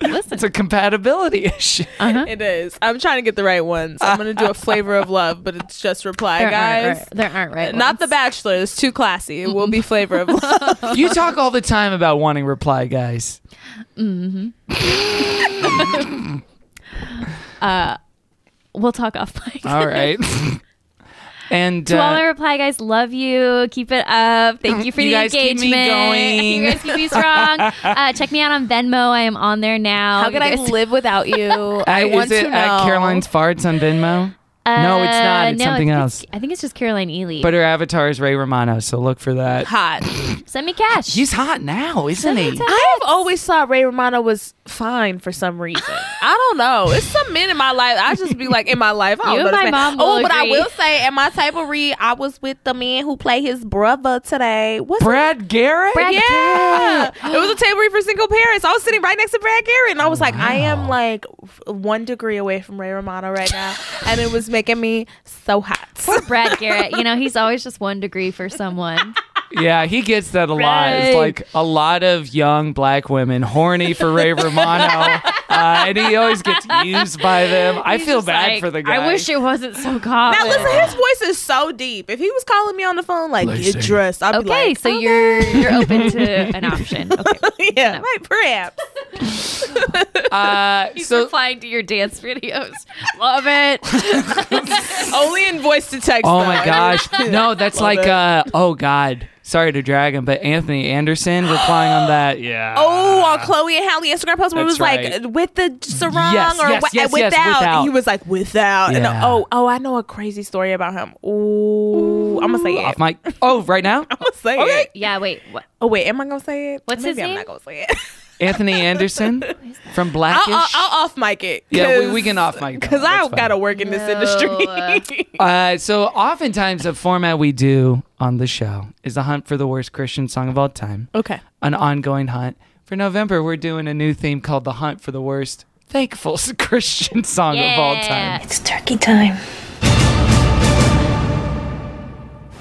[SPEAKER 5] Listen.
[SPEAKER 2] it's a compatibility issue.
[SPEAKER 6] It is. I'm trying to get the right ones. I'm gonna do a flavor of love, but it's just reply
[SPEAKER 5] there
[SPEAKER 6] guys.
[SPEAKER 5] aren't right. There aren't right.
[SPEAKER 6] Not the
[SPEAKER 5] ones.
[SPEAKER 6] Bachelor. It's too classy. It will be flavor of love.
[SPEAKER 2] You talk all the time about wanting reply guys.
[SPEAKER 5] We'll talk off mic.
[SPEAKER 2] All right. and
[SPEAKER 5] to all my
[SPEAKER 2] uh,
[SPEAKER 5] reply guys, love you. Keep it up. Thank you for
[SPEAKER 2] You
[SPEAKER 5] the
[SPEAKER 2] guys keep
[SPEAKER 5] engagement.
[SPEAKER 2] me going.
[SPEAKER 5] You guys keep me strong. uh, check me out on Venmo. I am on there now.
[SPEAKER 6] How could
[SPEAKER 5] You
[SPEAKER 6] I
[SPEAKER 5] guys-
[SPEAKER 6] live without you? I
[SPEAKER 2] at-
[SPEAKER 6] want
[SPEAKER 2] is it
[SPEAKER 6] to know.
[SPEAKER 2] at Caroline's Farts on Venmo?
[SPEAKER 5] Uh,
[SPEAKER 2] no, it's not. It's
[SPEAKER 5] no, I
[SPEAKER 2] something
[SPEAKER 5] think
[SPEAKER 2] else.
[SPEAKER 5] I think it's just Caroline Ely.
[SPEAKER 2] But her avatar is Ray Romano, so look for that.
[SPEAKER 6] hot.
[SPEAKER 5] send me cash.
[SPEAKER 2] He's hot now, isn't he?
[SPEAKER 6] I have always thought Ray Romano was fine for some reason. I don't know. It's some men in my life. I just be like in my life. I don't
[SPEAKER 5] You
[SPEAKER 6] know
[SPEAKER 5] and
[SPEAKER 6] this
[SPEAKER 5] my
[SPEAKER 6] man.
[SPEAKER 5] mom will
[SPEAKER 6] Oh, but I
[SPEAKER 5] agree.
[SPEAKER 6] will say, in my type of read, I was with the man who played his brother today. What's his
[SPEAKER 2] Brad Garrett?
[SPEAKER 5] Brad
[SPEAKER 6] Yeah, it was a table read for single parents. I was sitting right next to Brad Garrett, and I was like, I am like one degree away from Ray Romano right now, and it was making me so hot.
[SPEAKER 5] Brad Garrett. You know, he's always just one degree for someone.
[SPEAKER 2] Yeah, he gets that a lot. It's
[SPEAKER 5] Ray.
[SPEAKER 2] like a lot of young black women horny for Ray Romano, uh, and he always gets used by them. I
[SPEAKER 5] He's
[SPEAKER 2] feel
[SPEAKER 5] just
[SPEAKER 2] bad
[SPEAKER 5] like,
[SPEAKER 2] for the guy.
[SPEAKER 5] I wish it wasn't so common.
[SPEAKER 6] Now listen, his voice is so deep. If he was calling me on the phone, like get dressed, I'd be
[SPEAKER 5] Okay,
[SPEAKER 6] like,
[SPEAKER 2] Oh,
[SPEAKER 5] so you're you're open to an option. Okay.
[SPEAKER 6] yeah, like, perhaps.
[SPEAKER 2] Uh,
[SPEAKER 5] He's
[SPEAKER 2] so
[SPEAKER 5] replying to your dance videos. Love it.
[SPEAKER 6] Only in voice to text.
[SPEAKER 2] Oh
[SPEAKER 6] though.
[SPEAKER 2] my gosh. No, that's like uh oh god. Sorry to drag him, but Anthony Anderson replying on that. Yeah.
[SPEAKER 6] Oh, on Chloe and Hallie Instagram post, where it
[SPEAKER 2] That's
[SPEAKER 6] was
[SPEAKER 2] right.
[SPEAKER 6] like with the sarong
[SPEAKER 2] Yes,
[SPEAKER 6] or
[SPEAKER 2] yes,
[SPEAKER 6] wi-
[SPEAKER 2] yes, yes,
[SPEAKER 6] without.
[SPEAKER 2] without.
[SPEAKER 6] He was like without. And
[SPEAKER 2] Yeah.
[SPEAKER 6] oh, oh, I know a crazy story about him. Ooh, I'm gonna say it.
[SPEAKER 2] Off mic. Oh, right now?
[SPEAKER 6] I'm gonna say it.
[SPEAKER 5] Yeah. Wait. What?
[SPEAKER 6] Oh wait, am I gonna say it?
[SPEAKER 5] What's his
[SPEAKER 6] Maybe I'm
[SPEAKER 5] name?
[SPEAKER 6] not gonna say it.
[SPEAKER 2] Anthony Anderson from
[SPEAKER 6] I'll,
[SPEAKER 2] Blackish.
[SPEAKER 5] Uh,
[SPEAKER 6] I'll, I'll off mic it.
[SPEAKER 2] yeah, we, we can off mic. that.
[SPEAKER 6] Because
[SPEAKER 2] That's
[SPEAKER 6] I
[SPEAKER 2] fine.
[SPEAKER 6] gotta work in this industry.
[SPEAKER 2] Uh, so oftentimes the format we do on the show is the hunt for the worst Christian song of all time.
[SPEAKER 6] okay.
[SPEAKER 2] An ongoing hunt. For November, we're doing a new theme called the hunt for the worst thankful Christian song of all
[SPEAKER 5] Yeah.
[SPEAKER 2] time.
[SPEAKER 4] It's turkey time.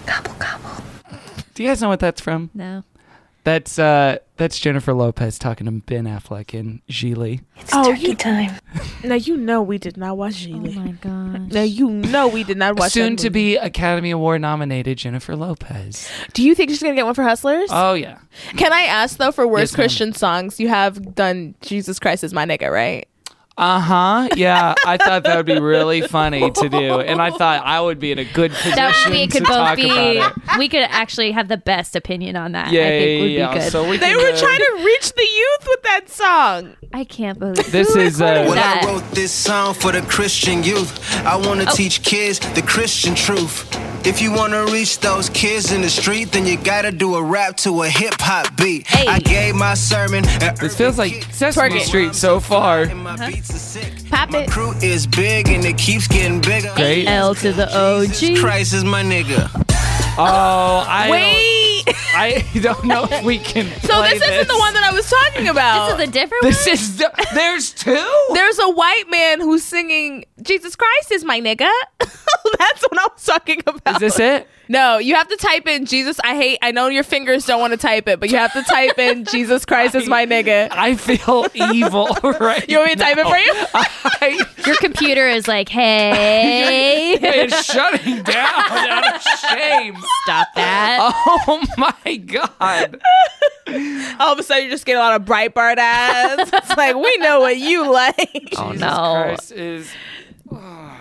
[SPEAKER 4] Gobble, gobble.
[SPEAKER 2] Do you guys know what that's from?
[SPEAKER 5] No.
[SPEAKER 2] That's uh that's Jennifer Lopez talking to Ben Affleck in Gigli.
[SPEAKER 4] It's turkey time.
[SPEAKER 6] Oh, Now you know we did not watch Gigli.
[SPEAKER 5] Oh my god.
[SPEAKER 6] now you know we did not watch. that
[SPEAKER 2] Soon to be
[SPEAKER 6] movie.
[SPEAKER 2] Academy Award nominated Jennifer Lopez.
[SPEAKER 6] Do you think she's gonna get one for Hustlers?
[SPEAKER 2] Oh yeah.
[SPEAKER 6] Can I ask though for
[SPEAKER 2] Yes,
[SPEAKER 6] worst
[SPEAKER 2] ma'am.
[SPEAKER 6] Christian songs? You have done Jesus Christ is my nigga, right?
[SPEAKER 2] Uh huh. Yeah, I thought that would be really funny to do, and I thought I would be in a good position
[SPEAKER 5] That would be, it
[SPEAKER 2] to
[SPEAKER 5] could
[SPEAKER 2] talk
[SPEAKER 5] both
[SPEAKER 2] about
[SPEAKER 5] be,
[SPEAKER 2] it.
[SPEAKER 5] we could actually have the best opinion on that.
[SPEAKER 2] Yeah,
[SPEAKER 5] I think would
[SPEAKER 2] yeah,
[SPEAKER 5] be
[SPEAKER 2] yeah.
[SPEAKER 5] good.
[SPEAKER 2] So we
[SPEAKER 6] They
[SPEAKER 2] can
[SPEAKER 6] were
[SPEAKER 2] go-
[SPEAKER 6] trying to reach the youth with that song.
[SPEAKER 5] I can't believe
[SPEAKER 2] This is uh,
[SPEAKER 5] Well, that.
[SPEAKER 9] I wrote this song for the Christian youth. I want
[SPEAKER 6] Oh.
[SPEAKER 9] to teach kids the Christian truth. If you want to reach those kids in the street, then you got to do a rap to a hip hop beat. I gave my sermon.
[SPEAKER 2] This feels like Sesame Street so far.
[SPEAKER 6] Uh-huh. Pop
[SPEAKER 9] My
[SPEAKER 6] it.
[SPEAKER 9] crew is big and it keeps getting bigger.
[SPEAKER 2] Great.
[SPEAKER 5] L to the
[SPEAKER 9] Jesus
[SPEAKER 5] OG.
[SPEAKER 9] Christ is my nigga.
[SPEAKER 2] Oh, I
[SPEAKER 6] Wait.
[SPEAKER 2] Don't, I don't know if we can.
[SPEAKER 6] So
[SPEAKER 2] play
[SPEAKER 6] this isn't the one that I was talking
[SPEAKER 5] This
[SPEAKER 6] about.
[SPEAKER 5] is a different
[SPEAKER 2] This
[SPEAKER 5] one.
[SPEAKER 2] is the- there's two.
[SPEAKER 6] There's a white man who's singing "Jesus Christ is my nigga." That's what I was talking about.
[SPEAKER 2] Is this it?
[SPEAKER 6] No, you have to type in Jesus. I hate. I know your fingers don't want to type it, but you have to type in Jesus Christ is my nigga.
[SPEAKER 2] I feel evil right
[SPEAKER 6] You want me to type it for you?
[SPEAKER 2] I,
[SPEAKER 5] Your computer is like, hey,
[SPEAKER 2] it's shutting down out of shame.
[SPEAKER 5] stop that.
[SPEAKER 2] Oh my god.
[SPEAKER 6] All of a sudden, you just get a lot of Breitbart ads. It's like we know what you like.
[SPEAKER 5] oh
[SPEAKER 2] Jesus
[SPEAKER 5] no,
[SPEAKER 2] Christ is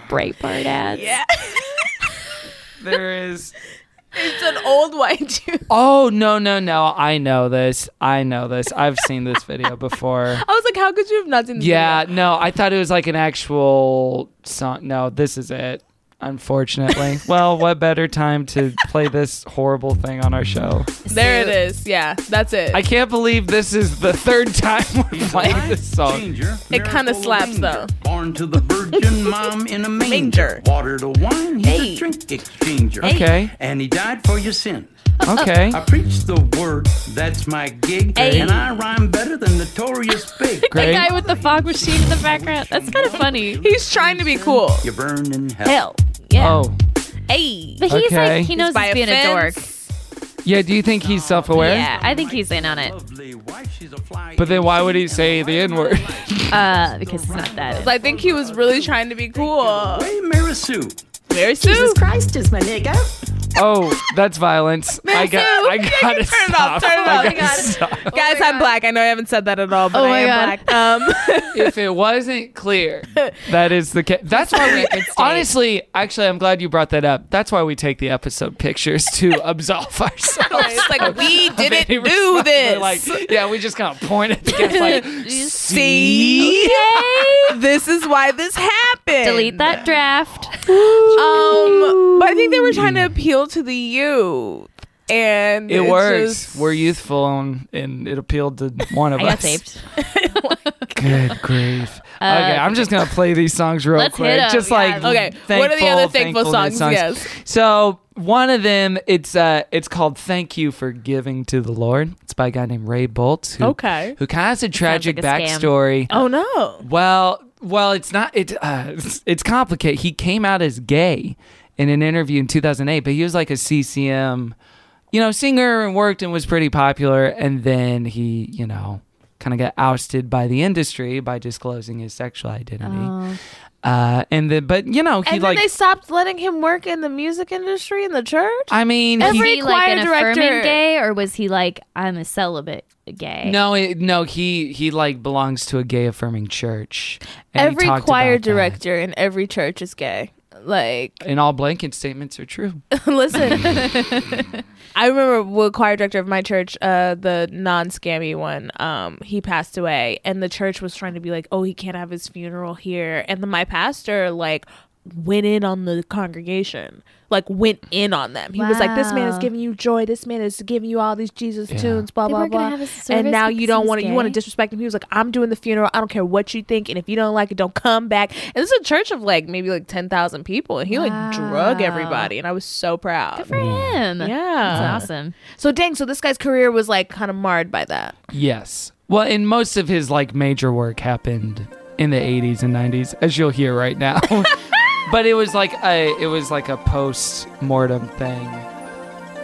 [SPEAKER 5] Breitbart ads. Yeah.
[SPEAKER 2] there is
[SPEAKER 6] It's an old white dude.
[SPEAKER 2] Oh no no no. I know this. I know this. I've seen this video before.
[SPEAKER 6] I was like, how could you have not seen? This
[SPEAKER 2] Yeah, no, I thought it was like an actual song. No, this is it. Unfortunately. well, what better time to play this horrible thing on our show?
[SPEAKER 6] video? there it is. Yeah, that's it.
[SPEAKER 2] I can't believe this is the third time we're playing this song.
[SPEAKER 6] it kind of slaps though.
[SPEAKER 9] Born to the virgin mom in a
[SPEAKER 6] manger. Manger.
[SPEAKER 9] Water to wine, he's a drink exchanger.
[SPEAKER 2] Okay.
[SPEAKER 9] And he died for your sin.
[SPEAKER 2] Okay.
[SPEAKER 9] I preach the word, that's my gig. And I rhyme better than Notorious Big.
[SPEAKER 5] The
[SPEAKER 2] Great.
[SPEAKER 5] guy with the fog machine in the background. That's kind of funny.
[SPEAKER 6] He's trying to be cool.
[SPEAKER 9] You burn in hell.
[SPEAKER 6] Hell,
[SPEAKER 2] Oh.
[SPEAKER 6] hey.
[SPEAKER 5] But he's
[SPEAKER 2] Okay.
[SPEAKER 5] like, he knows
[SPEAKER 6] by
[SPEAKER 5] he's being a dork.
[SPEAKER 6] offense.
[SPEAKER 2] Yeah, do you think he's self aware?
[SPEAKER 5] Yeah, I think he's in on it.
[SPEAKER 9] Lovely wife, she's a fly.
[SPEAKER 2] But then why would he say the N word?
[SPEAKER 5] Uh, because it's not that.
[SPEAKER 6] I think he was really trying to be cool.
[SPEAKER 9] Hey, Mary Sue.
[SPEAKER 6] Very soon.
[SPEAKER 4] Christ is my nigga.
[SPEAKER 2] oh, that's violence. I got
[SPEAKER 6] Sue,
[SPEAKER 2] I
[SPEAKER 6] yeah,
[SPEAKER 2] gotta
[SPEAKER 6] you turn it
[SPEAKER 2] stop.
[SPEAKER 6] off, turn it off.
[SPEAKER 2] I
[SPEAKER 6] You got
[SPEAKER 2] gotta
[SPEAKER 6] it.
[SPEAKER 2] stop. Oh
[SPEAKER 6] Guys, I'm black. I know I haven't said that at all, but
[SPEAKER 5] Oh
[SPEAKER 6] I
[SPEAKER 5] my
[SPEAKER 6] am black. Um,
[SPEAKER 2] if it wasn't clear, that is the case. That's why we honestly, actually, I'm glad you brought that up. That's why we take the episode pictures to absolve ourselves.
[SPEAKER 6] it's like we didn't
[SPEAKER 2] Any
[SPEAKER 6] do
[SPEAKER 2] response,
[SPEAKER 6] this.
[SPEAKER 2] we're Like, yeah, we just kind of point at the guest like,
[SPEAKER 6] See,
[SPEAKER 2] see,
[SPEAKER 6] this is why this happened.
[SPEAKER 5] Delete that draft.
[SPEAKER 6] Um, but I think they were trying to appeal to the youth, and
[SPEAKER 2] it
[SPEAKER 6] it's
[SPEAKER 2] works.
[SPEAKER 6] just-
[SPEAKER 2] We're youthful and, and it appealed to one of
[SPEAKER 5] I
[SPEAKER 2] us.
[SPEAKER 5] got saved.
[SPEAKER 2] Good
[SPEAKER 6] Uh,
[SPEAKER 2] grief. okay, I'm just gonna play these songs real
[SPEAKER 5] Let's hit
[SPEAKER 2] quick.
[SPEAKER 5] 'em,
[SPEAKER 2] just
[SPEAKER 5] yeah.
[SPEAKER 2] like
[SPEAKER 6] Okay,
[SPEAKER 2] thankful,
[SPEAKER 6] what are the other thankful
[SPEAKER 2] thankfulness
[SPEAKER 6] songs? Yes.
[SPEAKER 2] So one of them, it's uh, it's called "Thank You for Giving to the Lord." It's by a guy named Ray Bolts, who
[SPEAKER 6] Okay.
[SPEAKER 2] who kind of has a tragic
[SPEAKER 5] like a scam.
[SPEAKER 2] backstory.
[SPEAKER 6] Oh no!
[SPEAKER 2] Well, well, it's not. It uh, it's, it's complicated. He came out as gay in an interview in 2008, but he was like a CCM, you know, singer and worked and was pretty popular. And then he, you know, kind of got ousted by the industry by disclosing his sexual identity. Uh, and then, but you know, he
[SPEAKER 6] Oh. And then
[SPEAKER 2] like.
[SPEAKER 6] they stopped letting him work in the music industry in the church.
[SPEAKER 2] I mean,
[SPEAKER 5] Was
[SPEAKER 2] he,
[SPEAKER 6] Every
[SPEAKER 5] he like
[SPEAKER 6] choir
[SPEAKER 5] an affirming
[SPEAKER 6] director-
[SPEAKER 5] gay, or was he like, I'm a celibate gay?
[SPEAKER 2] no, it, no, he he like belongs to a gay affirming church. And he
[SPEAKER 6] every
[SPEAKER 2] talked
[SPEAKER 6] choir
[SPEAKER 2] about that.
[SPEAKER 6] director in every church is gay. Like,
[SPEAKER 2] and all blanket statements are true.
[SPEAKER 6] listen, I remember the choir director of my church, uh, the non-scammy one. Um, he passed away, and the church was trying to be like, "Oh, he can't have his funeral here." And then my pastor, like, went in on the congregation, like, went in on them. He was like, "This man is
[SPEAKER 5] Wow.
[SPEAKER 6] giving you joy. This man is giving you all these Jesus tunes, blah
[SPEAKER 5] They
[SPEAKER 6] blah
[SPEAKER 5] weren't gonna
[SPEAKER 6] blah."
[SPEAKER 5] have his
[SPEAKER 6] And
[SPEAKER 5] service
[SPEAKER 6] now you
[SPEAKER 5] because he
[SPEAKER 6] don't
[SPEAKER 5] was
[SPEAKER 6] want to. You want to
[SPEAKER 5] gay?
[SPEAKER 6] disrespect him. He was like, "I'm doing the funeral. I don't care what you think. And if you don't like it, don't come back." And this is a church of like maybe like ten thousand people, and he like drug everybody, and I was so proud.
[SPEAKER 5] Good for him.
[SPEAKER 6] Yeah.
[SPEAKER 5] That's awesome.
[SPEAKER 6] So dang, so this guy's career was like kind of marred by that.
[SPEAKER 2] Yes. Well, and most of his like major work happened in the 80s and 90s, as you'll hear right now. but it was like a it was like a post mortem thing.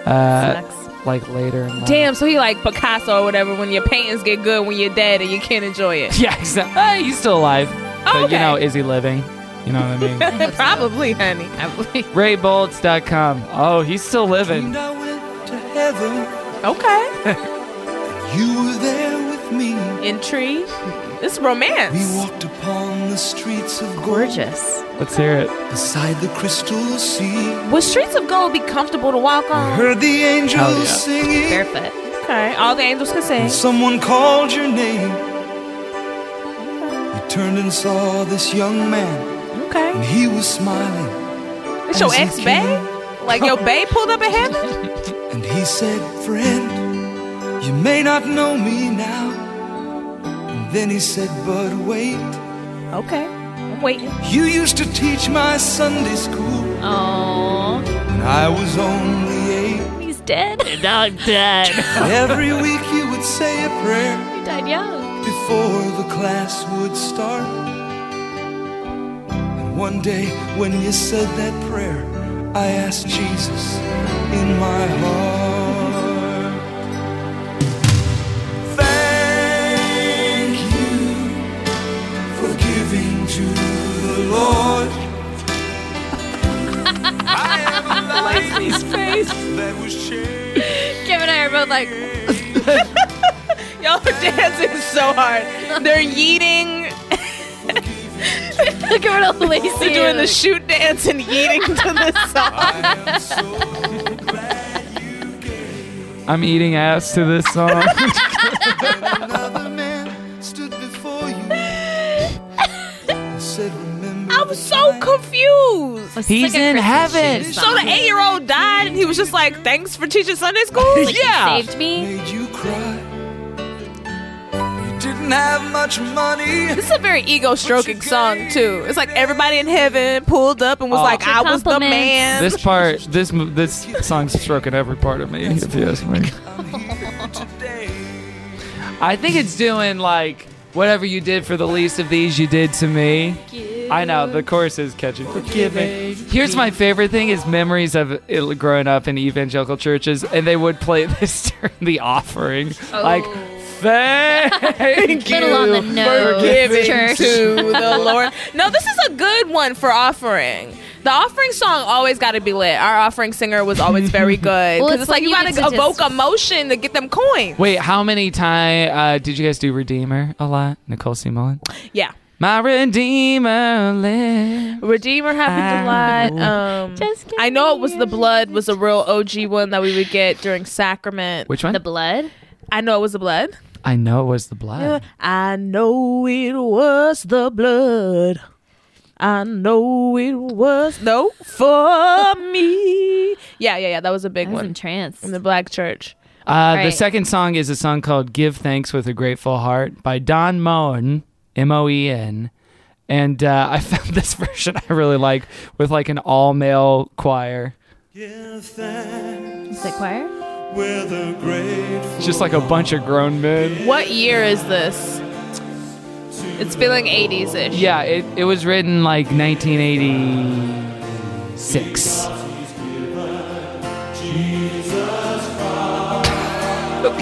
[SPEAKER 2] Uh, like later in life.
[SPEAKER 6] Damn, so he like Picasso or whatever when your paintings get good when you're dead and you can't enjoy it.
[SPEAKER 2] Yeah, exactly. Uh, he's still alive, but
[SPEAKER 6] okay.
[SPEAKER 2] you know, is he living? You know what I mean?
[SPEAKER 6] Probably, honey.
[SPEAKER 2] RayBolts.com. Oh, he's still living.
[SPEAKER 9] I went to heaven.
[SPEAKER 6] Okay.
[SPEAKER 9] You were there with me.
[SPEAKER 6] Intrigued. This is romance.
[SPEAKER 9] We walked upon the streets of
[SPEAKER 5] Gorgeous.
[SPEAKER 2] Let's hear it.
[SPEAKER 9] Beside the crystal sea.
[SPEAKER 6] Would Streets of Gold be comfortable to walk on?
[SPEAKER 9] Heard the angels singing.
[SPEAKER 5] Barefoot.
[SPEAKER 6] Okay, all the angels can sing.
[SPEAKER 9] When someone called your name. You turned and saw this young man,
[SPEAKER 6] Okay.
[SPEAKER 9] and he was smiling.
[SPEAKER 6] It's your
[SPEAKER 9] As
[SPEAKER 6] ex
[SPEAKER 9] he
[SPEAKER 6] bae? Like your bae pulled up in heaven?
[SPEAKER 9] And he said, Friend, you may not know me now. And then he said, But wait,
[SPEAKER 6] Okay. I'm waiting.
[SPEAKER 9] you used to teach my Sunday school
[SPEAKER 5] Oh,
[SPEAKER 9] when I was only eight.
[SPEAKER 5] he's dead. He
[SPEAKER 9] Every week you would say a prayer.
[SPEAKER 5] died young.
[SPEAKER 9] before the class would start. And one day when you said that prayer, I asked Jesus in my heart. Thank you for giving to the Lord. I am a life that was changed.
[SPEAKER 5] Kim and I are both like,
[SPEAKER 6] Y'all are dancing so hard. They're yeeting.
[SPEAKER 5] look at what a lazy.
[SPEAKER 6] They're doing the shoot dance and yeeting to this song.
[SPEAKER 2] I'm eating ass to this song.
[SPEAKER 9] Another man stood before you and said, Remember.
[SPEAKER 6] I'm
[SPEAKER 9] the
[SPEAKER 6] so
[SPEAKER 9] time."
[SPEAKER 6] confused.
[SPEAKER 2] He's in heaven.
[SPEAKER 6] So the eight year old died and he was just like, thanks for teaching Sunday school? yeah.
[SPEAKER 5] saved me.
[SPEAKER 9] Made you cry. You didn't have much money.
[SPEAKER 6] This is a very ego stroking song, too. It's like everybody in heaven pulled up and was
[SPEAKER 2] Oh.
[SPEAKER 6] like, I was the
[SPEAKER 5] Compliments.
[SPEAKER 6] man.
[SPEAKER 2] this part, this mo- this song's stroking every part of me. If you ask me. I think it's doing like whatever you did for the least of these, you did to me. I know the chorus is catchy. Forgiving. Here's my favorite thing: is memories of it- growing up in evangelical churches, and they would play this during the offering, like. Thank you.
[SPEAKER 5] Little on the nose,
[SPEAKER 2] for giving
[SPEAKER 5] church.
[SPEAKER 6] to the Lord. No, this is a good one for offering. The offering song always got to be lit. Our offering singer was always very good because
[SPEAKER 5] Well,
[SPEAKER 6] it's,
[SPEAKER 5] it's
[SPEAKER 6] like you
[SPEAKER 5] when
[SPEAKER 6] got
[SPEAKER 5] you
[SPEAKER 6] to
[SPEAKER 5] get to
[SPEAKER 6] evoke
[SPEAKER 5] just-
[SPEAKER 6] emotion to get them coins.
[SPEAKER 2] Wait, how many time uh, did you guys do Redeemer a lot? Nicole C. Mullen?
[SPEAKER 6] Yeah,
[SPEAKER 2] My Redeemer lives.
[SPEAKER 6] Redeemer happened a lot. Um,
[SPEAKER 2] Mm.
[SPEAKER 5] Just
[SPEAKER 6] I know it was the blood was a real OG one that we would get during sacrament.
[SPEAKER 2] Which one?
[SPEAKER 5] The blood.
[SPEAKER 6] I know it was the blood.
[SPEAKER 2] I know it was the blood.
[SPEAKER 6] I know it was the blood. I know it was no for me. Yeah, yeah, yeah. That was a big
[SPEAKER 5] I was
[SPEAKER 6] one.
[SPEAKER 5] in trance.
[SPEAKER 6] in the black church.
[SPEAKER 2] Uh, The
[SPEAKER 5] Right.
[SPEAKER 2] second song is a song called Give Thanks with a Grateful Heart by Don Moen, M O E N. And uh, I found this version I really like with like an all male choir.
[SPEAKER 5] Is it choir?
[SPEAKER 2] It's just like a bunch of grown men.
[SPEAKER 6] What year is this? It's feeling 80s ish.
[SPEAKER 2] Yeah, it, it was written like 1986.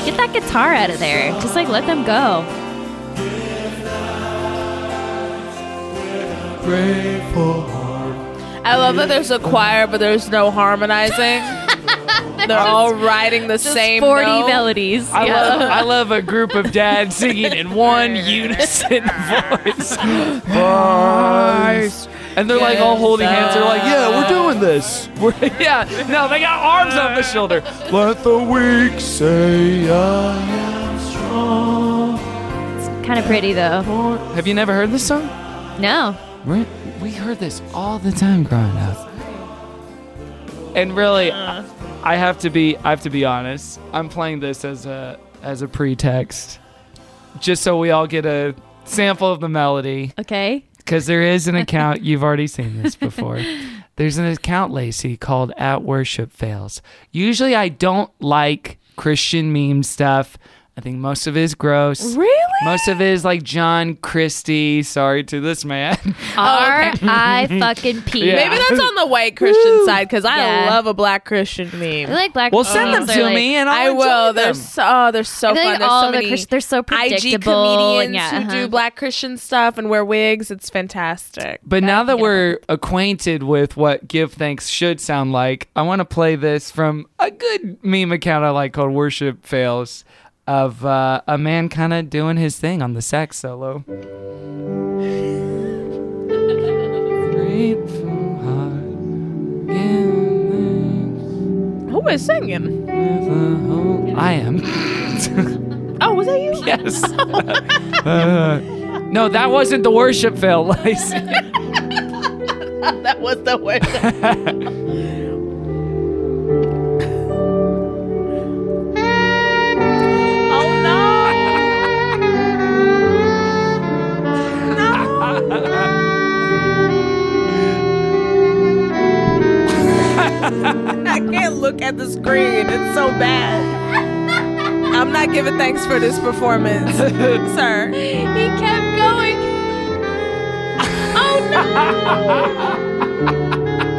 [SPEAKER 5] Get that guitar out of there. Just like let them go.
[SPEAKER 6] I love that there's a choir, but there's no harmonizing. They're all riding the
[SPEAKER 5] Just
[SPEAKER 6] same
[SPEAKER 5] forty
[SPEAKER 6] note.
[SPEAKER 5] melodies.
[SPEAKER 2] I,
[SPEAKER 5] yeah.
[SPEAKER 2] love, I love a group of dads singing in one unison voice. Voice. And they're like all holding hands. They're like, yeah, we're doing this. We're, yeah. No, they got arms on the shoulder. Let the weak say I am strong.
[SPEAKER 5] kind of pretty though.
[SPEAKER 2] Have you never heard this song?
[SPEAKER 5] No.
[SPEAKER 2] We're, we heard this all the time growing up. And really, I I have to be I have to be honest. I'm playing this as a as a pretext, just so we all get a sample of the melody.
[SPEAKER 5] Okay.
[SPEAKER 2] Because there is an account you've already seen this before. There's an account, Lacey, called At Worship Fails. Usually, I don't like Christian meme stuff. I think most of it is gross.
[SPEAKER 6] Really?
[SPEAKER 2] Most of it is like John Christie. Sorry to this man.
[SPEAKER 5] Oh, R I fucking P.
[SPEAKER 2] Yeah.
[SPEAKER 6] Maybe that's on the white Christian side because I
[SPEAKER 5] Yeah.
[SPEAKER 6] love a black Christian
[SPEAKER 5] I
[SPEAKER 6] meme.
[SPEAKER 5] like black.
[SPEAKER 2] Well, send them
[SPEAKER 5] memes
[SPEAKER 2] to
[SPEAKER 5] are, like-
[SPEAKER 2] me, and
[SPEAKER 6] I
[SPEAKER 2] I'll
[SPEAKER 6] will.
[SPEAKER 2] Enjoy
[SPEAKER 6] They're
[SPEAKER 2] them.
[SPEAKER 6] so, oh, they're so
[SPEAKER 5] I feel
[SPEAKER 6] fun.
[SPEAKER 5] like
[SPEAKER 6] There's
[SPEAKER 5] all
[SPEAKER 6] so
[SPEAKER 5] the
[SPEAKER 6] many
[SPEAKER 5] Christ- they're so
[SPEAKER 6] IG
[SPEAKER 5] predictable.
[SPEAKER 6] comedians
[SPEAKER 5] yeah,
[SPEAKER 6] who
[SPEAKER 5] uh-huh.
[SPEAKER 6] do black Christian stuff and wear wigs. It's fantastic.
[SPEAKER 2] But now that we're acquainted with what give thanks should sound like, I want to play this from a good meme account I like called Worship Fails. of uh, a man kind of doing his thing on the sax solo. Grateful heart,
[SPEAKER 6] Who is singing?
[SPEAKER 2] I am.
[SPEAKER 6] Oh, was that you?
[SPEAKER 2] yes. Uh, no, that wasn't the worship fail, Lice.
[SPEAKER 6] that was the worst. oh no! No! I can't look at the screen. It's so bad. I'm not giving thanks for this performance, sir.
[SPEAKER 5] He kept going.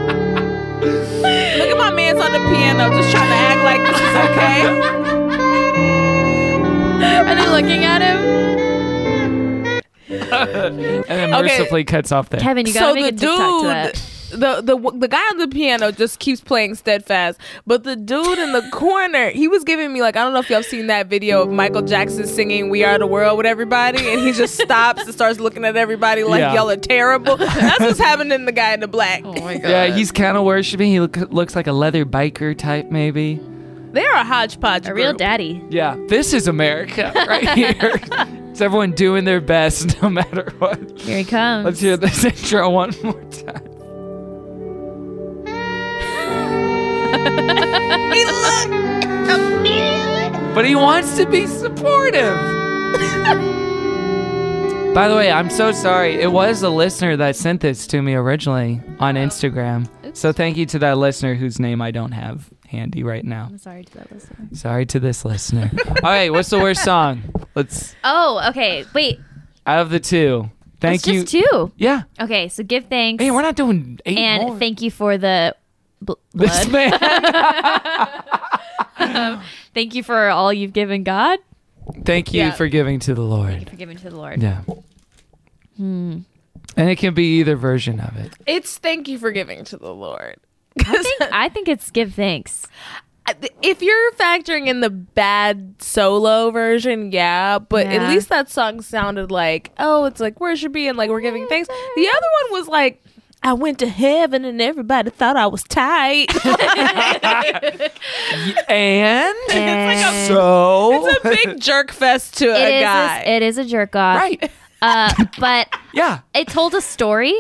[SPEAKER 6] Look at my man's on the piano, just trying to act like this is okay.
[SPEAKER 5] Are they looking at him?
[SPEAKER 2] and then
[SPEAKER 6] Okay.
[SPEAKER 2] mercifully cuts off there.
[SPEAKER 5] Kevin, you gotta
[SPEAKER 6] so
[SPEAKER 5] make
[SPEAKER 6] the
[SPEAKER 5] a TikTok to that.
[SPEAKER 6] dude the the the guy on the piano just keeps playing steadfast but the dude in the corner he was giving me like i don't know if y'all seen that video of michael jackson singing we are the world with everybody and he just stops and starts looking at everybody like
[SPEAKER 2] Yeah.
[SPEAKER 6] y'all are terrible that's what's happening to the guy in the black
[SPEAKER 5] Oh
[SPEAKER 2] Yeah, he's kind of worshiping. He look, looks like a leather biker type, maybe.
[SPEAKER 6] they're a hodgepodge
[SPEAKER 5] A real
[SPEAKER 6] group.
[SPEAKER 5] daddy.
[SPEAKER 2] Yeah, this is America right here. it's everyone doing their best no matter what.
[SPEAKER 5] Here he comes.
[SPEAKER 2] Let's hear this intro one more time.
[SPEAKER 6] he looked
[SPEAKER 2] But he wants to be supportive. By the way, I'm so sorry. It was a listener that sent this to me originally on Instagram. So thank you to that listener whose name I don't have handy right now.
[SPEAKER 5] I'm sorry to that listener.
[SPEAKER 2] Sorry to this listener. All right, what's the worst song? Let's
[SPEAKER 5] Oh, okay. Wait.
[SPEAKER 2] out of the two. Thank
[SPEAKER 5] it's
[SPEAKER 2] you.
[SPEAKER 5] just two.
[SPEAKER 2] Yeah.
[SPEAKER 5] Okay, so give thanks.
[SPEAKER 2] Hey, we're not doing eight
[SPEAKER 5] and
[SPEAKER 2] more.
[SPEAKER 5] thank you for the bl-
[SPEAKER 2] this
[SPEAKER 5] blood.
[SPEAKER 2] man.
[SPEAKER 5] thank you for all you've given God.
[SPEAKER 2] Thank you
[SPEAKER 6] Yeah.
[SPEAKER 2] for giving to the Lord.
[SPEAKER 5] For giving to the Lord.
[SPEAKER 2] Yeah. And it can be either version of it.
[SPEAKER 6] it's thank you for giving to the lord
[SPEAKER 5] I think I think it's give thanks.
[SPEAKER 6] if you're factoring in the bad solo version, yeah, but
[SPEAKER 5] Yeah.
[SPEAKER 6] at least that song sounded like, oh, it's like worshipy and like we're giving thanks. The other one was like, I went to heaven and everybody thought I was tight.
[SPEAKER 2] And
[SPEAKER 5] And
[SPEAKER 2] so
[SPEAKER 6] it's a big jerk fest to
[SPEAKER 5] it
[SPEAKER 6] a
[SPEAKER 5] is
[SPEAKER 6] guy.
[SPEAKER 5] it is a jerk off.
[SPEAKER 2] right.
[SPEAKER 5] Uh, but
[SPEAKER 2] Yeah.
[SPEAKER 5] it told a story.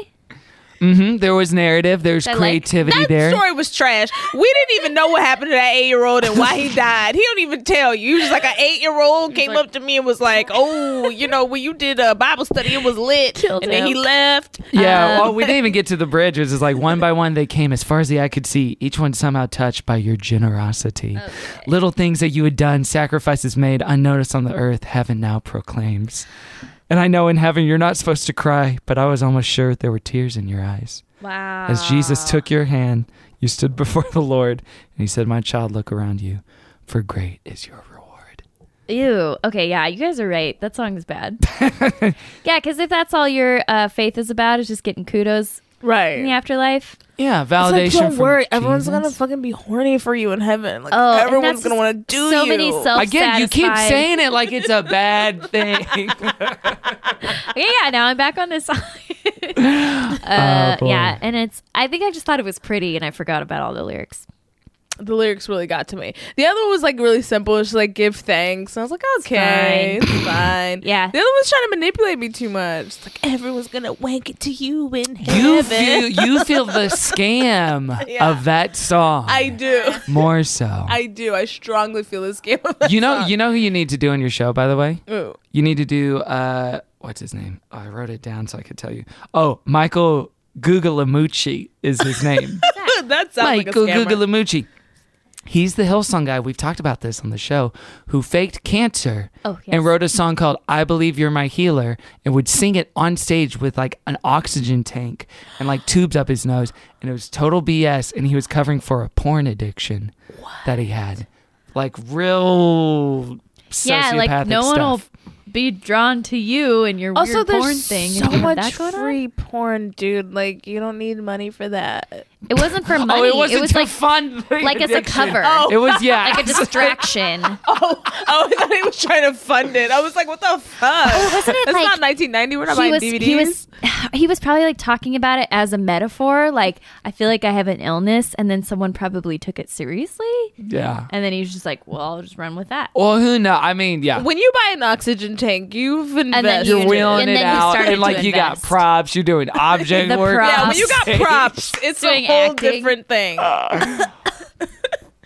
[SPEAKER 2] hmm There was narrative. There's
[SPEAKER 5] That, like,
[SPEAKER 2] creativity
[SPEAKER 6] that
[SPEAKER 2] there.
[SPEAKER 6] story was trash. We didn't even know what happened to that eight year old and why he died. He don't even tell you. He was just like an eight year old came up to me and was like, "Oh, you know, when you did a Bible study, it was lit."
[SPEAKER 5] Killed
[SPEAKER 6] And then
[SPEAKER 5] him.
[SPEAKER 6] he left.
[SPEAKER 2] yeah. well, we didn't even get to the bridge. It was just like one by one they came as far as the eye could see. Each one somehow touched by your generosity. Little things that you had done, sacrifices made, unnoticed on the earth, heaven now proclaims. And I know in heaven you're not supposed to cry, but I was almost sure there were tears in your eyes.
[SPEAKER 5] Wow.
[SPEAKER 2] As Jesus took your hand, you stood before the Lord, and he said, My child, look around you, for great is your reward.
[SPEAKER 5] Ew. Okay, yeah, you guys are right. That song is bad. yeah, because if that's all your uh, faith is about, is just getting kudos
[SPEAKER 6] Right.
[SPEAKER 5] in the afterlife.
[SPEAKER 2] Yeah,
[SPEAKER 6] It's
[SPEAKER 2] validation.
[SPEAKER 6] like, don't
[SPEAKER 2] from
[SPEAKER 6] worry, everyone's
[SPEAKER 2] Jesus.
[SPEAKER 6] gonna fucking be horny for you in heaven. Like
[SPEAKER 5] Oh, and
[SPEAKER 6] everyone's
[SPEAKER 5] that's
[SPEAKER 6] gonna want to do
[SPEAKER 5] so
[SPEAKER 6] you.
[SPEAKER 5] many self
[SPEAKER 2] Again, you keep saying it like it's a bad thing.
[SPEAKER 5] Yeah, yeah, now I'm back on this song.
[SPEAKER 2] Oh,
[SPEAKER 5] Uh,
[SPEAKER 2] boy.
[SPEAKER 5] yeah, and it's. I think I just thought it was pretty, and I forgot about all the lyrics.
[SPEAKER 6] the lyrics really got to me. The other one was like really simple. It was just, like give thanks. And I was like, okay, it's fine.
[SPEAKER 5] Yeah.
[SPEAKER 6] The other one's trying to manipulate me too much. It's like everyone's gonna wank it to you in
[SPEAKER 2] You
[SPEAKER 6] heaven.
[SPEAKER 2] feel, you feel the scam of that song
[SPEAKER 6] I do.
[SPEAKER 2] more so.
[SPEAKER 6] I do. I strongly feel this game. Of that
[SPEAKER 2] you know,
[SPEAKER 6] song.
[SPEAKER 2] you know who you need to do on your show, by the way.
[SPEAKER 6] Ooh.
[SPEAKER 2] You need to do uh, what's his name? Oh, I wrote it down so I could tell you. Oh, Michael Guglielmucci is his name.
[SPEAKER 6] that sounds like a
[SPEAKER 2] Michael
[SPEAKER 6] scammer.
[SPEAKER 2] Guglielmucci. He's the Hillsong guy. We've talked about this on the show, who faked cancer
[SPEAKER 5] Oh, yes.
[SPEAKER 2] and wrote a song called "I Believe You're My Healer" and would sing it on stage with like an oxygen tank and like tubes up his nose, and it was total BS. And he was covering for a porn addiction that he had, like real sociopathic
[SPEAKER 5] yeah, like no
[SPEAKER 2] stuff.
[SPEAKER 5] one will be drawn to you and your
[SPEAKER 6] also,
[SPEAKER 5] weird
[SPEAKER 6] there's
[SPEAKER 5] porn thing.
[SPEAKER 6] so
[SPEAKER 5] and you have
[SPEAKER 6] much
[SPEAKER 5] that going on?
[SPEAKER 6] free porn, dude. Like, you don't need money for that.
[SPEAKER 5] It wasn't for money.
[SPEAKER 2] Oh, wasn't
[SPEAKER 5] was
[SPEAKER 2] to
[SPEAKER 5] like
[SPEAKER 2] fund the
[SPEAKER 5] like as a
[SPEAKER 2] addiction.
[SPEAKER 5] cover.
[SPEAKER 2] Oh. It was- yeah.
[SPEAKER 5] like a distraction.
[SPEAKER 6] Oh, oh, I thought he was trying to fund it. I was like, what the fuck?
[SPEAKER 5] wasn't it
[SPEAKER 6] That's
[SPEAKER 5] like-
[SPEAKER 6] not 1990. We're not buying DVDs.
[SPEAKER 5] He was, he was probably like talking about it as a metaphor. Like, I feel like I have an illness, and then someone probably took it seriously.
[SPEAKER 2] Yeah.
[SPEAKER 5] And then he was just like, well, I'll just run with that.
[SPEAKER 6] Oh,
[SPEAKER 2] Well, who knows? I mean, yeah.
[SPEAKER 6] when you buy an oxygen tank, you've invested.
[SPEAKER 5] then you
[SPEAKER 2] You're
[SPEAKER 5] do-
[SPEAKER 2] wheeling
[SPEAKER 5] and
[SPEAKER 2] it
[SPEAKER 5] then you
[SPEAKER 2] out,
[SPEAKER 5] started
[SPEAKER 2] and like
[SPEAKER 5] to
[SPEAKER 2] you got
[SPEAKER 5] invest.
[SPEAKER 2] props. You're doing object
[SPEAKER 5] The
[SPEAKER 2] work.
[SPEAKER 6] yeah,
[SPEAKER 5] props.
[SPEAKER 6] when you got
[SPEAKER 2] Stage.
[SPEAKER 6] props, it's a
[SPEAKER 5] Doing
[SPEAKER 6] whole
[SPEAKER 5] acting.
[SPEAKER 6] different thing.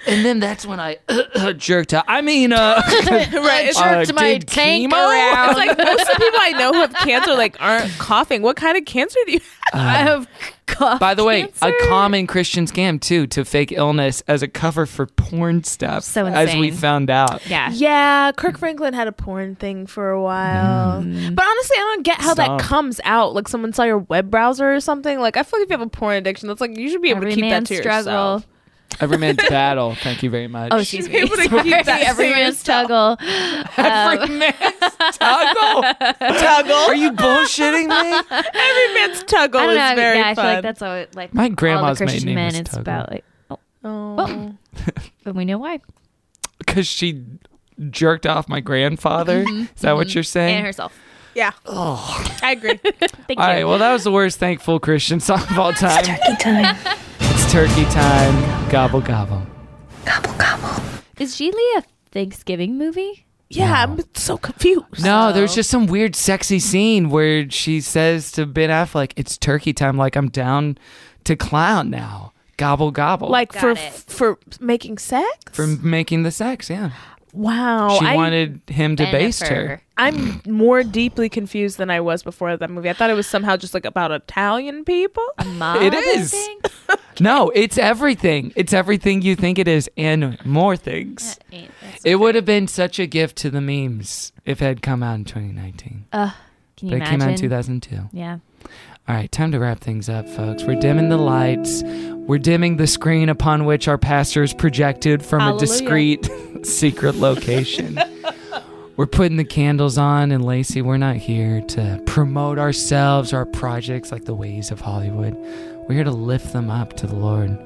[SPEAKER 2] and then that's when I uh, jerked out. I mean, uh,
[SPEAKER 6] right? It's,
[SPEAKER 2] uh,
[SPEAKER 5] Jerked my
[SPEAKER 2] did
[SPEAKER 5] tank
[SPEAKER 2] chemo?
[SPEAKER 5] around.
[SPEAKER 6] it's like most of the people I know who have cancer like aren't coughing. What kind of cancer do you have?
[SPEAKER 5] I have cough
[SPEAKER 2] By the way,
[SPEAKER 5] cancer.
[SPEAKER 2] a common Christian scam too to fake illness as a cover for porn stuff.
[SPEAKER 5] So
[SPEAKER 2] as we
[SPEAKER 5] insane.
[SPEAKER 2] found out.
[SPEAKER 5] Yeah.
[SPEAKER 6] Yeah, Kirk Franklin had a porn thing for a while. But honestly, I don't get how
[SPEAKER 2] Stop.
[SPEAKER 6] that comes out. Like someone saw your web browser or something. Like I feel like if you have a porn addiction, that's like you should be able
[SPEAKER 5] Every
[SPEAKER 6] to keep that
[SPEAKER 5] man's
[SPEAKER 6] to
[SPEAKER 5] struggle.
[SPEAKER 6] yourself.
[SPEAKER 2] Every man's battle. Thank you very much.
[SPEAKER 5] Oh, excuse me.
[SPEAKER 6] able to keep that
[SPEAKER 5] Every
[SPEAKER 6] to
[SPEAKER 5] man's
[SPEAKER 6] yourself.
[SPEAKER 5] struggle.
[SPEAKER 2] Every man's tuggle. tuggle. Are you bullshitting me?
[SPEAKER 6] Every man's tuggle
[SPEAKER 5] I don't
[SPEAKER 6] is
[SPEAKER 5] know.
[SPEAKER 6] very
[SPEAKER 5] yeah, I feel
[SPEAKER 6] fun.
[SPEAKER 5] like that's all. it- Like
[SPEAKER 2] My
[SPEAKER 5] all the
[SPEAKER 2] grandma's maiden
[SPEAKER 5] Christian
[SPEAKER 2] name
[SPEAKER 5] men.
[SPEAKER 2] is
[SPEAKER 5] It's
[SPEAKER 2] Tuggle.
[SPEAKER 5] about like, oh,
[SPEAKER 6] Oh.
[SPEAKER 5] well, but we know why.
[SPEAKER 2] Because she jerked off my grandfather. Is that what you're saying?
[SPEAKER 5] Mm-hmm. And herself.
[SPEAKER 6] yeah, I agree.
[SPEAKER 5] Thank
[SPEAKER 2] all
[SPEAKER 5] you.
[SPEAKER 2] right. Well, that was the worst thankful Christian song of all time.
[SPEAKER 4] Turkey time.
[SPEAKER 2] it's turkey time. Gobble gobble.
[SPEAKER 4] Gobble, gobble.
[SPEAKER 5] Is Geely a Thanksgiving movie?
[SPEAKER 6] Yeah, I'm so confused.
[SPEAKER 2] No, there's just some weird sexy scene where she says to Ben Affleck, "It's turkey time. Like I'm down to clown now. Gobble gobble."
[SPEAKER 6] Like for
[SPEAKER 5] Oh. Got it.
[SPEAKER 6] for making sex.
[SPEAKER 2] for making the sex. Yeah,
[SPEAKER 6] wow,
[SPEAKER 2] she
[SPEAKER 6] Oh, I,
[SPEAKER 2] wanted him to baste her.
[SPEAKER 5] Jennifer.
[SPEAKER 6] I'm more deeply confused than I was before that movie. I thought it was somehow just like about Italian people.
[SPEAKER 5] Mob,
[SPEAKER 2] It
[SPEAKER 5] I
[SPEAKER 2] is.
[SPEAKER 5] think?
[SPEAKER 2] No, it's everything. It's everything you think it is, and more things.
[SPEAKER 5] Ain't that-
[SPEAKER 2] It would have been such a gift to the memes if it had come out in 2019.
[SPEAKER 5] Ugh, can
[SPEAKER 2] But
[SPEAKER 5] you
[SPEAKER 2] it
[SPEAKER 5] imagine?
[SPEAKER 2] came out in 2002.
[SPEAKER 5] Yeah.
[SPEAKER 2] All right, time to wrap things up, folks. We're dimming the lights. We're dimming the screen upon which our pastor is projected from
[SPEAKER 6] Hallelujah.
[SPEAKER 2] a discreet, secret location. we're putting the candles on, and Lacey, we're not here to promote ourselves, our projects like the ways of Hollywood. We're here to lift them up to the Lord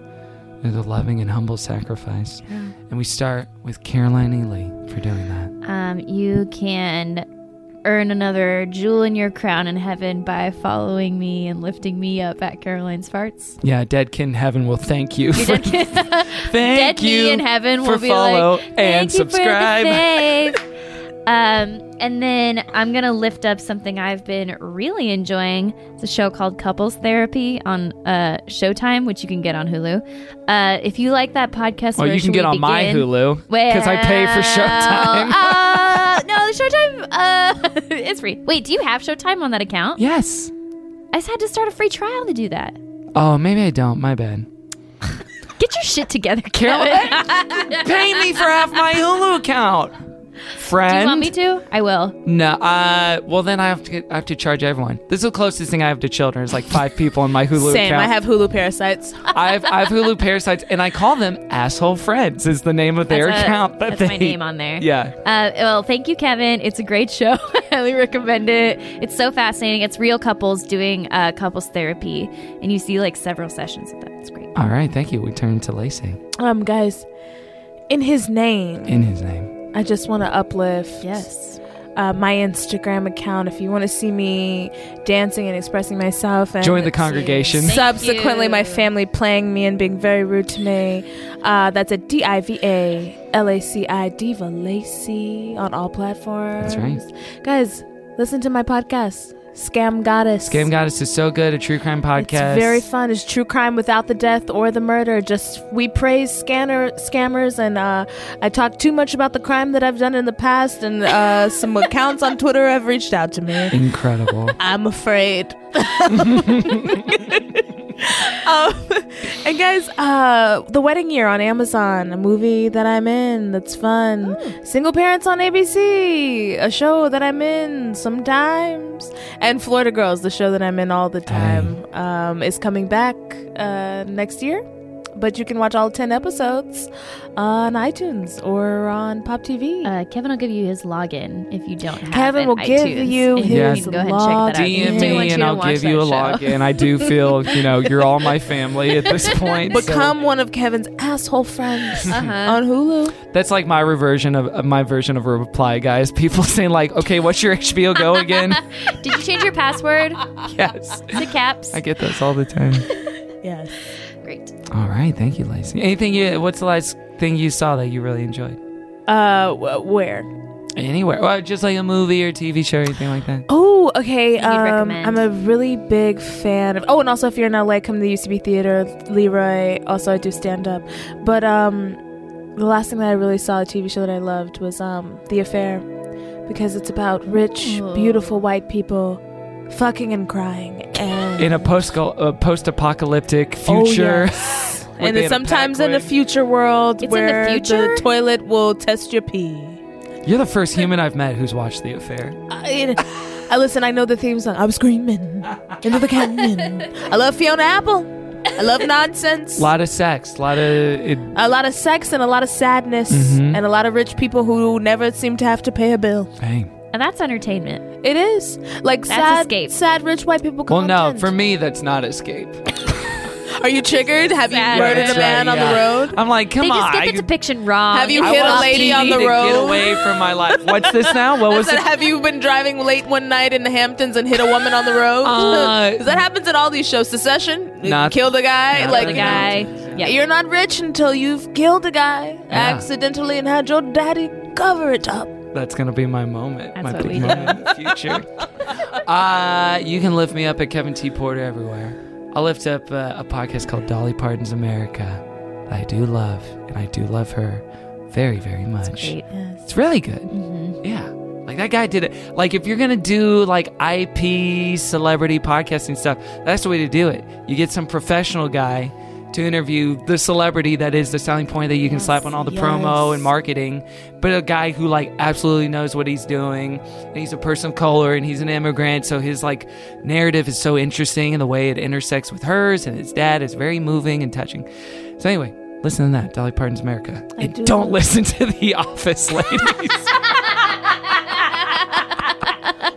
[SPEAKER 2] through the loving and humble sacrifice. And we start with Caroline Ely for doing that.
[SPEAKER 5] Um, you can earn another jewel in your crown in heaven by following me and lifting me up at Caroline's farts.
[SPEAKER 2] Yeah, Dead Kid in Heaven will thank you for
[SPEAKER 5] Dead
[SPEAKER 2] thank you
[SPEAKER 5] me in heaven
[SPEAKER 2] for
[SPEAKER 5] will be
[SPEAKER 2] follow
[SPEAKER 5] like, Thank
[SPEAKER 2] and
[SPEAKER 5] you for the
[SPEAKER 2] subscribe.
[SPEAKER 5] faith." um, and then I'm gonna lift up something I've been really enjoying. It's a show called Couples Therapy on uh, Showtime, which you can get on Hulu. Uh, if you like that podcast,
[SPEAKER 2] Well,
[SPEAKER 5] where
[SPEAKER 2] you can
[SPEAKER 5] should
[SPEAKER 2] get
[SPEAKER 5] we
[SPEAKER 2] on my
[SPEAKER 5] begin?
[SPEAKER 2] Hulu because I pay for Showtime.
[SPEAKER 5] uh, no, the Showtime uh, it's free. Wait, do you have Showtime on that account?
[SPEAKER 2] yes.
[SPEAKER 5] I just had to start a free trial to do that.
[SPEAKER 2] Oh, maybe I don't. My bad.
[SPEAKER 5] Get your shit together,
[SPEAKER 2] Carol-
[SPEAKER 5] Kevin.
[SPEAKER 2] Pay me for half my Hulu account,
[SPEAKER 5] do
[SPEAKER 2] friend.
[SPEAKER 5] you want me to? I will.
[SPEAKER 2] No. Uh. Well, then I have to. I have to charge everyone. This is the closest thing I have to children. It's like five people on my Hulu
[SPEAKER 6] Same.
[SPEAKER 2] account.
[SPEAKER 6] I have Hulu parasites.
[SPEAKER 2] I have, I have Hulu parasites, and I call them asshole friends. Is the name of their
[SPEAKER 5] That's a-
[SPEAKER 2] account that
[SPEAKER 5] that's
[SPEAKER 2] they
[SPEAKER 5] my name on there.
[SPEAKER 2] Yeah.
[SPEAKER 5] Uh, well, thank you, Kevin. It's a great show. I highly recommend it. It's so fascinating. It's real couples doing uh, couples therapy, and you see like several sessions of that. It's great.
[SPEAKER 2] All right. Thank you. We turn to Lacey
[SPEAKER 6] Um, guys, in his name,
[SPEAKER 2] in his name.
[SPEAKER 6] I just want to uplift
[SPEAKER 5] Yes.
[SPEAKER 6] uh, my Instagram account. If you want to see me dancing and expressing myself, and
[SPEAKER 2] Join the congregation.
[SPEAKER 6] subsequently
[SPEAKER 5] you.
[SPEAKER 6] my family playing me and being very rude to me, uh, that's a D I V A L A C I Diva Lacey on all platforms.
[SPEAKER 2] That's right.
[SPEAKER 6] guys. Listen to my podcast, Scam Goddess.
[SPEAKER 2] Game Goddess is so good. A true crime podcast.
[SPEAKER 6] It's very fun. It's true crime without the death or the murder. Just we praise scanner scammers, and uh, I talk too much about the crime that I've done in the past, and uh, some accounts on Twitter have reached out to me.
[SPEAKER 2] Incredible.
[SPEAKER 6] I'm afraid. um, and guys, uh, The Wedding Year on Amazon, a movie that I'm in that's fun. Single Parents on ABC, a show that I'm in sometimes. And Florida Girls, the show that I'm in all the time, um, is coming back uh, next year. but you can watch all 10 episodes on iTunes or on Pop TV.
[SPEAKER 5] Uh, Kevin will give you his login if you don't have
[SPEAKER 6] Kevin
[SPEAKER 5] an
[SPEAKER 6] will give
[SPEAKER 5] iTunes.
[SPEAKER 6] you
[SPEAKER 5] And you
[SPEAKER 6] his
[SPEAKER 5] can go ahead and check that
[SPEAKER 2] DM
[SPEAKER 5] out. We do want
[SPEAKER 2] me
[SPEAKER 5] you
[SPEAKER 2] and
[SPEAKER 5] to
[SPEAKER 2] I'll
[SPEAKER 5] watch
[SPEAKER 2] give you a
[SPEAKER 5] that show.
[SPEAKER 2] login. I do feel, you know, you're all my family at this point. so-
[SPEAKER 6] Become one of Kevin's asshole friends on Hulu.
[SPEAKER 2] That's like my reversion of of my version of a reply, guys. People saying like, "Okay, what's your HBO Go again?"
[SPEAKER 5] Did you change your password
[SPEAKER 2] yes,
[SPEAKER 5] to caps?
[SPEAKER 2] I get those all the time.
[SPEAKER 6] Yes.
[SPEAKER 5] Great.
[SPEAKER 2] All right, thank you, Lacey. Anything you? What's the last thing you saw that you really enjoyed?
[SPEAKER 6] Uh, wh- where?
[SPEAKER 2] Anywhere, or just like a movie or TV show or anything like that.
[SPEAKER 6] Oh, okay.
[SPEAKER 5] you'd
[SPEAKER 6] Um,
[SPEAKER 5] recommend?
[SPEAKER 6] I'm a really big fan of. Oh, and also if you're in LA, come to the UCB Theater, Leroy. Also, I do stand up. But um, the last thing that I really saw, a TV show that I loved, was um, The Affair, because it's about rich,
[SPEAKER 5] Ooh.
[SPEAKER 6] beautiful white people fucking and crying and
[SPEAKER 2] In a post uh, post apocalyptic
[SPEAKER 6] Oh,
[SPEAKER 2] future.
[SPEAKER 6] yes.
[SPEAKER 2] Were
[SPEAKER 6] and
[SPEAKER 2] they in
[SPEAKER 6] then
[SPEAKER 2] a
[SPEAKER 6] sometimes in the
[SPEAKER 2] pack
[SPEAKER 6] future world
[SPEAKER 5] It's in the
[SPEAKER 6] where
[SPEAKER 5] future?
[SPEAKER 6] toilet will test your pee.
[SPEAKER 2] You're the first human I've met who's watched The Affair.
[SPEAKER 6] I, I listen. I know the theme song. I'm screaming into the canyon. I love Fiona Apple. I love nonsense.
[SPEAKER 2] A lot of sex, a lot of it,
[SPEAKER 6] a lot of sex and a lot of sadness
[SPEAKER 2] Mhm.
[SPEAKER 6] and a lot of rich people who never seem to have to pay a bill.
[SPEAKER 2] hey.
[SPEAKER 5] And that's entertainment.
[SPEAKER 6] It is like
[SPEAKER 5] That's
[SPEAKER 6] sad,
[SPEAKER 5] escape.
[SPEAKER 6] sad rich white people.
[SPEAKER 2] Well,
[SPEAKER 6] Content.
[SPEAKER 2] no, for me that's not escape.
[SPEAKER 6] are you triggered? Have you
[SPEAKER 5] Sad
[SPEAKER 6] murdered
[SPEAKER 5] rich
[SPEAKER 6] a man
[SPEAKER 2] white,
[SPEAKER 6] on
[SPEAKER 2] yeah.
[SPEAKER 6] the road?
[SPEAKER 2] I'm like, come
[SPEAKER 5] they
[SPEAKER 2] on.
[SPEAKER 5] just get the depiction wrong.
[SPEAKER 6] Have you
[SPEAKER 5] It's
[SPEAKER 2] I
[SPEAKER 6] hit a
[SPEAKER 2] want
[SPEAKER 5] all
[SPEAKER 6] lady
[SPEAKER 5] TV.
[SPEAKER 6] on the
[SPEAKER 2] to Get
[SPEAKER 6] road?
[SPEAKER 2] away from my life. What's this now? What
[SPEAKER 6] I
[SPEAKER 2] was
[SPEAKER 6] said,
[SPEAKER 2] it?
[SPEAKER 6] have you been driving late one night in the Hamptons and hit a woman on the road?
[SPEAKER 2] Uh,
[SPEAKER 6] 'Cause that happens in all these shows. Secession,
[SPEAKER 2] Not-
[SPEAKER 6] killed a guy,
[SPEAKER 2] not
[SPEAKER 6] like
[SPEAKER 5] The
[SPEAKER 6] you know,
[SPEAKER 5] guy. Yeah.
[SPEAKER 6] You're not rich until you've killed a guy accidentally and had your daddy cover it up.
[SPEAKER 2] That's gonna be my moment.
[SPEAKER 5] That's
[SPEAKER 2] my
[SPEAKER 5] what
[SPEAKER 2] big
[SPEAKER 5] we do.
[SPEAKER 2] moment in the future. uh, you can lift me up at Kevin T. Porter everywhere. I'll lift up uh, a podcast called Dolly Parton's America that I do love, and I do love her very, very much.
[SPEAKER 5] Great.
[SPEAKER 2] It's really good. Yeah. Like that guy did it. Like if you're gonna do like IP celebrity podcasting stuff, that's the way to do it. You get some professional guy to interview the celebrity that is the selling point that you can slap on all the promo and marketing, but a guy who like absolutely knows what he's doing and he's a person of color and he's an immigrant, so his like narrative is so interesting and the way it intersects with hers and his dad is very moving and touching. So anyway, listen to that, Dolly Parton's America. and
[SPEAKER 6] do
[SPEAKER 2] don't
[SPEAKER 6] love-
[SPEAKER 2] listen to The Office ladies.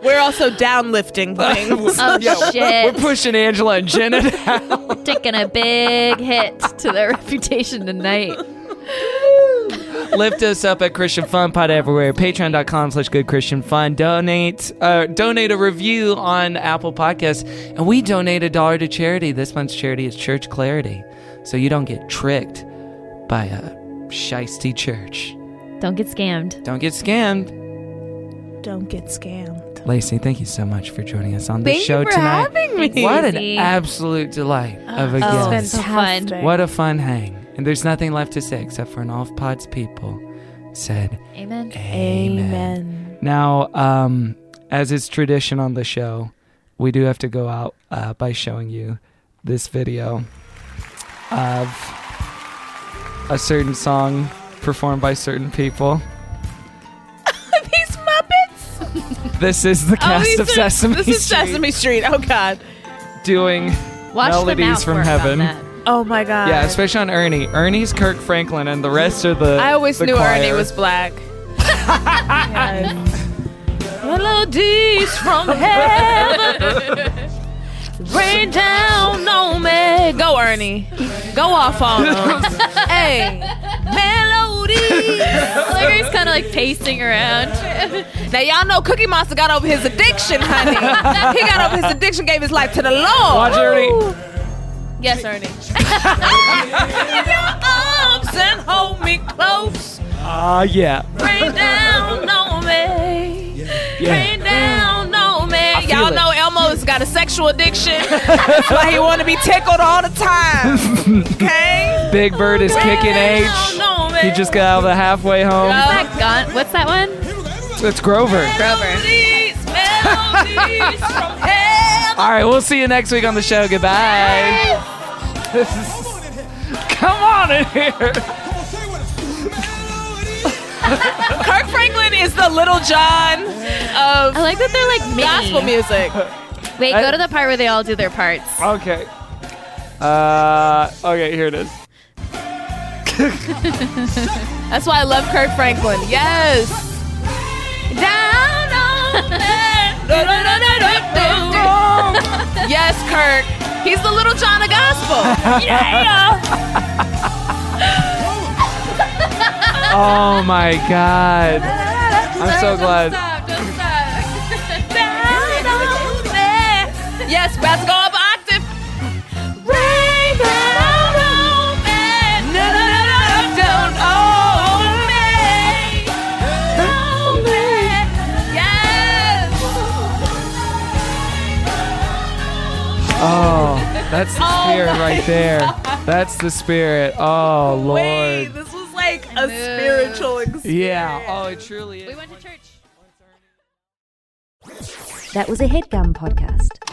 [SPEAKER 6] We're also downlifting things.
[SPEAKER 5] Oh
[SPEAKER 2] We're
[SPEAKER 5] shit!
[SPEAKER 2] pushing Angela and Jenna down.
[SPEAKER 5] Taking a big hit to their reputation tonight.
[SPEAKER 2] Lift us up at Christian Fun Pod everywhere. Patreon.com slash good Christian Fun. Donate uh, donate a review on Apple Podcasts. And we donate a dollar to charity. This month's charity is Church Clarity. So you don't get tricked by a shisty church.
[SPEAKER 5] Don't get scammed.
[SPEAKER 2] Don't get scammed.
[SPEAKER 6] Don't get scammed.
[SPEAKER 2] Lacey, thank you so much for joining us on the
[SPEAKER 6] Thank
[SPEAKER 2] show
[SPEAKER 6] you for
[SPEAKER 2] tonight.
[SPEAKER 6] having me. Uh,
[SPEAKER 2] what an
[SPEAKER 5] Lacey.
[SPEAKER 2] absolute delight of a
[SPEAKER 5] Oh,
[SPEAKER 2] guest.
[SPEAKER 5] it's so fun.
[SPEAKER 2] What a fun hang. And there's nothing left to say except for an off pods people said
[SPEAKER 5] Amen.
[SPEAKER 2] amen.
[SPEAKER 6] Amen.
[SPEAKER 2] Now, um, as is tradition on the show, we do have to go out uh, by showing you this video of a certain song performed by certain people.
[SPEAKER 6] These Muppets.
[SPEAKER 2] This is the cast
[SPEAKER 6] these
[SPEAKER 2] of
[SPEAKER 6] are-
[SPEAKER 2] Sesame
[SPEAKER 6] Oh, This
[SPEAKER 2] Street
[SPEAKER 6] is Sesame Street. Oh God.
[SPEAKER 2] doing
[SPEAKER 5] Watch
[SPEAKER 2] melodies
[SPEAKER 5] them out
[SPEAKER 2] from
[SPEAKER 5] for
[SPEAKER 2] heaven.
[SPEAKER 5] About
[SPEAKER 6] Oh my God.
[SPEAKER 2] yeah, especially on Ernie. Ernie's Kirk Franklin, and the rest are the.
[SPEAKER 6] I always
[SPEAKER 2] the
[SPEAKER 6] knew
[SPEAKER 2] choir.
[SPEAKER 6] Ernie was black. Yes. Melodies from heaven rain down on me. Go Ernie, go off on him. hey, melodies.
[SPEAKER 5] that. Larry's kind of like pacing around.
[SPEAKER 6] Now y'all know Cookie Monster got over his addiction, honey. he got over his addiction, gave his life to the Lord.
[SPEAKER 2] Watch Ernie.
[SPEAKER 6] Yes, Ernie. In your arms and hold me close.
[SPEAKER 2] Ah, yeah.
[SPEAKER 6] Rain down on me. Rain
[SPEAKER 2] Yeah.
[SPEAKER 6] down on me.
[SPEAKER 2] feel
[SPEAKER 6] Y'all
[SPEAKER 2] it.
[SPEAKER 6] know Elmo's got a sexual addiction. That's why he want to be tickled all the time. Okay?
[SPEAKER 2] Big Bird is kicking age. He just got out of the halfway home.
[SPEAKER 5] What's that gun? What's that one?
[SPEAKER 2] It's Grover.
[SPEAKER 6] Melodies, melodies from heaven.
[SPEAKER 2] All right, we'll see you next week on the show. Goodbye. Come on in here.
[SPEAKER 6] Kirk Franklin is the little John of
[SPEAKER 5] I like that they're like mini.
[SPEAKER 6] gospel music.
[SPEAKER 5] Wait, go to the part where they all do their parts.
[SPEAKER 2] Okay. Uh, okay, here it is.
[SPEAKER 6] That's why I love Kirk Franklin. Yes. Down on that.
[SPEAKER 2] Oh
[SPEAKER 6] Da-da-da-da-da-da. yes, Kirk. He's the little John of gospel. Yeah.
[SPEAKER 2] Oh my god. I'm so glad.
[SPEAKER 6] Down on that. Yes, let's go up octave. Rain down on me. No, no, no, no, no, Oh, down on me. On me. Yes.
[SPEAKER 2] Oh, that's the spirit right there. That's the spirit. Oh lord.
[SPEAKER 6] this was like a spiritual experience.
[SPEAKER 2] Yeah. Oh, it truly is.
[SPEAKER 10] That was a headgum podcast.